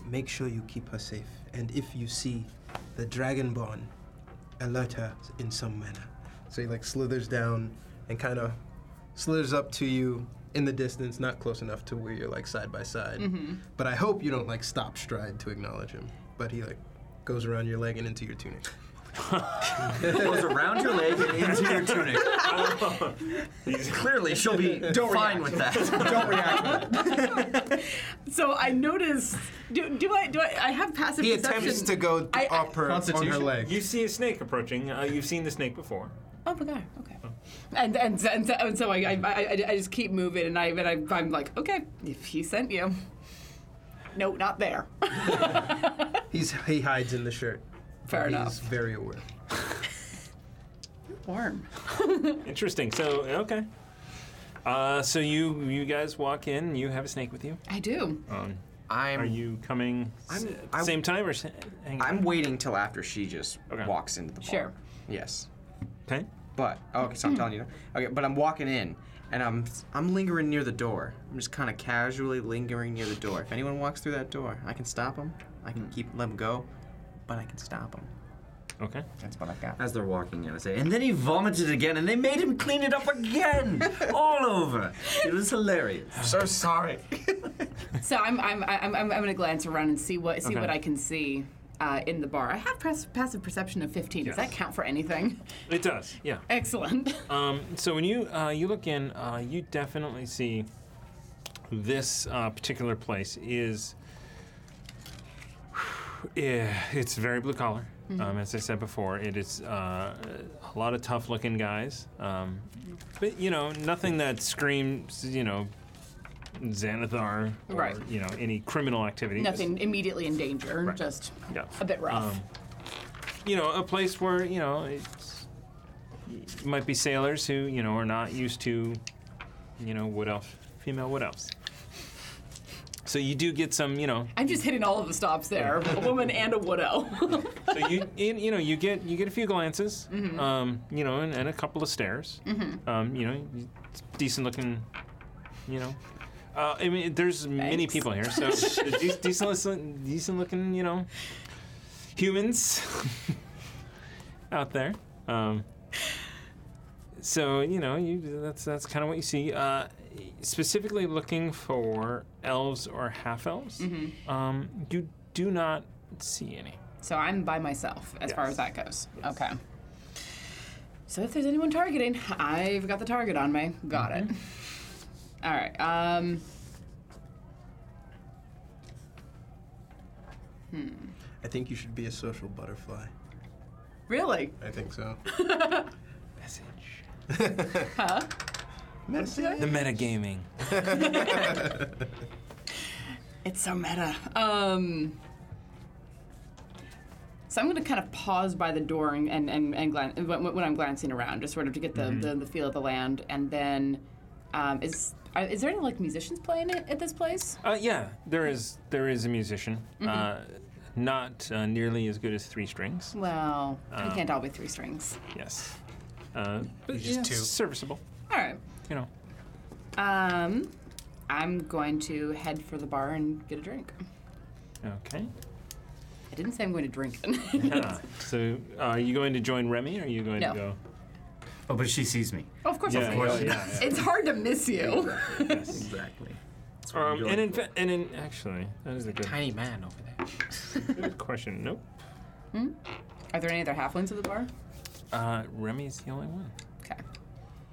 Make sure you keep her safe, and if you see the dragonborn, alert her in some manner. So he like slithers down and kind of slithers up to you in the distance, not close enough to where you're like side by side.
Mhm.
But I hope you don't like stop stride to acknowledge him. But he like goes around your leg and into your tunic.
goes around your leg and into your tunic. Clearly, she'll be
Don't
fine
react.
with that. Don't react.
So I notice. Do, do I do I? I have passive
He
perception.
attempts to go
I- I-
up her on her leg.
You see a snake approaching. Uh, you've seen the snake before.
Oh my god. Okay. And and so- and so, and so I, I, I I just keep moving and I and I, I'm like okay if he sent you. No, not there.
He's he hides in the shirt.
Fair
He's
enough.
very aware.
Warm.
Interesting. So okay. Uh, so you you guys walk in. You have a snake with you.
I do.
Um,
I'm.
Are you coming s-
I'm-
at the
I-
same time or s- hang
I'm waiting till after she just
Okay.
walks into the bar.
Sure.
Yes.
Okay.
But oh, okay, so I'm telling you. Okay, but I'm walking in, and I'm I'm lingering near the door. I'm just kind of casually lingering near the door. If anyone walks through that door, I can stop them. I can keep let them go, but I can stop them.
Okay.
That's what I got.
As they're walking in, I say, and then he vomited again, and they made him clean it up again, all over. It was hilarious.
So sorry.
So I'm I'm I'm I'm, I'm gonna glance around and see what see
Okay.
what I can see. Uh, in the bar, I have pass- passive perception of 15. Does that count for anything?
It does. Yeah.
Excellent.
Um, so when you uh, you look in, uh, you definitely see this uh, particular place is yeah, it's very blue collar.
Mm-hmm.
Um, as I said before, it is uh, a lot of tough looking guys, um, but you know nothing that screams you know Xanathar or
Right.
you know any criminal activity. Just-
Nothing immediately in danger, just
Yeah.
a bit rough.
um, you know, a place where you know it's it might be sailors who you know are not used to, you know, wood elf, female wood elves. So you do get some, you know,
I'm just hitting all of the stops there. A woman and a widow.
so you in, you know you get you get a few glances, um, you know, and, and a couple of stares.
Mhm.
Um, you know, decent looking, you know. Uh, I mean, there's many
Thanks.
people here, so de- decent, decent looking, you know, humans out there. Um, so you know, you that's that's kind of what you see. Uh, specifically looking for elves or half elves,
Mhm.
um, you do not see any.
so I'm by myself as far
Yes.
as that goes. Okay. So if there's anyone targeting, I've got the target on me. Got it.
Mm-hmm.
All right. Um,
I think you should be a social butterfly.
really?
I think so.
Message.
Huh?
The metagaming.
It's so meta. Um, so I'm going to kind of pause by the door and and and, and glan- when, when I'm glancing around, just sort of to get the,
Mm-hmm.
the, the feel of the land, and then um, is are, is there any like musicians playing it at this place?
Uh, yeah, there is there is a musician, uh, not uh, nearly as good as three strings.
Well,
Um,
we can't all be three strings.
Yes, uh, but
just
yeah,
two.
serviceable.
All right.
You know,
Um, I'm going to head for the bar and get a drink.
okay.
I didn't say I'm going to drink.
Yeah. so, uh, are you going to join Remy? Or are you going
No.
to go?
Oh, but she sees me.
of course,
Yeah,
I'm
yeah,
going.
yeah,
It's hard to miss you.
Exactly. That's what I'm
Um,
going
and in
for.
fa- and in actually, that is a good,
Tiny man over there.
good question. Nope.
Are there any other halflings at the bar?
Uh, Remy's the only one.
Okay.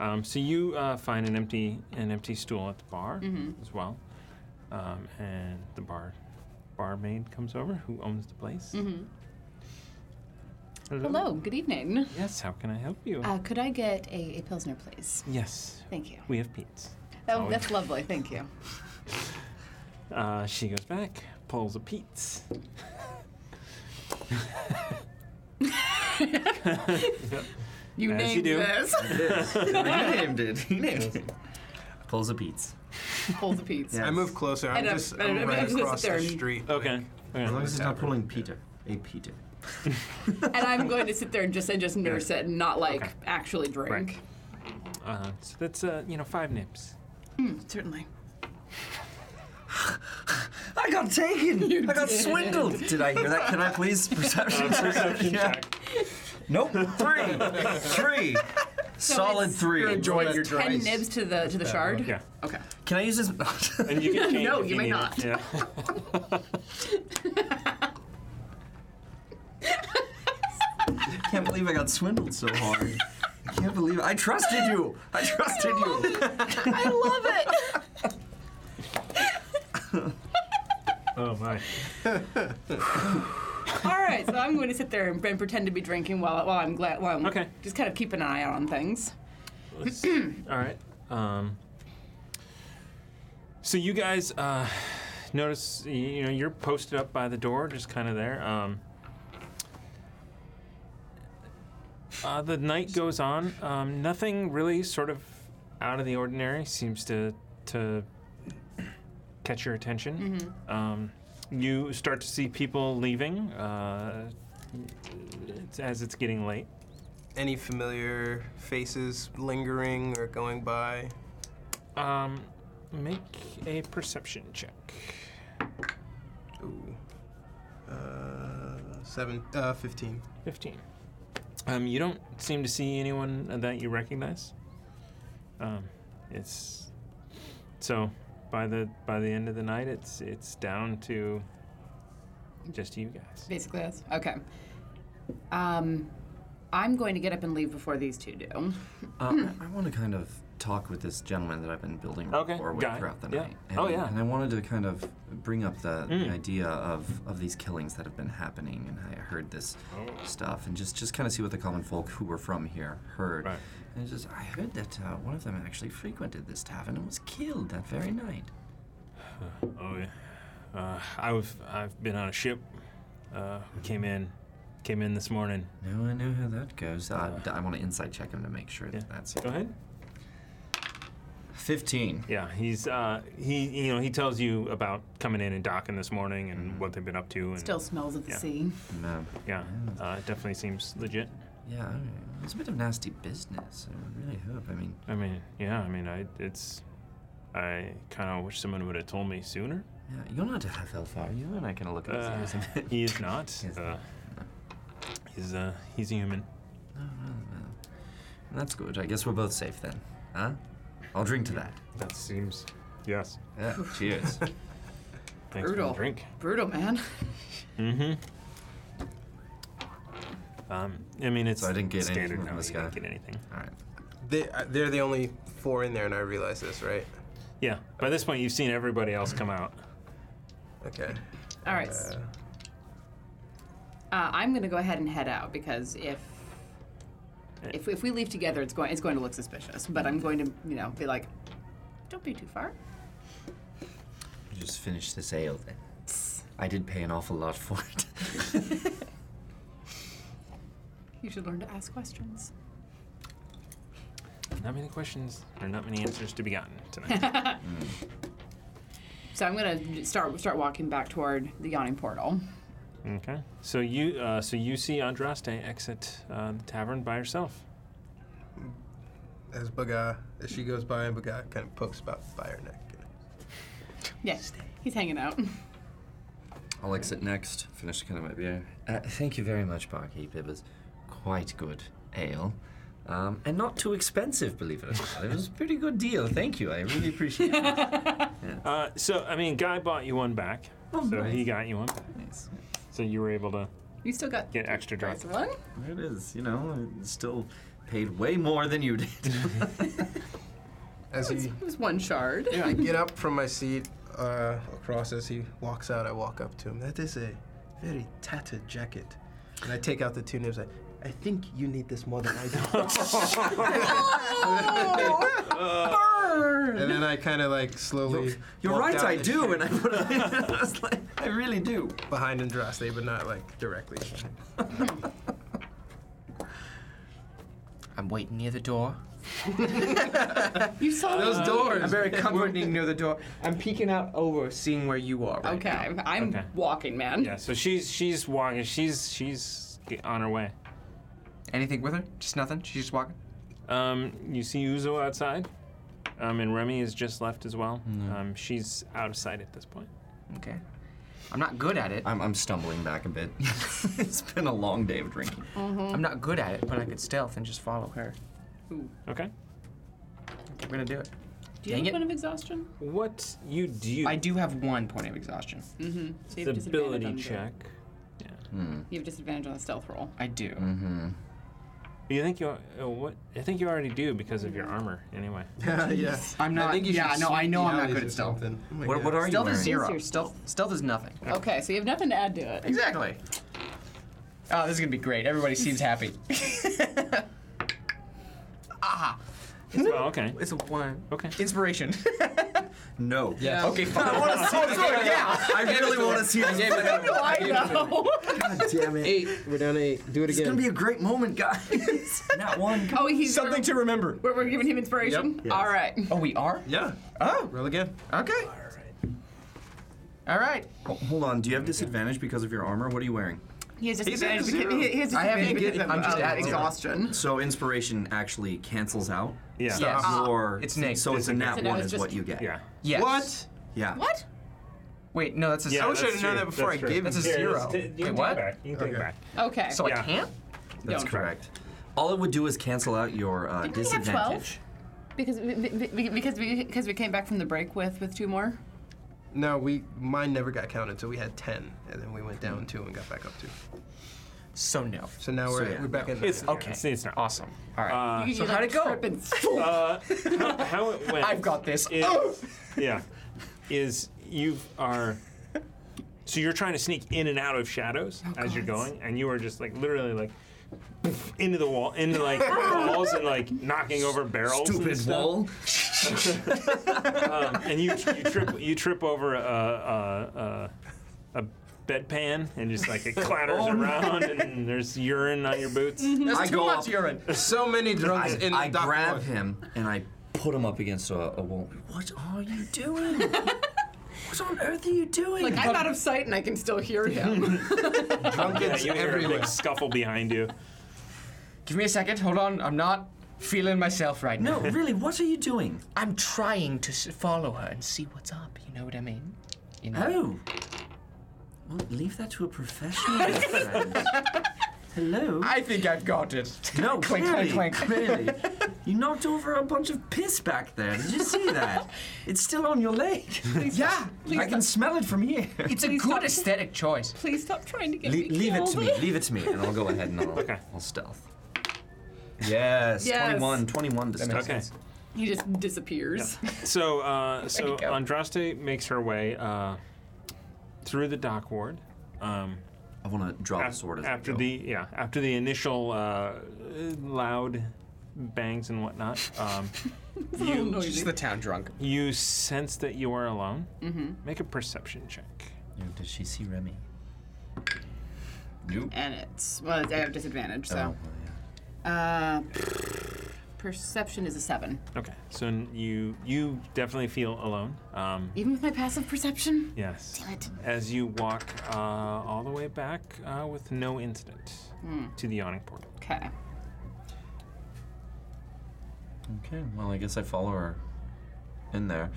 Um, so you uh, find an empty an empty stool at the bar
Mhm.
as well, um, and the bar barmaid comes over who owns the place.
Mm-hmm.
Hello.
Hello, good evening.
Yes. How can I help you?
Uh, could I get a, a Pilsner, please?
yes.
Thank you.
We have Pete's.
Oh,
Oh.
that's lovely. Thank you.
Uh, she goes back, pulls a Pete's. Yep.
You
As
named this. I did. You named
it. He named it.
Pulls a Pete's.
Pulls a pizza.
I move closer. I'm
And I'm-
just
and
I'm
I'm
right
just gonna
across
sit there
the
and-
street.
Okay.
As long as he's not pulling Peter. A Peter.
and I'm going to sit there and just and just nurse it and not like
Okay.
actually drink.
Uh, so that's uh, you know five nips.
Mm, certainly.
I got taken. I got swindled. Did I hear that? Can I please perception?
Uh,
check? Yeah. Nope. Three. Three. Solid three.
You're Ten nibs to the to the shard.
Yeah.
Okay.
Can I use this?
And you can change
No,
if
you may
need it.
not.
Yeah.
I can't believe I got swindled so hard. I can't believe I trusted you. I trusted you.
I love it.
Oh my.
All right, so I'm going to sit there and, and pretend to be drinking while while I'm glad while I'm
Okay.
just kind of keep an eye out on things.
Let's- all right. Um, so you guys uh, notice, y- you know, you're posted up by the door, just kind of there. Um, uh, the night goes on. Um, nothing really, sort of out of the ordinary, seems to to catch your attention. Um, you start to see people leaving uh, it's- as it's getting late.
Any familiar faces lingering or going by?
Um, make a perception check.
Ooh. Uh, seven. Uh, fifteen.
15. Um, you don't seem to see anyone that you recognize. Um, it's so by the by the end of the night, it's it's down to just you guys.
Basically, that's okay. Um, I'm going to get up and leave before these two do.
Um, I, want to kind of talk with this gentleman that I've been building
Okay,
rapport with
got it,
throughout the
yeah.
night. And,
Oh, yeah.
And I wanted to kind of bring up the,
Mm.
the idea of, of these killings that have been happening, and I heard this
Oh.
stuff, and just, just kind of see what the common folk who were from here heard.
Right.
And it's just, I heard that uh, one of them actually frequented this tavern and was killed that very night.
Oh yeah. Uh, I've I've been on a ship. Uh, came in, came in this morning.
Now I know how that goes. Uh, I want to insight check him to make sure
Yeah.
that that's
Go ahead.
15.
Yeah, he's uh, he you know he tells you about coming in and docking this morning and what they've been up to and
Still smells of the
Yeah.
sea.
No.
yeah, uh, it definitely seems legit.
Yeah, I don't know. it's a bit of nasty business. I really hope. I mean,
I mean, yeah, I mean, I it's, I kind of wish someone would have told me sooner.
yeah, you're not a half elf, are you? And I kind of look at
Uh,
this. Uh,
he is not.
He is
uh,
not.
He's uh, he's a human.
oh, well, well. That's good. I guess we're both safe then. Huh? I'll drink to that.
That seems. Yes.
Yeah, cheers.
Thanks
Brutal.
for the drink.
Brutal, man.
Mm-hmm. Um, I mean, it's
So I didn't get anything
standard.
from
no,
this
you
guy.
didn't get anything.
All right.
They uh, they're the only four in there, and I realize this, right?
Yeah. By this point, you've seen everybody else come out.
Okay.
All right. s-
Uh,
Uh, I'm going to go ahead and head out because if if, if we leave together, it's going it's going to look suspicious. But I'm going to you know be like, don't be too far.
Just finish this ale then. I did pay an awful lot for it.
You should learn to ask questions.
Not many questions or not many answers to be gotten tonight.
So I'm going to start start walking back toward the yawning portal.
okay. So you uh, so you see Andraste exit uh, the tavern by herself.
as Baga, as she goes by, and Baga kind of pokes about by her neck.
Yes, he's hanging out.
I'll exit next. Finish kind of my beer. Uh, thank you very much, barkeep. It was quite good ale. Um, and not too expensive, believe it or not. It was a pretty good deal. Thank you. I really appreciate it.
Uh, so I mean, Guy bought you one back.
Oh,
so he
nice.
got you one back.
Nice.
So you were able to
You still got
Get extra
price
drunk.
one?
There it is. You know, I still paid way more than you did.
As he
It was one shard.
I get up from my seat uh, across as he walks out. I walk up to him. That is a very tattered jacket. And I take out the two nibs. I, I think you need this more than I do. and then I kind of like slowly.
You're
walk
right,
down
I
the
do, and I put it in. I was like,
I really do. Behind Andraste, but not like directly. behind.
I'm waiting near the door.
You saw
Those
me.
doors. I'm very comforting near the door. I'm peeking out over, seeing where you are. Right
Okay,
now.
I'm- I'm
Okay.
walking, man.
Yeah, so she's she's walking. She's she's g- on her way.
Anything with her? Just nothing. She's just walking.
Um, you see Uzo outside, um, and Remy has just left as well. Um, she's out of sight at this point.
Okay. I'm not good at it.
I'm, I'm stumbling back a bit. it's been a long day of drinking.
I'm not good at it, but I could stealth and just follow her.
Okay.
I'm gonna do it.
Do you
Dang
have
it.
a point of exhaustion?
What you do?
I do have one point of exhaustion.
Mm-hmm. So you
the
have disadvantage
ability
on the-
check.
You have disadvantage on the stealth roll.
I do.
Mm-hmm.
You think you uh, what? I think you already do because of your armor anyway.
yeah.
I'm not.
think you
yeah,
should
no, I
sneak
know I'm not
alleys
good
or
at stealth.
something. Oh my
What, what
God.
are you
Stealth
wearing?
is zero.
your
Stealth, stealth is nothing.
Okay, so you have nothing to add to it.
Exactly. Oh, this is gonna be great. Everybody seems happy.
oh, okay.
It's a one.
Okay.
Inspiration.
No. Yeah.
okay, fine. I want to see this one. Yeah.
I really want to see this.
I know.
God damn it.
Eight. We're down eight. Do it
It's
again.
gonna be a great moment, guys. Not one.
Oh, he's
Something to remember.
We're, we're giving him inspiration.
Yep. Yes.
All right.
Oh, we are.
yeah.
Oh.
Roll again.
Okay. All right.
Oh, hold on. Do you have disadvantage because of your armor? What are you wearing?
He has
He's at
disadvantage.
zero.
because- He he has
I haven't
disadvantage because
given-
of
I'm just
uh,
adding it.
exhaustion.
So inspiration actually cancels out.
Yeah.
Yes.
Your,
It's naked.
So Ah, it's a nat
So now
one
it's
is
just-
what you get.
Yeah.
Yes.
What?
Yeah.
What?
Wait, no, that's a
Yeah,
zero.
wish I'd
that's
known
true.
that before
That's
I
true.
gave him
Here,
zero.
let's t- you can take it
what?
back. You can take it
Okay.
back.
Okay.
So
Yeah.
I can't.
That's
Don't.
correct. All it would do is cancel out your uh,
Didn't we have 12?
disadvantage.
because we, we- we- because we because we came back from the break with with two more.
No, we mine never got counted, so we had ten, and then we went down two and got back up two.
So no.
So now we're,
yeah,
we're back in.
It's
the
okay. It's, it's not
Awesome. All right.
you
so how'd it go?
Trip and fall.
Uh, how, how it went.
I've got this. Oh!
is- yeah, is you are. So you're trying to sneak in and out of shadows as you're going, and you are just like literally like into the wall, into like walls, and like knocking over barrels. and
Stupid
stuff.
wall.
Um, and you you trip you trip over a a, a, a bedpan, and just like it clatters around, and there's urine on your boots.
There's
I
too
go
much
up.
urine.
so many drunks
I,
in
I
the dock
grab
one.
him and I put him up against a, a wall. What are you doing? what on earth are you doing?
Like I'm out of sight and I can still hear him.
Yeah,
Drunkens
you hear a
everywhere.
big scuffle behind you.
Give me a second. Hold on. I'm not feeling myself right now.
no, really, what are you doing?
I'm trying to s- follow her and see what's up. You know what I mean? You know.
Oh. Well, leave that to a professional. my friend. Hello.
I think I've got it.
no,
clink,
clearly,
clink, clink.
clearly. You knocked over a bunch of piss back there. Did you see that? It's still on your leg.
Yeah.
I can smell it from here.
It's a good aesthetic choice.
Please stop trying to get me
leave it
killed.
to me. Leave it to me, and I'll go ahead and I'll,
Okay.
I'll stealth. Yes,
Yes.
21, 21 to stealth.
Okay.
He just disappears.
So, uh, so
go.
Andraste makes her way uh, through the dock ward. Um,
I want to draw
af-
the sword as I
after
go.
the yeah, after the initial uh, loud bangs and whatnot, um, you
Just the town drunk.
you sense that you are alone. Mm-hmm. Make a perception check.
Yo, Did she see Remy?
And it's well, I have disadvantage,
Oh, well,
so
yeah.
uh, perception is a seven.
Okay, so n- you you definitely feel alone. Um,
Even with my passive perception.
yes.
It.
As you walk uh, all the way back uh, with no incident to the awning portal.
Okay.
Okay, well, I guess I follow her in there.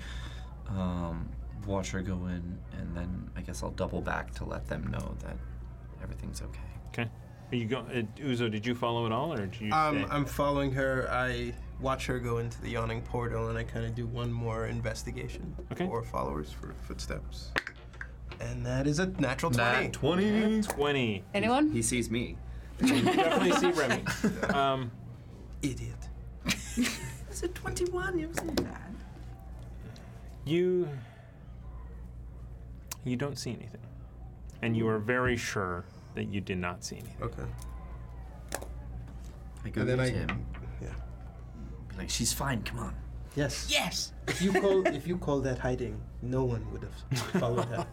Um, watch her go in, and then I guess I'll double back to let them know that everything's okay.
Okay. Are you go, uh, Uzo, did you follow it all, or did you
Um,
stay?
I'm following her. I watch her go into the yawning portal, and I kind of do one more investigation
Okay.
for followers for footsteps. And that is a natural 20.
Nat 20.
20.
Anyone?
He sees me.
Definitely see Remy. Um,
Idiot.
It's a 21. It wasn't bad.
You you don't see anything, and you are very sure that you did not see anything.
Okay.
I go
And then
to
I-
him.
Yeah.
be Like she's fine. Come on.
Yes.
Yes.
If you call if you call that hiding, no one would have followed that.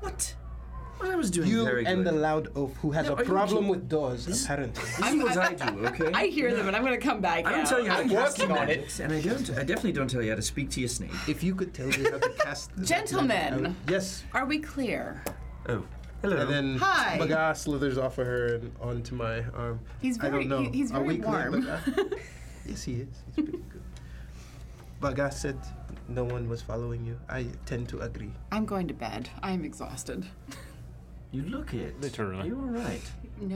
What? What I was doing
You
very
and
good.
the loud oaf who has
No, are
a
you
problem
kidding?
with doors, apparently.
this is what I do, okay?
I hear them, and I'm gonna come back.
I don't
out.
tell you how
I'm
to cast
working on it.
magics, and I don't. I definitely don't tell you how to speak to your snake.
If you could tell me how to cast the
Gentlemen.
Yes.
Are we clear?
Oh, hello.
And then
Hi.
Baga slithers off of her and onto my arm.
He's
I don't
very-
know.
he- he's
Are
very
we clear,
warm.
Baga?
Yes, he is. He's pretty good. Baga said no one was following you. I tend to agree.
I'm going to bed. I'm exhausted.
you look it.
Literally.
Are you all right?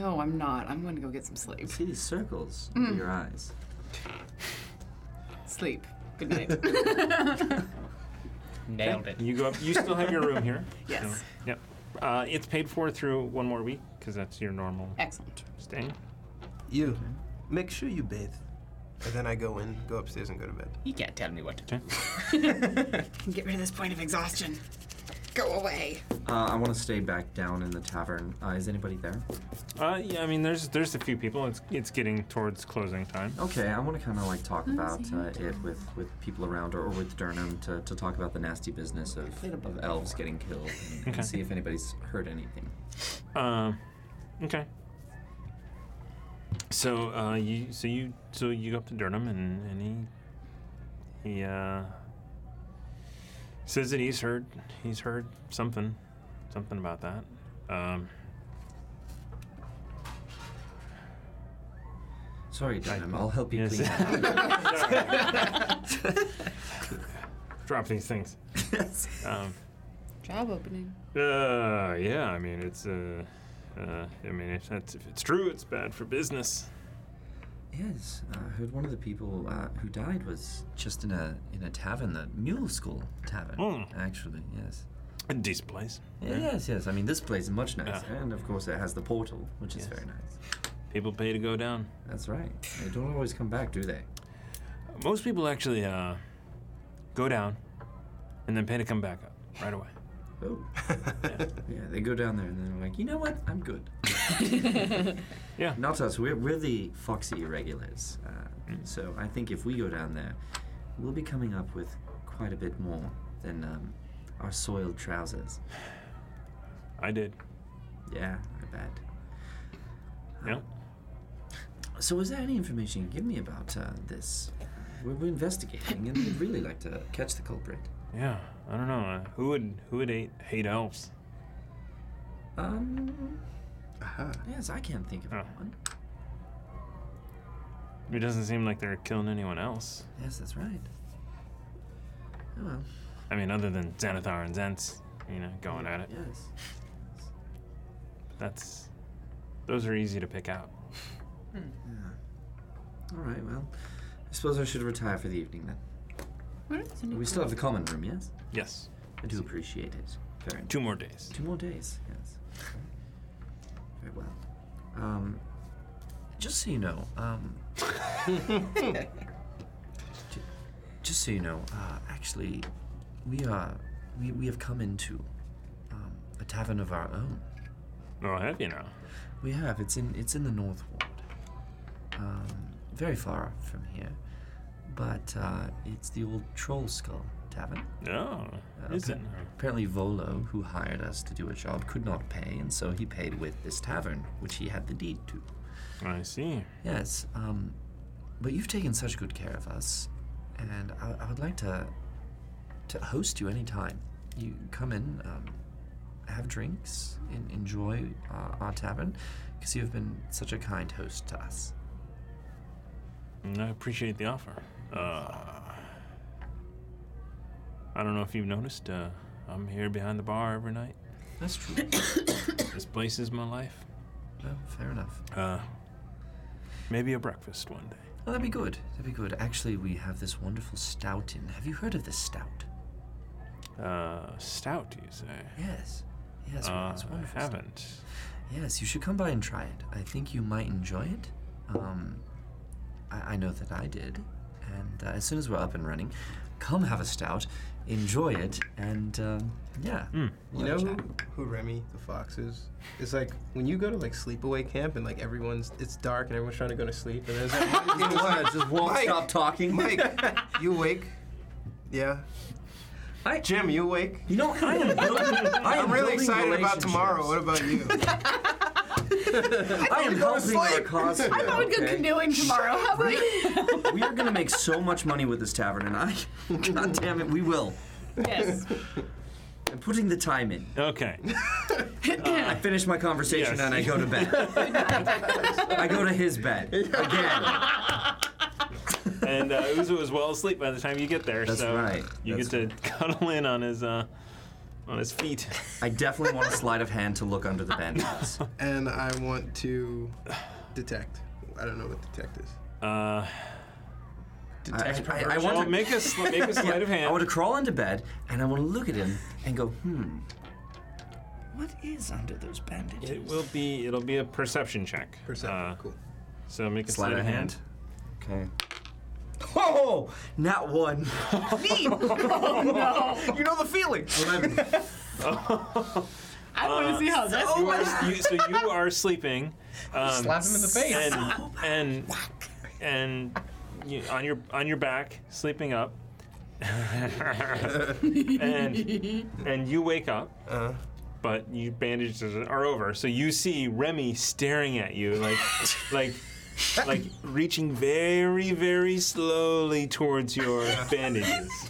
No, I'm not. I'm going to go get some sleep.
See these circles under your eyes.
Sleep. Good night.
Nailed it.
You go up. You still have your room here.
Yes.
So, yep. Uh, it's paid for through one more week because that's your normal
Excellent.
stay.
You
Make sure you bathe. And then I go in, go upstairs, and go to bed.
You can't tell me what to do.
Get rid of this point of exhaustion. Go away.
Uh, I want to stay back down in the tavern. Uh, is anybody there?
Uh, yeah, I mean, there's there's a few people. It's it's getting towards closing time.
Okay, I want to kind of like talk about uh, it with, with people around or, or with Durnham to, to talk about the nasty business of, of elves getting killed and, and see if anybody's heard anything.
Um, okay. So uh, you so you so you go up to Durham and, and he he uh, says that he's heard he's heard something something about that. Um,
Sorry, Durnham, I'll help you
Yes.
clean up.
drop these things. Um,
Job opening.
uh, yeah, I mean it's uh, uh, I mean if that's if it's true, it's bad for business.
Yes, I heard one of the people uh, who died was just in a in a tavern, the Mule School Tavern,
Mm.
actually. Yes.
A decent place.
Yes, yes. I mean, this place is much nicer, and of course, it has the portal, which is
Yes.
very nice.
People pay to go down.
That's right. They don't always come back, do they?
Most people actually uh, go down and then pay to come back up right away.
Oh. yeah, they go down there, and then they're like, you know what? I'm good.
Yeah.
Not us. We're, we're the foxy irregulars. Uh,
Mm.
So I think if we go down there, we'll be coming up with quite a bit more than um, our soiled trousers.
I did.
Yeah, I bet. Uh,
Yeah.
So, is there any information you can give me about uh, this? We're, we're investigating, and we'd really like to catch the culprit.
Yeah. I don't know. Uh, who would who would hate, hate elves?
Um,
Aha.
Uh-huh.
yes, I can't think of
Oh.
one.
It doesn't seem like they're killing anyone else.
Yes, that's right. Oh, well,
I mean, other than Xanathar and Zents, you know, going at it.
yes.
That's those are easy to pick out.
All right, well, I suppose I should retire for the evening then.
What is the new
We still have the common room, yes?
Yes.
I do appreciate it. Very much.
Two more days.
Two more days, yes. Very well. Um, just so you know, um, ju- just so you know, uh, actually, we are we, we have come into um, a tavern of our own.
Well, have you now?
We have. It's in it's in the North Ward. Um, very far from here, but uh, it's the old Troll Skull Tavern.
No. Is it? now?
Apparently, Volo, who hired us to do a job, could not pay, and so he paid with this tavern, which he had the deed to.
I see.
Yes, um, but you've taken such good care of us, and I, I would like to to host you anytime. You come in, um, have drinks, and enjoy uh, our tavern, because you've been such a kind host to us.
And I appreciate the offer. Uh, I don't know if you've noticed. Uh, I'm here behind the bar every night.
That's true.
This place is my life.
well, fair enough.
Uh, maybe a breakfast one day.
Well, that'd be good. That'd be good. Actually, we have this wonderful stout in. Have you heard of this stout?
Uh, stout, you say?
Yes.
Yes, well,
uh,
it's
I
wonderful stuff.
haven't.
Yes, you should come by and try it. I think you might enjoy it. Um, I, I know that I did. And uh, as soon as we're up and running, come have a stout, enjoy it, and um, yeah.
Hmm.
You
we'll
know
have a
who,
chat.
who Remy the Fox is? It's like when you go to like sleepaway camp and like everyone's it's dark and everyone's trying to go to sleep and there's that one kid who's like,
Just won't
Mike,
stop talking.
Mike, you awake? Yeah.
Hi.
Jim, you awake?
You know, I am building. I am
I'm really
building
excited about tomorrow. What
relationships.
about you?
I am helping our cause. here,
I would go
okay?
canoeing tomorrow. How about
Right?
We are gonna make so much money with this tavern, and I, god damn it, we will.
Yes.
I'm putting the time in.
Okay.
I finish my conversation
Yes.
and I go to bed. I go to his bed again.
and uh, Uzu is well asleep by the time you get there.
That's
so
right.
You
That's
get to cuddle in on his uh, on his feet.
I definitely want a sleight of hand to look under the bandages.
and I want to detect. I don't know what detect is.
Uh,
Detect
I- I- I
perversion?
want
well, make a sl- make a sleight of
I want
hand.
to crawl into bed and I want to look at him and go, hmm, what is under those bandages?
It will be it'll be a perception check.
Perception.
Uh,
cool.
So make a sleight, of hand.
Okay. Oh, not one. no. You know the feeling.
I want to see how this
You are, you, so you are sleeping. Um,
Slap him in the face.
and and and you, on your on your back, sleeping up, and and you wake up, but your bandages are over. So you see Remy staring at you, like like like reaching very very slowly towards your bandages.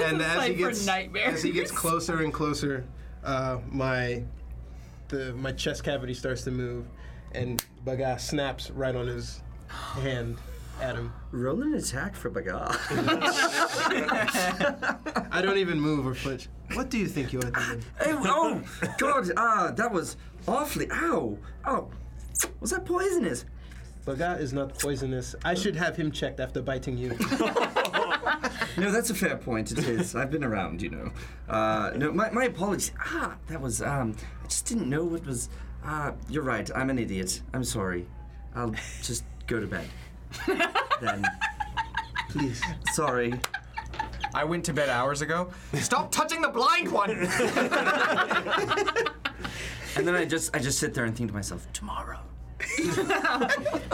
and as he
like for
gets
nightmares.
as he gets closer and closer, uh, my the my chest cavity starts to move, and Baga snaps right on his hand at him.
Roll an attack for Baga.
I don't even move or flinch. What do you think you are doing?
Hey, oh, God, ah, that was awfully. Ow, oh, was that poisonous?
Baga is not poisonous. I should have him checked after biting you.
No, that's a fair point. It is. I've been around, you know. Uh, no, my, my apologies. Ah, that was. Um, I just didn't know what was. Ah, you're right. I'm an idiot. I'm sorry. I'll just go to bed. then.
Please.
Sorry.
I went to bed hours ago. Stop touching the blind one.
And then I just I just sit there and think to myself, tomorrow.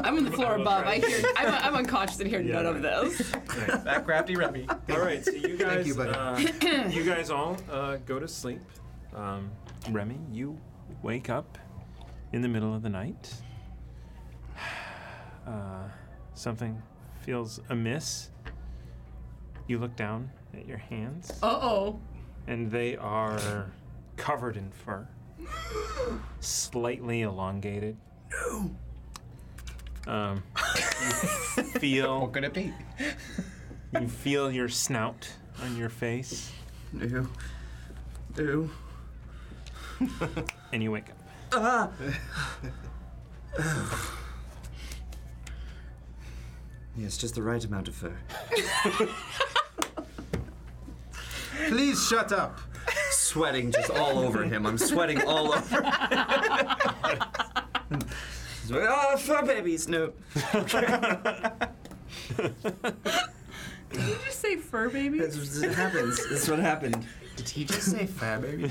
I'm on the floor above. I hear. I'm, I'm unconscious and hear none of this.
that crafty Remy.
All right, so you guys,
you, buddy.
uh, you guys all uh, go to sleep. Um, Remy, you wake up in the middle of the night. Uh, something feels amiss. You look down at your hands,
Uh oh.
and they are covered in fur, slightly elongated. No. Um, you feel
What could it be?
you feel your snout on your face.
Ew. Ew.
and you wake up.
Ah. yes, just the right amount of fur.
Please shut up.
sweating just all over him. I'm sweating all over. He's like, Ah, fur babies. No.
Did you just say fur baby?
That's what happens. That's what happened.
Did he just say fat baby?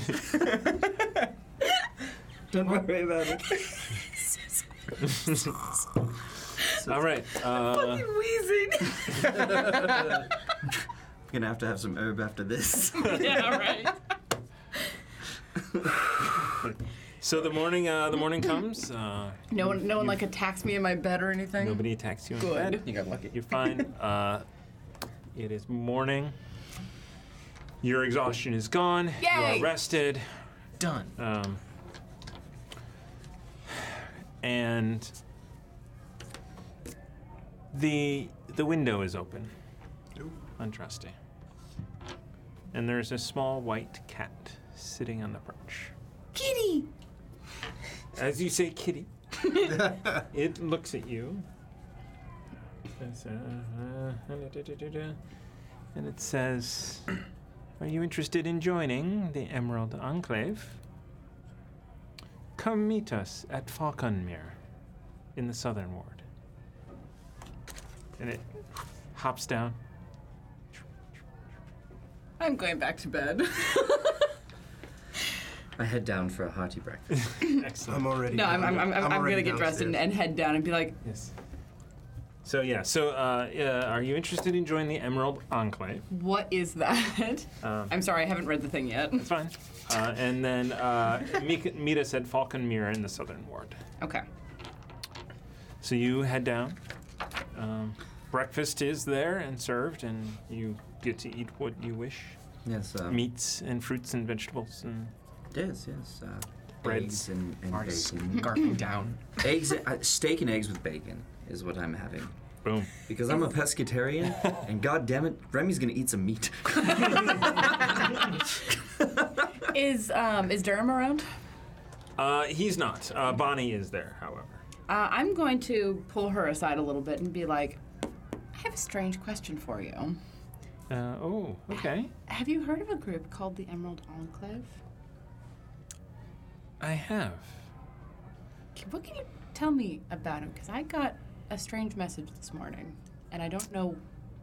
Don't worry about it.
All right. Uh,
Wheezing.
I'm gonna have to have some herb after this.
yeah. all Right.
so the morning, uh, the morning comes. Uh,
No one. No one like attacks me in my bed or anything.
nobody attacks you. in
Good.
bed.
You got lucky.
You're fine. Uh, it is morning. Your exhaustion is gone. You
Yay!
are rested.
Done.
Um, and the the window is open on Trusty. And there's a small white cat sitting on the perch.
Kitty.
As you say, kitty, it looks at you. It says, uh, And it says, Are you interested in joining the Emerald Enclave? Come meet us at Falconmere in the southern ward. And it hops down.
I'm going back to bed.
I head down for a hearty breakfast.
Excellent.
I'm already.
no, I'm, I'm, I'm, I'm, gonna get dressed and, and head down and be like,
Yes. So, yeah, so uh, uh, are you interested in joining the Emerald Enclave?
what is that?
Um,
I'm sorry, I haven't read the thing yet.
It's fine. Uh, and then uh, meet, meet us at Falconmere in the southern ward.
Okay.
So you head down. Um, breakfast is there and served, and you get to eat what you wish
yes. Uh,
meats and fruits and vegetables. And
Yes, yes. Uh,
Breads.
eggs and, and
Marty's
bacon.
scarfing down.
eggs, uh, steak and eggs with bacon is what I'm having.
boom.
Because I'm a pescatarian, and god damn it, Remy's gonna eat some meat.
Is um is Durham around?
Uh, he's not. Uh, Bonnie is there, however.
Uh, I'm going to pull her aside a little bit and be like, I have a strange question for you.
Uh, oh, okay.
Have you heard of a group called the Emerald Enclave?
I have.
K- What can you tell me about them? Because I got a strange message this morning, and I don't know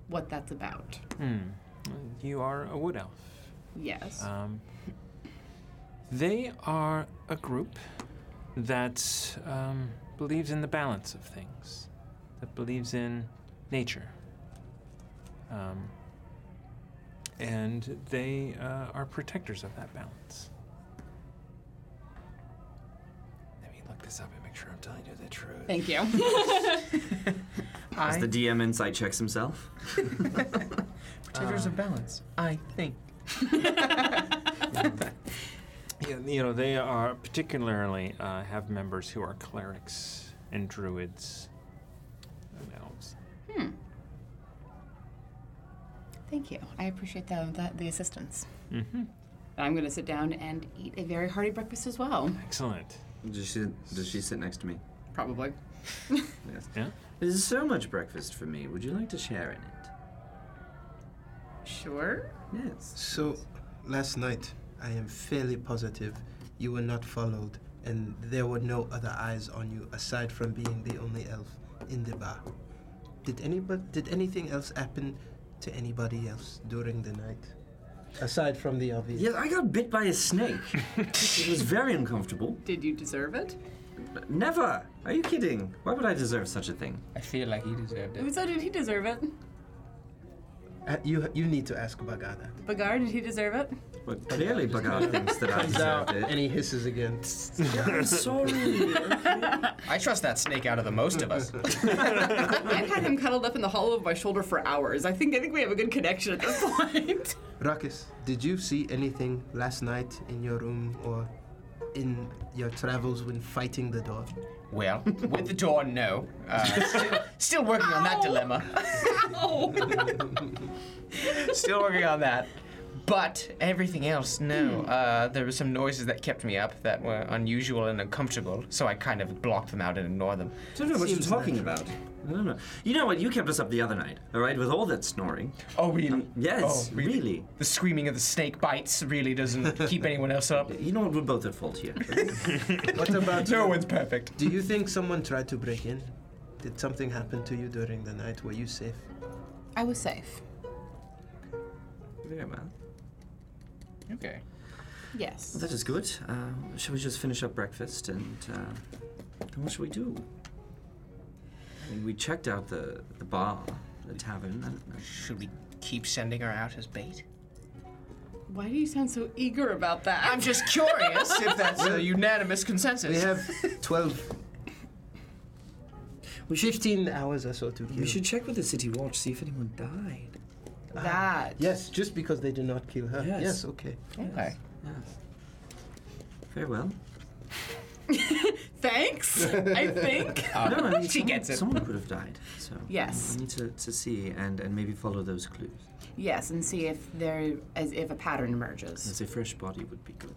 what that's about.
Hmm. You are a wood elf.
Yes.
Um, they are a group that um, believes in the balance of things, that believes in nature. Um, and they uh, are protectors of that balance.
Let me look this up and make sure I'm telling you the truth.
Thank you.
As
I
the DM insight checks himself.
protectors of balance. Um, I think.
You- You know, they are particularly uh, have members who are clerics and druids and elves.
Hmm. Thank you. I appreciate the, the, the assistance.
hmm
I'm going to sit down and eat a very hearty breakfast as well.
Excellent.
Does she, does she sit next to me?
Probably.
Yes.
Yeah.
There's so much breakfast for me. Would you like to share in it?
Sure.
Yes.
So, last night, I am fairly positive you were not followed, and there were no other eyes on you aside from being the only elf in the bar. Did anybody? Did anything else happen to anybody else during the night, aside from the obvious?
Yes, I got bit by a snake. it was very uncomfortable.
Did you deserve it?
Never! Are you kidding? Why would I deserve such a thing?
I feel like he deserved it.
So did he deserve it?
Uh, you you need to ask Bagada.
Bagar, did he deserve it?
But clearly, Bagard thinks that I
Comes out
deserved it.
and he hisses again.
I'm sorry.
I trust that snake out of the most of us.
I've had him cuddled up in the hollow of my shoulder for hours. I think I think we have a good connection at this point.
Ruckus, did you see anything last night in your room or in your travels when fighting the door?
Well, with the door, no. Uh, still, still working on that dilemma. still working on that. But everything else, no. Uh, there were some noises that kept me up that were unusual and uncomfortable, so I kind of blocked them out and ignored them.
I don't know what you're
Seems
talking
natural.
about. I don't know. You know what? You kept us up the other night, all right, with all that snoring.
Oh, really?
Yes,
Oh,
really.
The screaming of the snake bites really doesn't keep anyone else up.
You know what? We're both at fault here.
What about
No
you?
one's perfect.
Do you think someone tried to break in? Did something happen to you during the night? Were you safe?
I was safe.
Very well.
Okay.
Yes.
That is good. Uh, shall we just finish up breakfast and uh, then what shall we do? I mean, we checked out the, the bar, the tavern. I don't know.
Should we keep sending her out as bait?
Why do you sound so eager about that?
I'm just curious if that's a unanimous consensus.
We have 12. 15 hours or so to kill.
We should check with the city watch, see if anyone died.
that.
Yes, just because they did not kill her.
Yes.
yes okay.
Okay.
Yes. Very well.
Thanks. I think.
Uh,
no, I mean,
she
someone,
gets it.
Someone could have died. So
Yes.
we need to, to see and, and maybe follow those clues.
Yes, and see if there as if a pattern emerges.
As a fresh body would be good.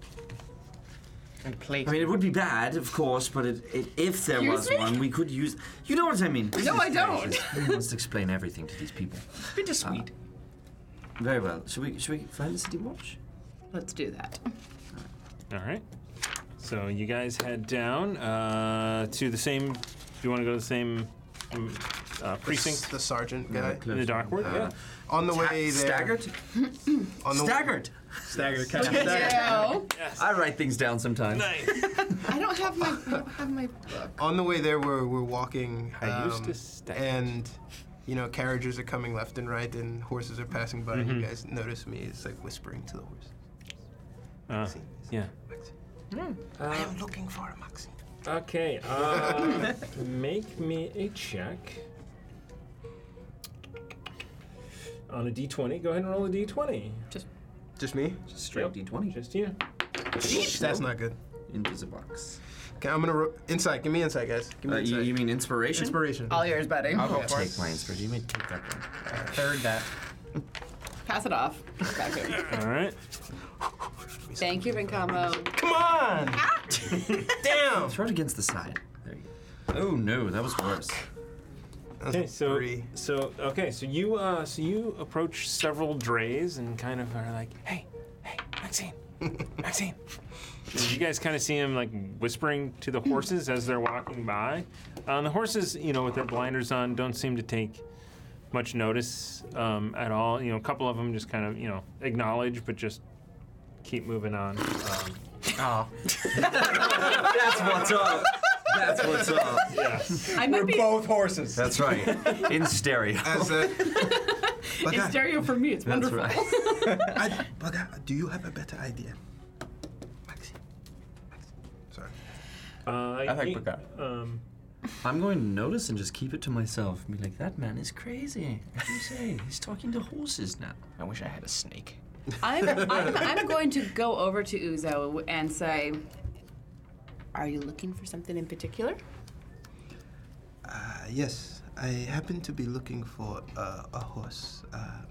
And plate.
I mean, it would be bad, of course, but it, it, if there
Excuse
was
me?
one, we could use. You know what I mean?
No, I don't.
I must explain everything to these people. uh,
bittersweet.
Very well. Should we should we find the city watch?
Let's do that.
All right. So So you guys head down uh, to the same. Do you want to go to the same um, uh, precinct?
The sergeant guy.
In Uh, the dock ward, yeah.
Uh,
On the uh,
Ta-
way there.
staggered?
On the
Staggered.
Staggered.
I write things down sometimes.
I don't have my. I don't have my.
On the way there, we're, we're walking,
I used
um,
to stagger.
and you know carriages are coming left and right, and horses are passing by. And you
Mhm.
guys notice me? It's like whispering to the horse.
Uh, yeah.
Hmm.
Uh,
I am looking for a Maxi.
Okay, uh, make me a check. On a d20, go ahead and roll a d20.
Just me?
Just straight D20.
Just you.
That's not good.
Invisibox.
Okay, I'm gonna ro- insight. Give me insight, guys. Give me
Uh, you,
insight.
you mean inspiration?
Inspiration.
All yours, buddy.
I'll go for it.
Take my inspiration. You may take that one.
Third that.
Pass it off. Back here.
All right.
Thank you, Rincamo.
Come on!
Ah.
Damn!
Throw it against the side. There you go. Oh no, that was worse.
Okay, so
Three.
so okay, so you uh, so you approach several drays and kind of are like, hey, hey, Maxine, Maxine. And you guys kind of see him like whispering to the horses as they're walking by. Um, the horses, you know, with their blinders on, don't seem to take much notice um, at all. You know, a couple of them just kind of you know acknowledge, but just keep moving on. Um,
Oh.
That's what's up. That's what's up.
I might be
Both horses.
That's right. In stereo.
As a,
in stereo for me. It's
That's
wonderful.
right.
I, but, uh, do you have a better idea, Maxi? Maxi. Sorry.
uh,
I think
you-
we got it.
um,
I'm going to notice and just keep it to myself. Be like, that man is crazy. What do you say? He's talking to horses now.
I wish I had a snake.
I'm, I'm, I'm going to go over to Uzo and say, Are you looking for something in particular?
Uh, yes, I happen to be looking for uh, a horse, um,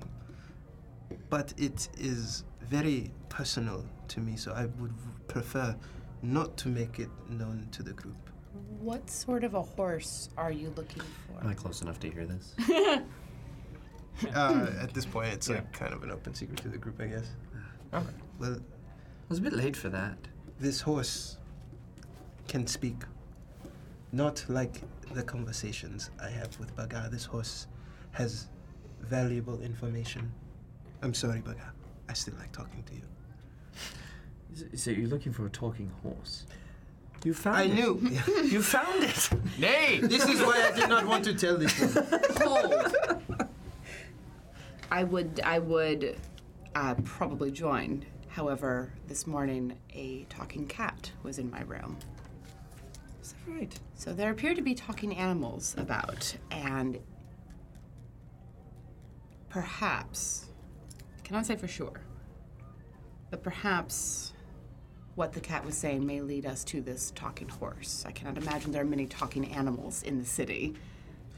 but it is very personal to me, so I would prefer not to make it known to the group.
What sort of a horse are you looking
Am
for?
I close enough to hear this?
Uh, at this point, it's like kind of an open secret to the group, I guess.
Okay.
Well,
I was a bit late for that.
this horse can speak. Not like the conversations I have with Baga. This horse has valuable information. I'm sorry, Baga. I still like talking to you.
So- So you're looking for a talking horse? You found
I
it.
knew.
You found it.
this is why I did not want to tell this one.
Colt. I would, I would uh, probably join. However, this morning a talking cat was in my room.
Is that right?
So there appear to be talking animals about, and perhaps, I cannot say for sure, but perhaps what the cat was saying may lead us to this talking horse. I cannot imagine there are many talking animals in the city.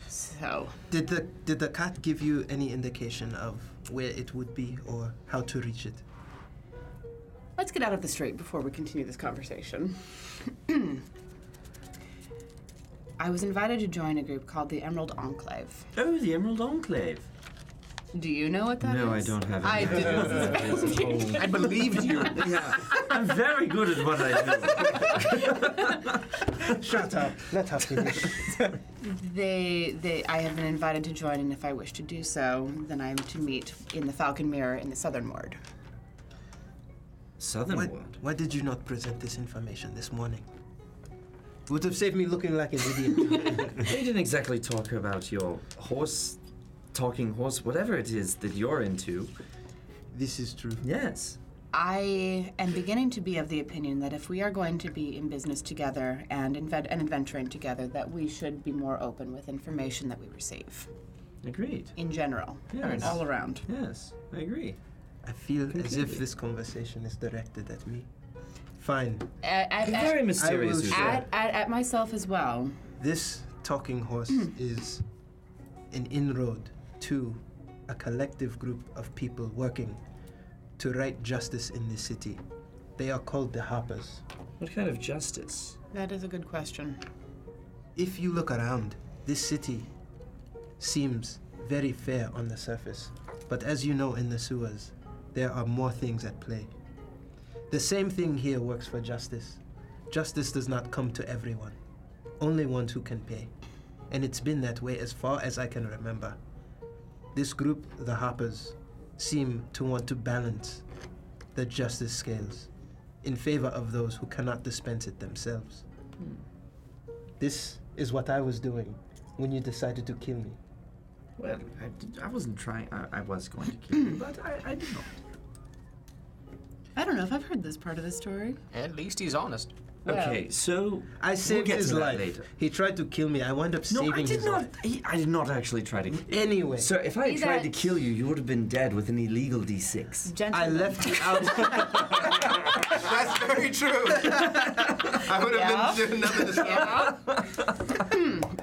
So,
Did the did the cat give you any indication of where it would be or how to reach it?
Let's get out of the street before we continue this conversation. I was invited to join a group called the Emerald Enclave.
Oh, the Emerald Enclave.
Do you know what that is?
No, I don't have
I
any idea
didn't
what that is.
I believed you.
Yeah, I'm very good at what I do.
Shut up. Let her finish.
They, they, I have been invited to join, and if I wish to do so, then I am to meet in the Falcon Mirror in the Southern Ward.
Southern
Why,
world.
why did you not present this information this morning? Would have saved me looking like an idiot.
We didn't exactly talk about your horse, talking horse, whatever it is that you're into.
this is true.
Yes.
I am beginning to be of the opinion that if we are going to be in business together and, inve- and adventuring together, that we should be more open with information that we receive
Agreed.
in general, I mean,
Yes.
all around.
Yes, I agree.
I feel as
Completely.
if this conversation is directed at me. Fine.
At, at,
Very
at,
mysterious.
will
you
share.
say.
at, at, at myself as well.
This talking horse is an inroad to a collective group of people working to right justice in this city. They are called the Harpers.
What kind of justice?
That is a good question.
If you look around, this city seems very fair on the surface, but as you know in the sewers, there are more things at play. The same thing here works for justice. Justice does not come to everyone, only ones who can pay. And it's been that way as far as I can remember. This group, the Hoppers, seem to want to balance the justice scales in favor of those who cannot dispense it themselves. This is what I was doing when you decided to kill me.
Well, I, did- I wasn't trying. I, I was going to kill you, but I, I did not.
I don't know if I've heard this part of the story.
At least he's honest.
Okay, so
I saved
get
his
to that
life.
later.
He tried to kill me. I wound up
no,
saving
I did
his
not.
life.
He, I did not actually try to.
Anyway,
So if I had
He's
tried
a-
to kill you, you would have been dead with an illegal D6.
I
Gentlemen.
left you out.
That's very true. I would have been doing nothing to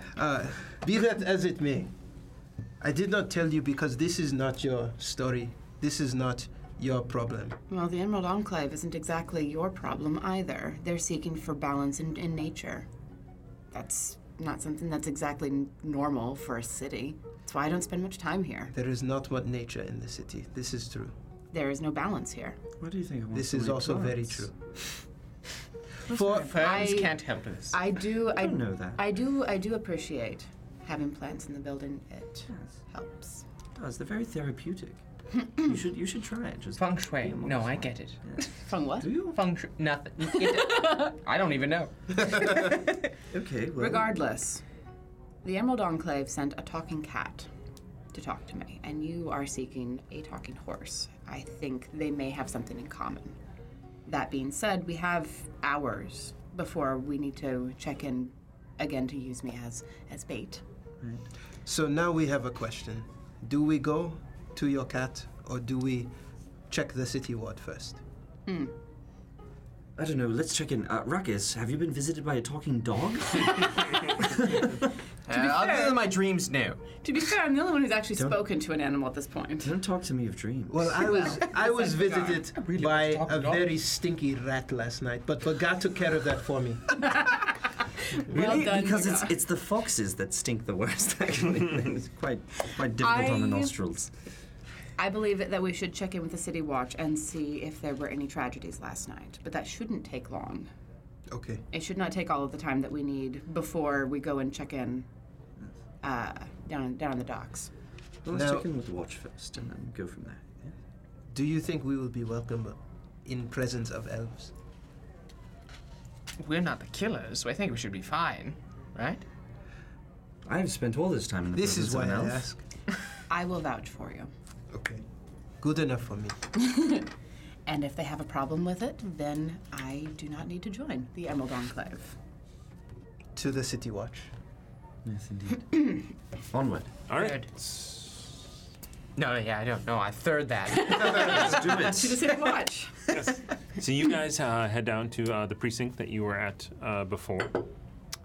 stop.
Uh, Be that as it may, I did not tell you because this is not your story. This is not your problem.
Well, the Emerald Enclave isn't exactly your problem either. They're seeking for balance in, in nature. That's not something that's exactly n- normal for a city. That's why I don't spend much time here.
There is not one nature in the city. This is true.
There is no balance here.
What do you think? I want
This
so
is
many
also very
cards?
true. For
Fans
I-
can't help us.
I do. I,
don't know that.
I do. I do appreciate having plants in the building. It helps.
It does. They're very therapeutic. you should you should try it. Just
Feng Shui.
be amongst
No, I
them.
get it.
From what?
Do you?
Feng Shui. Nothing. It- I don't even know.
Okay. Well,
Regardless, the Emerald Enclave sent a talking cat to talk to me, and you are seeking a talking horse. I think they may have something in common. That being said, we have hours before we need to check in again to use me as as bait.
so now we have a question: Do we go to your cat, or do we check the city ward first?
I don't know. Let's check in. Uh, Ruckus, have you been visited by a talking dog?
Uh, other than my dreams, no.
To be fair, I'm the only one who's actually spoken to an animal at this point.
don't talk to me of dreams.
Well, I was I was visited by
was talking
a
about-
very stinky rat last night, but Bagat took care of that for me.
really?
done,
because it's
Ruckus.
it's the foxes that stink the worst. Actually, it's quite quite difficult on the
I-
nostrils.
I believe that we should check in with the City Watch and see if there were any tragedies last night, but that shouldn't take long.
Okay.
It should not take all of the time that we need before we go and check in uh, down down in the docks.
Well, let's
Now-
check in with the watch first, and then go from there. yeah?
Do you think we will be welcome in presence of elves?
We're not the killers, so I think we should be fine, right?
I have spent all this time in the
This
presence
is why
of an
I
elf.
ask.
I will vouch for you.
Okay. Good enough for me.
And if they have a problem with it, then I do not need to join the Emerald Enclave.
To the city watch.
Yes, indeed. Onward.
All right.
Good. No, yeah, I don't know. I third that.
Let's do
To the
it.
City Watch.
So you guys uh, head down to uh, the precinct that you were at uh, before,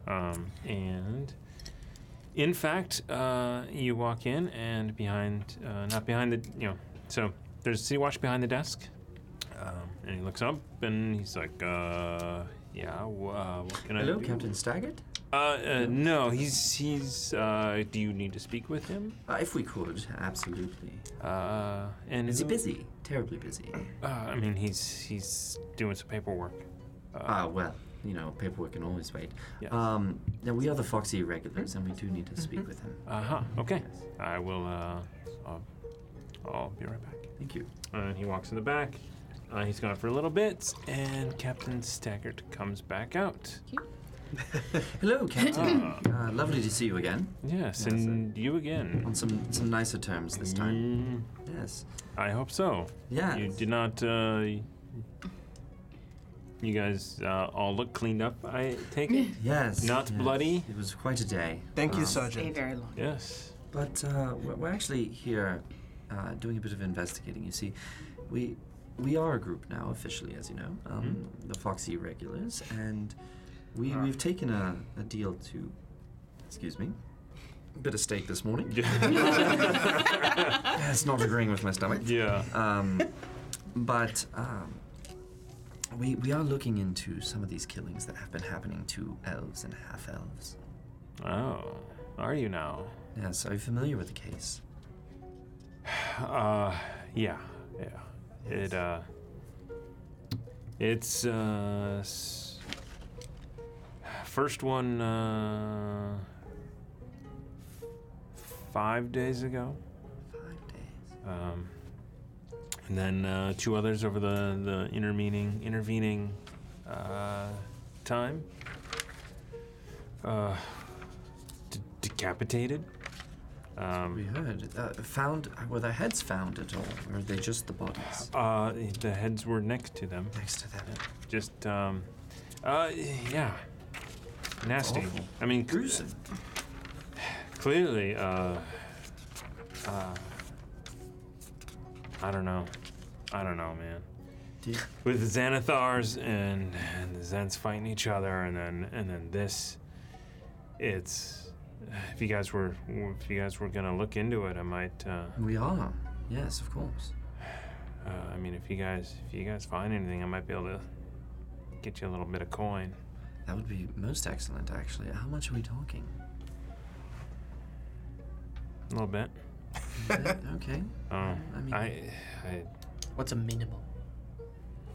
um, and in fact, uh, you walk in and behind, uh, not behind the, you know, so there's a city watch behind the desk, um, and he looks up and he's like, uh, "Yeah, wh- uh, what can I
Hello,
do?"
Captain Staggart.
Uh, uh, no, he's he's. Uh, do you need to speak with him?
Uh, if we could, absolutely.
Uh, and
Is he busy? Terribly busy.
Uh, I mean, he's he's doing some paperwork.
Ah, well, you know, paperwork can always wait.
Yes.
Um, now we are the Foxy regulars, and we do need
Mm-hmm.
to speak with him.
Uh huh. Okay. I will. Uh, I'll, I'll be right back.
Thank you.
And he walks in the back. Uh, he's gone for a little bit, and Captain Staggart comes back out.
Hello, Captain. uh, lovely to see you again.
Yes,
Yes,
and you again.
On some some nicer terms this time.
Mm,
Yes.
I hope so.
Yeah.
You did not. Uh, you guys uh, all look cleaned up. I take it.
Yes.
Not
yes.
bloody?
It was quite a day.
Thank you,
Um,
Stay
Sergeant.
very long.
Yes.
But uh, we're, we're actually here uh, doing a bit of investigating. You see, we we are a group now officially, as you know, um,
Hmm?
the Foxy Regulars, and we
Ah.
we've taken a, a deal to, excuse me, a bit of steak this morning. it's not agreeing with my stomach.
Yeah.
Um, but um, we we are looking into some of these killings that have been happening to elves and half elves.
Oh, are you now?
Yes, are you familiar with the case?
Uh, yeah, yeah. It uh, it's uh, s- first one uh, five days ago. Five days. Um, and then uh, two others over the the intervening intervening uh, time. Uh, d- decapitated.
we
Um,
heard. Uh, found. Were their heads found at all? Or are they just the bodies?
uh, the heads were next to them.
Next to them.
Just, um, uh, yeah. Nasty.
awful.
I mean, c-
Gruesome.
clearly, uh, uh, I don't know. I don't know, man.
Did-
With the Xanathars and, and the Zens fighting each other, and then and then this, it's. If you guys were if you guys were gonna look into it, I might. Uh,
We are. Yes, of course.
uh, I mean, if you guys if you guys find anything, I might be able to get you a little bit of coin.
That would be most excellent, actually. How much are we talking?
A little bit.
okay.
Um,
I mean-
I, I,
What's a minimum?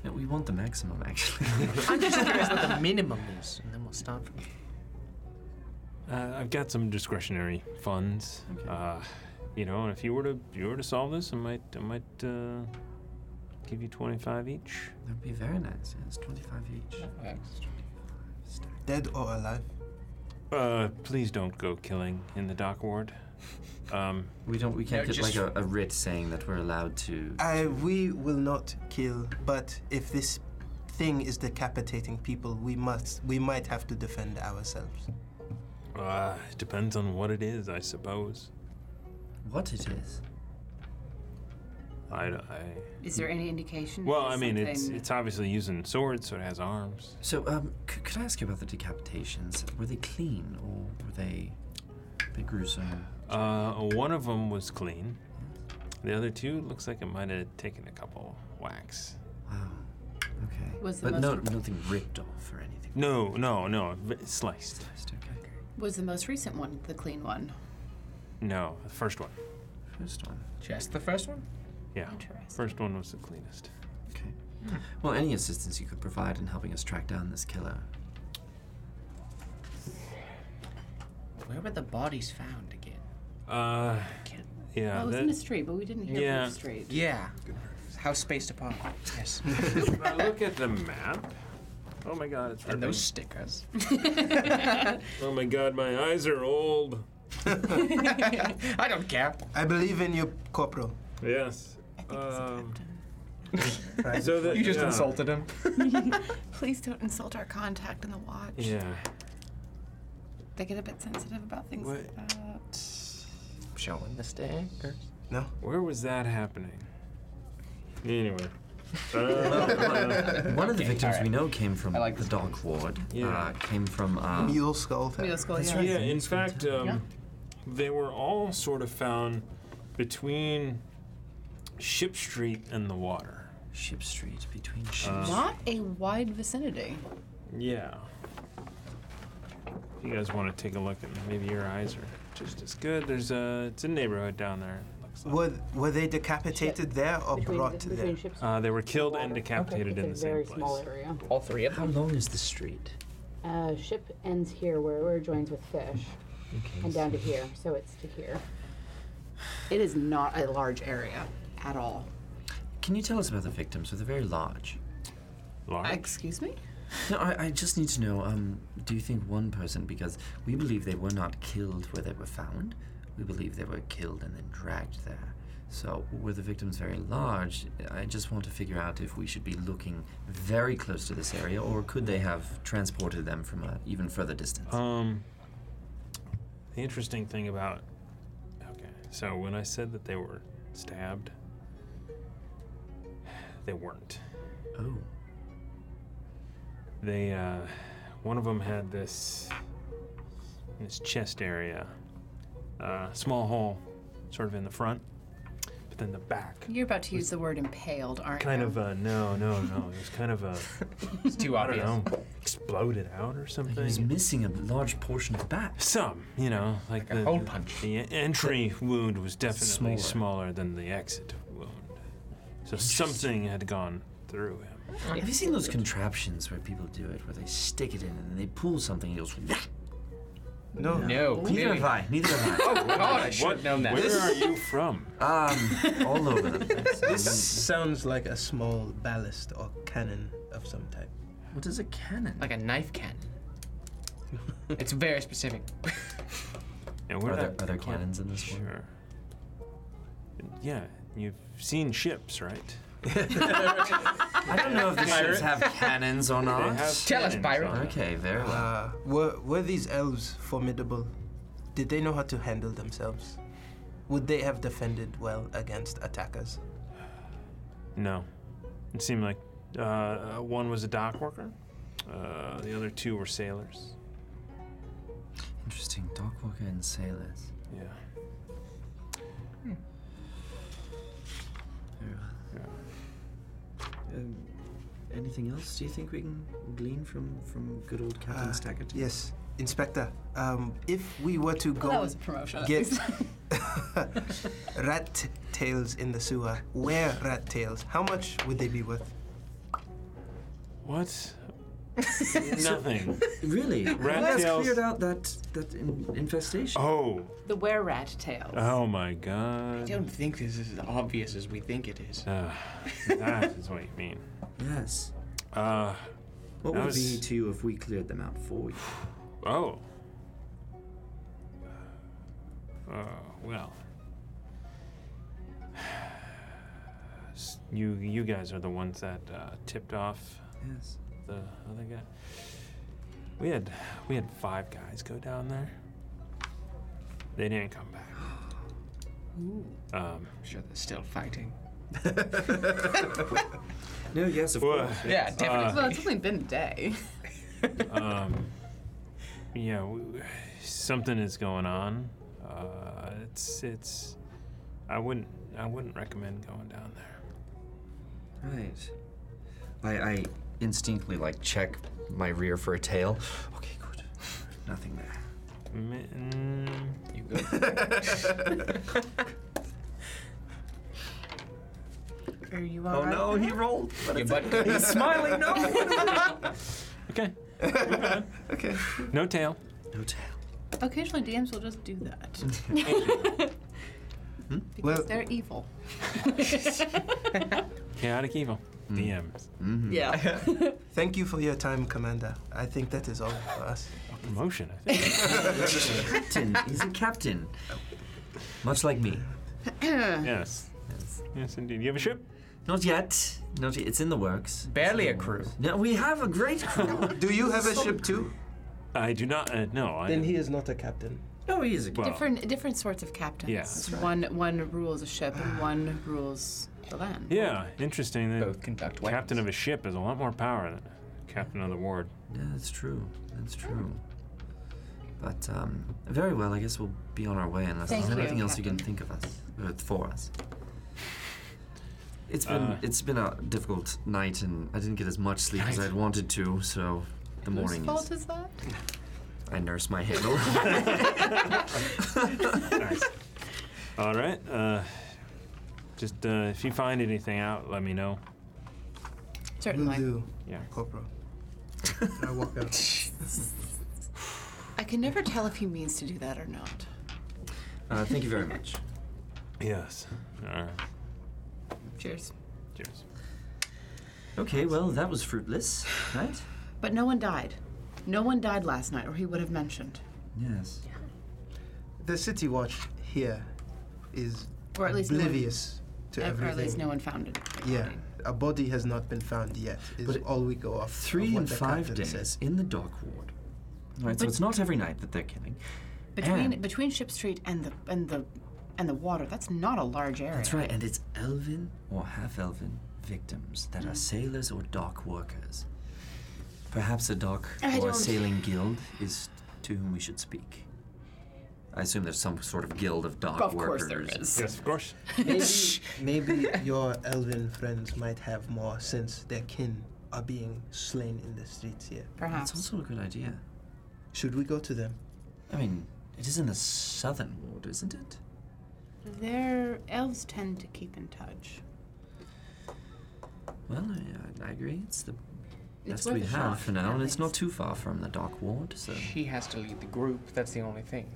No, we want the maximum, actually.
I'm just curious what the minimum is, and then we'll start from
uh, I've got some discretionary funds.
Okay.
Uh, you know, and if you were to if you were to solve this, I might I might uh, give you twenty five each.
That'd be very nice. Yes, twenty-five each.
Dead or alive?
Uh, please don't go killing in the dock ward. Um,
We don't. We can't
No,
get like a,
just-
a writ saying that we're allowed to.
I we will not kill, but if this thing is decapitating people, we must we might have to defend ourselves.
uh, it depends on what it is, I suppose.
What it is?
I, I
Is there any indication?
well,
that
I mean, it's
something-
it's obviously using swords, so it has arms.
So, um, c- could I ask you about the decapitations? Were they clean or were they, they gruesome?
Uh, one of them was clean. The other two looks like it might have taken a couple whacks.
Wow. Okay.
Was the
but no,
most-
nothing ripped off or anything.
No, no, no, v- sliced.
Just okay.
Was the most recent one the clean one?
No, the first one.
First one.
Just the first one?
Yeah,
Interesting.
first one was the cleanest.
Okay. Hmm. Well, any assistance you could provide in helping us track down this killer.
Where were the bodies found again?
Uh, yeah,
Well, it was
that-
in a street, but we didn't hear
Yeah.
which street.
Yeah. How spaced apart. Yes.
if I look at the map. Oh my God, it's
and
ripping.
those stickers.
Oh my God, my eyes are old.
I don't care.
I believe in you, Corporal.
Yes. Um, so that
You just
yeah.
insulted him.
Please don't insult our contact in the watch.
Yeah.
They get a bit sensitive about things
What-
like that.
Showing the stickers.
No?
Where was that happening? Anyway. Uh,
One of the victims
alright.
we know came from
I like
the
this
Dark Ward.
Yeah.
Uh, came from. Uh,
Mule skull. feather.
Mule skull, yeah.
yeah, in fact, um, they were all sort of found between Ship Street and the water.
Ship Street between ships.
Not a wide vicinity.
Yeah. If you guys want to take a look at maybe your eyes are just as good. There's a it's a neighborhood down there. it looks like.
Were, were they decapitated there or brought there?
Uh, they were killed and decapitated in the same
Very small
place.
area.
All three of
How
them?
long is the street?
Uh, ship ends here where it joins with fish
Okay.
and down to here, so it's to here.
It is not a large area at all.
Can you tell us about the victims? Were they very large?
Large?
Excuse me?
No, I, I just need to know. Um, do you think one person? Because we believe they were not killed where they were found. We believe they were killed and then dragged there. So were the victims very large? I just want to figure out if we should be looking very close to this area, or could they have transported them from a even further distance?
Um, the interesting thing about okay, so when I said that they were stabbed, they weren't.
oh,
They uh, one of them had this in his chest area, uh, small hole, sort of in the front, but then the back.
You're about to use the word impaled, aren't
Kind
you?
of a no, no, no. It was kind of a
It's too
I don't
obvious.
know, exploded out or
he was
something.
missing a large portion of the back.
Some, you know, like,
a
the,
hole
the-
punch.
The entry wound was definitely
Smaller.
smaller than the exit wound, so something had gone through him.
Have you seen those contraptions where people do it, where they stick it in and then they pull something and it goes?
No. No,
Neither
clearly.
have I. Neither have I.
Oh, God, I should
have known that. Where are you
from? Um, all over the place.
This sounds like a small ballast or cannon of some type.
What is a cannon?
Like a knife cannon. it's very specific.
And we're
Are there-
not-
are there
I can't-
cannons in this
sure. Yeah, you've seen ships, right?
I don't know if the
Byron?
ships have cannons or
They
not.
have Tell us, cannons Byron. on them.
Okay, very well.
Uh, were, were these elves formidable? Did they know how to handle themselves? Would they have defended well against attackers?
No. It seemed like uh, one was a dock worker, uh, the other two were sailors.
Interesting. Dock worker and sailors.
Yeah.
Very well. Um, anything else? Do you think we can glean from from good old Captain
Uh,
Staggert?
Yes, Inspector. Um, if we were to go
that was a promotion, at
get
least.
rat t- tails in the sewer, where rat tails? How much would they be worth?
What?
Nothing. Really?
Rat
Who has
tails-
cleared out that that in- infestation?
Oh.
The were rat tails.
Oh my god.
I don't think this is as obvious as we think it is.
Uh, that is what you mean.
Yes.
Uh,
What
that
would it
was-
be to you if we cleared them out for you?
Oh. Uh, well. S- You you guys are the ones that uh, tipped off
Yes.
the other guy. We had we had five guys go down there. They didn't come back. Um,
sure they're still fighting.
No, yes, of
Well,
course.
Yeah,
yes.
Uh,
definitely.
well, it's only been a day.
um, yeah, w something is going on. Uh, it's it's. I wouldn't I wouldn't recommend going down there.
Right. I, I instinctively like check my rear for a tail. Okay, good. Nothing there.
Mitten.
You go.
Are you
Oh
alright?
no, he rolled. But
Your
it's
butt-
okay. He's smiling. No.
Okay.
okay.
No tail.
No tail.
Occasionally, DMs will just do that.
Hmm?
because
Well-
they're evil.
Chaotic evil. DMs.
Mm-hmm.
Yeah.
Thank you for your time, Commander. I think that is all for us.
A promotion, I think.
captain. He's a captain. Much like me.
yes.
Yes.
Yes, indeed. You have a ship?
Not yet. Not yet. It's in the works.
Barely a crew.
No, we have a great crew.
Do you have a ship too?
I do not. Uh, no. I,
Then he is not a captain.
no, he is a captain.
well,
Different different sorts of captains.
Yeah, that's
One one rules a ship and one rules the land.
Yeah. Interesting. The
Both conduct weapons.
captain of a ship has a lot more power than captain of the ward.
Yeah, that's true. That's true. But um, very well. I guess we'll be on our way unless
Thank
there's
you,
anything else you can
Captain.
think of us uh, for us. It's been
Uh,
it's been a difficult night, and I didn't get as much sleep as I'd wanted to. So the morning
Whose fault
is
is that?
I nurse my head. over.
All right. Uh, just uh, if you find anything out, let me know.
Certainly.
do,
Yeah.
Corporal.
I walk out.
I can never tell if he means to do that or not.
uh, thank you very much.
Yes. All right.
Cheers.
Cheers.
Okay, well that was fruitless, right?
But no one died. No one died last night, or he would have mentioned.
Yes.
The city watch here is
Or at least no one-
oblivious to
Or
everything.
at least no one found it.
Yeah, a body has not been found yet. Is
But it-
all we go off. of
Three
what
and
the
five
captain
days
says.
in the dock ward. Right, so
But-
it's not every night that they're killing.
Between
And-
between Ship Street and the and the and the water, that's not a large area.
That's right, and it's elven Mm. or half elven victims that are sailors or dock workers. Perhaps a dock
I
or a
don't-
sailing guild is to whom we should speak. I assume there's some sort of guild of dock
Of
workers.
course there is.
Yes, of course.
Maybe, maybe your elven friends might have more since their kin are being slain in the streets here.
That's
Perhaps.
also a good idea.
Should we go to them?
I mean, it is in the southern ward, isn't it?
Their elves tend to keep in touch.
Well, I, I agree. It's the
It's
best
worth
we
a
have
shot,
for now,
yeah,
and it's not too far from the dock ward. So
She has to lead the group. That's the only thing.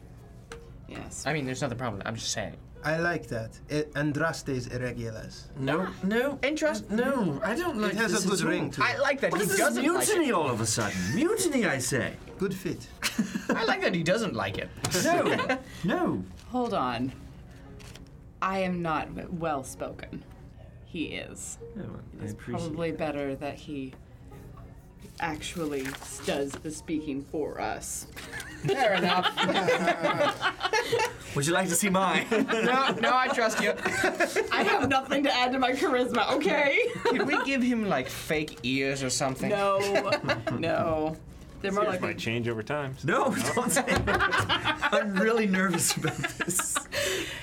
Yes.
I mean, there's nothing problem. I'm just saying.
I like that. E- Andrastes irregulars.
Ah,
No, no.
Interest?
No, I don't like
It has
this
a good
at all.
ring to it.
I like that
What
he
is this
doesn't like
mutiny
it.
all of a sudden? Mutiny, I say.
Good fit.
I like that he doesn't like it.
No,
Oh,
no.
Hold on. I am not w- well spoken. He is.
No, I
It's
appreciate
probably better that he actually does the speaking for us.
Fair enough.
Would you like to see mine?
No, no, I trust you.
I have nothing to add to my charisma, okay?
Can we give him like fake ears or something?
No, no. They're more like
might change over time.
No, don't say that. I'm really nervous about this.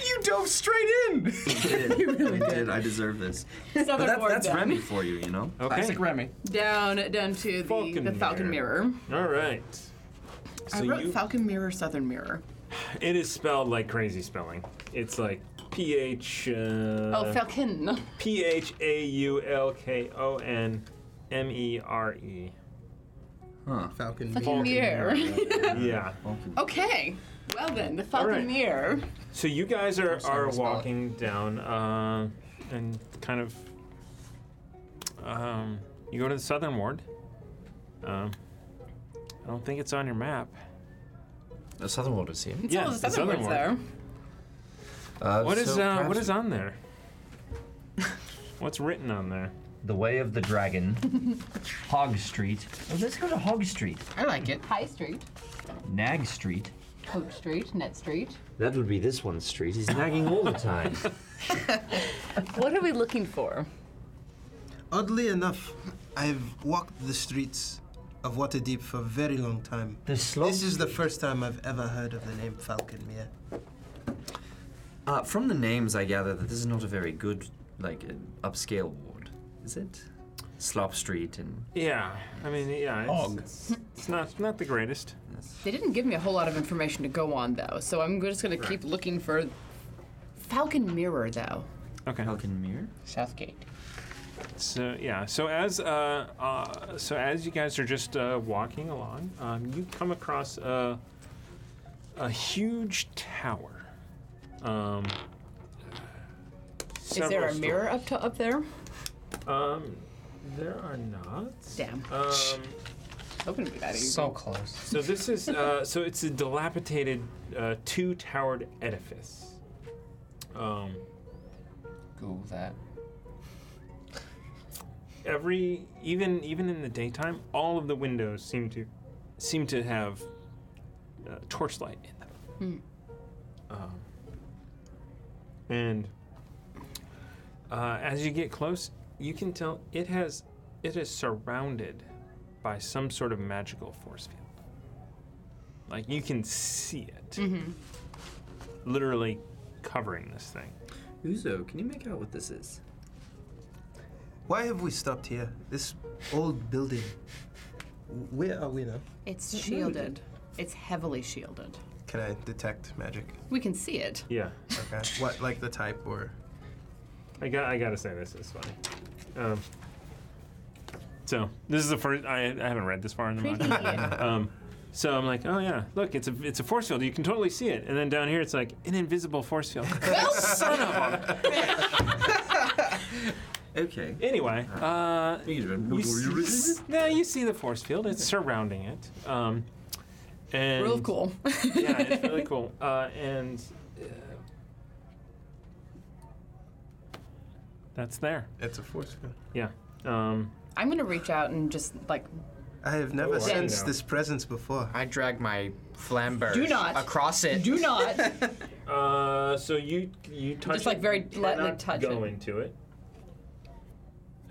You dove straight in.
did. I did. I deserve this.
Southern
but that,
Ward
that's
done.
Remy for you, you know.
Oh,
Okay.
Remy.
down down to the
Falcon
the Falcon
Mirror.
Mirror.
All right.
I
So
wrote
you-
Falcon Mirror, Southern Mirror.
It is spelled like crazy spelling. It's like P H. Uh,
oh, Falcon.
P H A U L K O N M E R E.
Huh.
Falcon.
Falcon Mirror.
Yeah.
okay. Well then, the Falcon
right.
Mirror.
So you guys are, are
spell it.
walking down uh, and kind of. Um, you go to the southern ward. Um, I don't think it's on your map.
The Southern Ward is here.
It's
Yes,
all the
the
Southern,
Southern
words
word.
there.
Uh,
What is
so
uh, what
perhaps
is on there? What's written on there?
The Way of the Dragon, Hog Street. Oh, let's go to Hog Street,
I like it.
High Street,
Nag Street.
Hope Street, Net Street.
That would be this one's street. He's nagging all the time.
What are we looking for?
Oddly enough, I've walked the streets of Waterdeep for a very long time.
The slop.
This is the first time I've ever heard of the name Falconmere.
Uh, from the names, I gather that this is not a very good, like, uh, upscale ward, is it? Slop Street and
Yeah, I mean, yeah, it's, it's, it's not not the greatest.
They didn't give me a whole lot of information to go on though, so I'm just gonna keep looking for Falcon Mirror though.
Okay.
Falconmere.
Southgate.
So yeah, so as uh, uh, so as you guys are just uh, walking along, um, you come across a a huge tower. Um,
Is there a
several
mirror up to, up there?
sto- Um, there are not.
Damn.
Um,
Hoping to be that easy.
So close.
so this is uh, so it's a dilapidated uh, two-towered edifice. Um,
Google that.
every even even in the daytime, all of the windows seem to seem to have uh, torchlight in them. Um, and uh, as you get close, you can tell it has it is surrounded by some sort of magical force field. Like you can see it, literally covering this thing.
Uzo, can you make out what this is?
Why have we stopped here? This old building. Where are we now?
It's shielded. It's heavily shielded.
Can I detect magic?
We can see it.
Yeah,
Okay. what, like the type or?
I got. I gotta say this is funny. Um, so this is the first. I, I haven't read this far in the
Pretty.
manga. Um, so I'm like, oh yeah, look, it's a it's a force field. You can totally see it. And then down here, it's like an invisible force field. Son of a.
Okay.
Anyway, uh, you see, no, you see the force field. It's surrounding it. Um, and
Real cool.
yeah, it's really cool. Uh, and uh, that's there.
It's a force field.
Yeah. Um,
I'm gonna reach out and just like
I have never
Oh, I
sensed
know.
this presence before.
I drag my flamber
Do not.
across it.
do not.
Uh, so you you touch
Just, like,
it,
very
you
lightly
cannot
touch
go
it.
into it.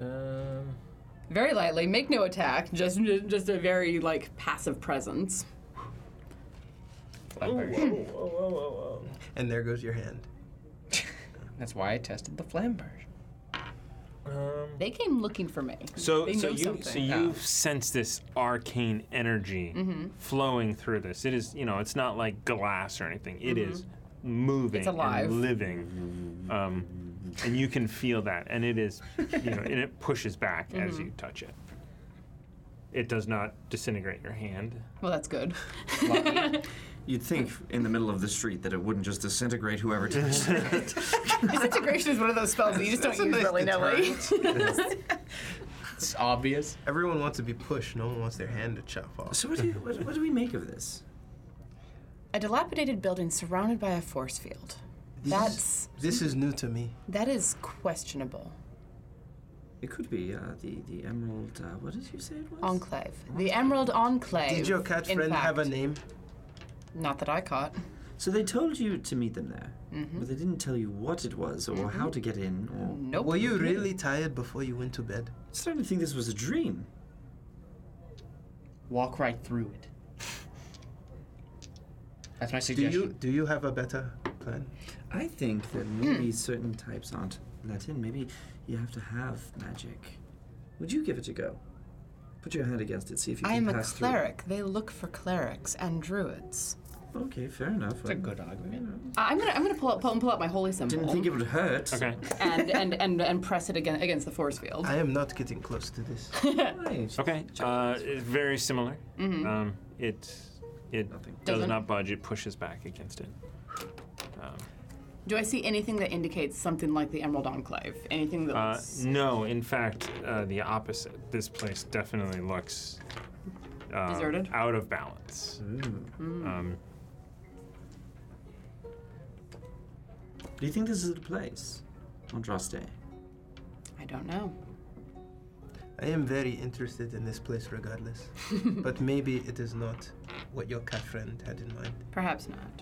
Um,
very lightly. Make no attack. Just just a very like passive presence.
oh, whoa,
Flamber.
whoa, whoa, whoa,
And there goes your hand.
That's why I tested the
whoa.
flamber.
Oh. Um,
They came looking for me.
so
they
so
know
you so
something.
you sense this arcane energy
Mm-hmm.
flowing through this. It is you know it's not like glass or anything. It is moving,
Mm-hmm. alive.
and living. Um, and you can feel that, and it is, you know, and it pushes back as
Mm-hmm.
Mhm.
you touch it. It does not disintegrate your hand.
Well, that's good.
You'd think in the middle of the street that it wouldn't just disintegrate whoever touched it.
Disintegration is one of those spells that you just don't
That's a
use
nice
really nilly.
It's obvious.
Everyone wants to be pushed. No one wants their hand to chop off.
So what do you, what, what do we make of this?
A dilapidated building surrounded by a force field. That's
This is new to me.
that is questionable.
It could be uh, the the emerald. Uh, what did you say it was?
Enclave. The Emerald Enclave.
Did your cat
in
friend have
fact.
a
name?
Not that I caught.
So they told you to meet them there,
Mhm.
but they didn't tell you what it was or
Mm-hmm.
how to get in. Or
Mm.
Were you really tired before you went to bed?
I'm starting to think this was a dream.
Walk right through it. That's my
suggestion.
Do you do you have a better plan?
I think that
Hmm.
maybe certain types aren't let in. Maybe you have to have magic. Would you give it a go? Put your hand against it. See if you
I
can
am a
pass through.
cleric. They look for clerics and druids.
Okay, fair enough. It's a
good argument.
Uh, I'm gonna I'm gonna pull up pull, pull up my holy symbol.
Didn't think it would hurt.
Okay.
and, and, and and press it again against the force field.
I am not getting close to this.
Okay. Uh, it's very similar.
Mhm.
Um, it it does
Doesn't-
not budge. It pushes back against it. Um,
Do I see anything that indicates something like the Emerald Enclave? Anything that
Uh,
looks
no, in fact, uh, the opposite. This place definitely looks um,
Deserted?
out of balance.
Mm.
Um,
Do you think this is the place on Dross Day?
I don't know.
I am very interested in this place regardless. but maybe it is not what your cat friend had in mind.
Perhaps not.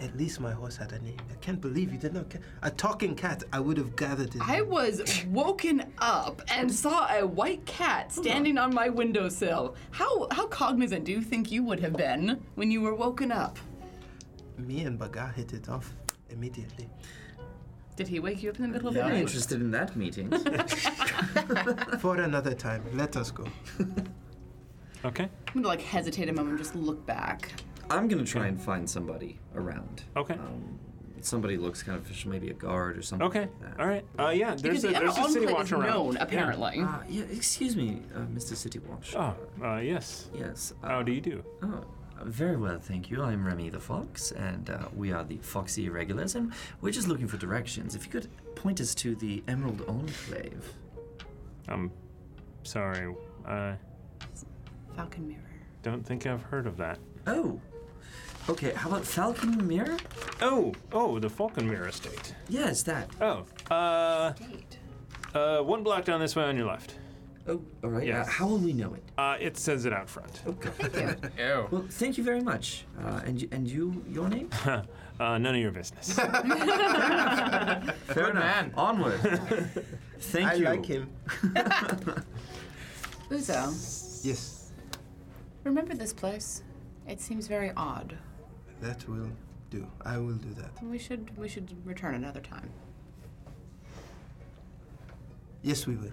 At least my horse had a name. I can't believe you did not ca- a talking cat. I would have gathered it.
I was woken up and saw a white cat standing on my windowsill. How how cognizant do you think you would have been when you were woken up?
Me and Baga hit it off immediately.
Did he wake you up in the middle of the
Very
night?
interested in that meeting.
For another time, let us go.
okay.
I'm gonna like hesitate a moment and just look back.
I'm gonna try and find somebody around.
Okay.
Um, somebody looks kind of official, maybe a guard or something.
Okay.
Like that.
All right. Uh, yeah. There's a, there's a city watch around. Yeah.
Uh, yeah. Excuse me, uh, Mr. City Watch.
Oh, uh, yes.
Yes.
How do you do?
Oh, very well, thank you. I'm Remy the Fox, and uh, we are the Foxy Irregulars, and we're just looking for directions. If you could point us to the Emerald Enclave.
I'm Um, sorry. I
Falcon Mirror.
don't think I've heard of that.
Oh. Okay. How about Falcon Mirror?
Oh. Oh, the Falcon Mirror Estate.
Yes, that.
Oh. Uh, uh, one block down this way on your left.
Oh, all right.
Yeah.
Uh, how will we know it?
Uh, it says it out front.
Okay.
Ew.
Well, thank you very much. Uh, and y- and you, your name?
uh, none of your business.
Fair enough. Onward. Thank
I
you.
like him.
Uzo,
Yes,
remember this place? It seems very odd.
that will do. I will do that.
We should we should return another time.
Yes, we will.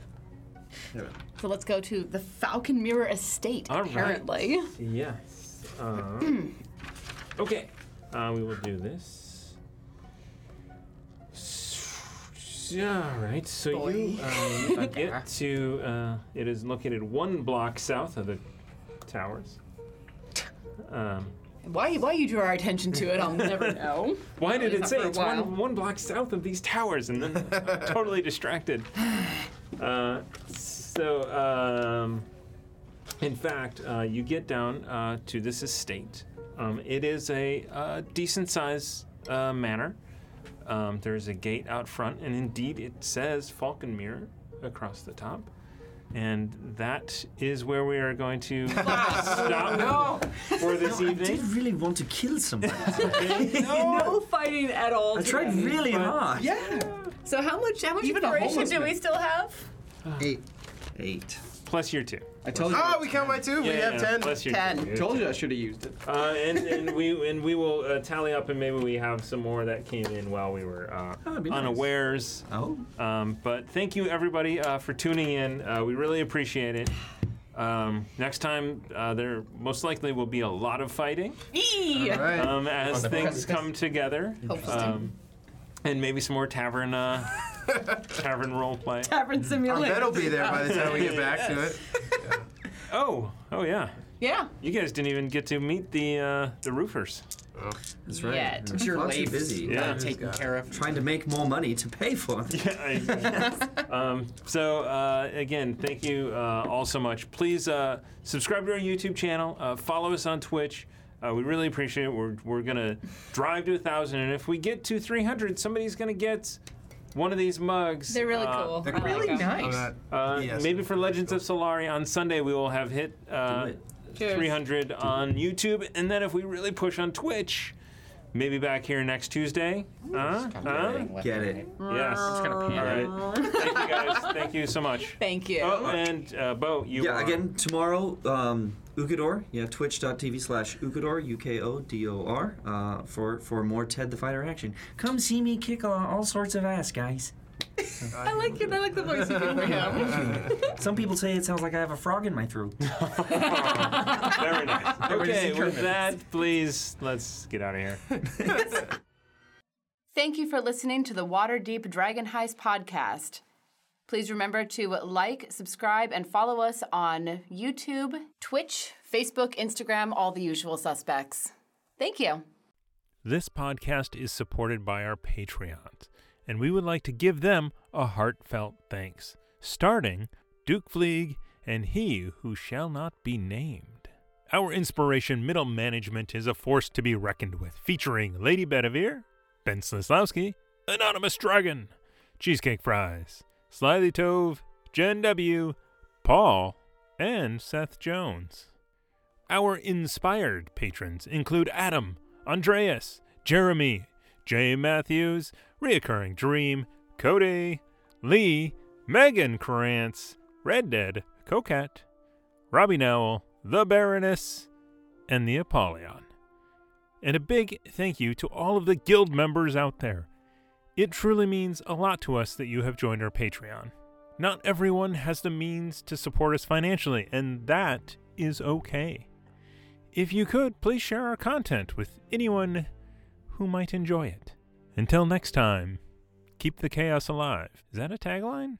So let's go to the Falcon Mirror Estate.
All right.
apparently,
Yes. Uh, okay. Uh, we will do this. S- All right. So you um, uh, get to. Uh, it is located one block south of the towers. Um,
why why you drew our attention to it? I'll never know.
why did it
Not
say
for a
it's
while.
one, one block south of these towers? And then I'm totally distracted. Uh, so, um, in fact, uh, you get down uh, to this estate. Um, it is a uh, decent size uh, manor. Um, there's a gate out front, and indeed it says Falcon Mirror across the top. And that is where we are going to stop for this
No, I
evening.
did really want to kill somebody.
no. fighting at all.
I tried
today.
really hard.
Yeah. So how much how much
Even a
inspiration
homeless
do we
man.
still have?
Eight.
Eight.
Plus your two.
I told you.
Oh,
Ah, we count by two. we
Yeah,
have
yeah,
ten.
plus your two. Your
Told
two.
you I should have used it.
Uh, and, and we and we will uh, tally up, and maybe we have some more that came in while we were uh,
Oh, that'd be nice.
unawares.
Oh.
Um, but thank you everybody uh, for tuning in. Uh, we really appreciate it. Um, next time, uh, there most likely will be a lot of fighting
Eee!
um, as things come together.
Hopefully.
Um,
and maybe some more tavern uh, tavern role play.
Tavern simulator.
bet will be there by the time we get back to
it.
Oh, oh yeah.
Yeah.
You guys didn't even get to meet the uh, the roofers.
Oh,
that's
right. Yet.
It's
You're Lots of late. busy.
Yeah,
Lots Taken got-
care of.
Trying to make more money to pay for. them.
um, so uh, again, thank you uh, all so much. Please uh, subscribe to our YouTube channel. Uh, follow us on Twitch. Uh, we really appreciate it. We're, we're gonna drive to a thousand, and if we get to three hundred, somebody's gonna get one of these mugs.
They're really cool. Uh, They're I like really 'em. nice.
Uh, maybe for Legends of Solari on Sunday we will have hit uh,
Cheers.
300 on YouTube, and then if we really push on Twitch, maybe back here next Tuesday. Uh, uh,
Get it.
Yes.
Just gotta pan
All
it.
right. Thank you guys. Thank you so much.
Thank you.
Oh, and uh, Bo, you
yeah,
are-
again, tomorrow, um, Ukador, yeah, twitch.tv slash Ukador, U-K-O-D-O-R, uh, for, for more Ted the Fighter action. Come see me kick all, all sorts of ass, guys.
I like it. I like the voice you give him.
Some people say it sounds like I have a frog in my throat.
Okay,
Everybody's
with
determined.
that, please let's get out of here.
Thank you for listening to the Waterdeep Dragon Heist podcast.
Please remember to like, subscribe, and follow us on YouTube, Twitch, Facebook, Instagram, all the usual suspects. Thank you.
This podcast is supported by our Patreons, and we would like to give them a heartfelt thanks, starting Duke Fleeg and He Who Shall Not Be Named. Our inspiration, Middle Management, is a force to be reckoned with, featuring Lady Bedivere, Ben Slislawski, Anonymous Dragon, Cheesecake Fries, Slyly Tove, Jen W., Paul, and Seth Jones. Our inspired patrons include Adam, Andreas, Jeremy, Jay Matthews, Reoccurring Dream, Cody, Lee, Megan Krantz, Red Dead, Coquette, Robbie Nowell, The Baroness, and the Apollyon. And a big thank you to all of the guild members out there. It truly means a lot to us that you have joined our Patreon. Not everyone has the means to support us financially, and that is okay. If you could, please share our content with anyone who might enjoy it. Until next time, keep the chaos alive. Is that a tagline?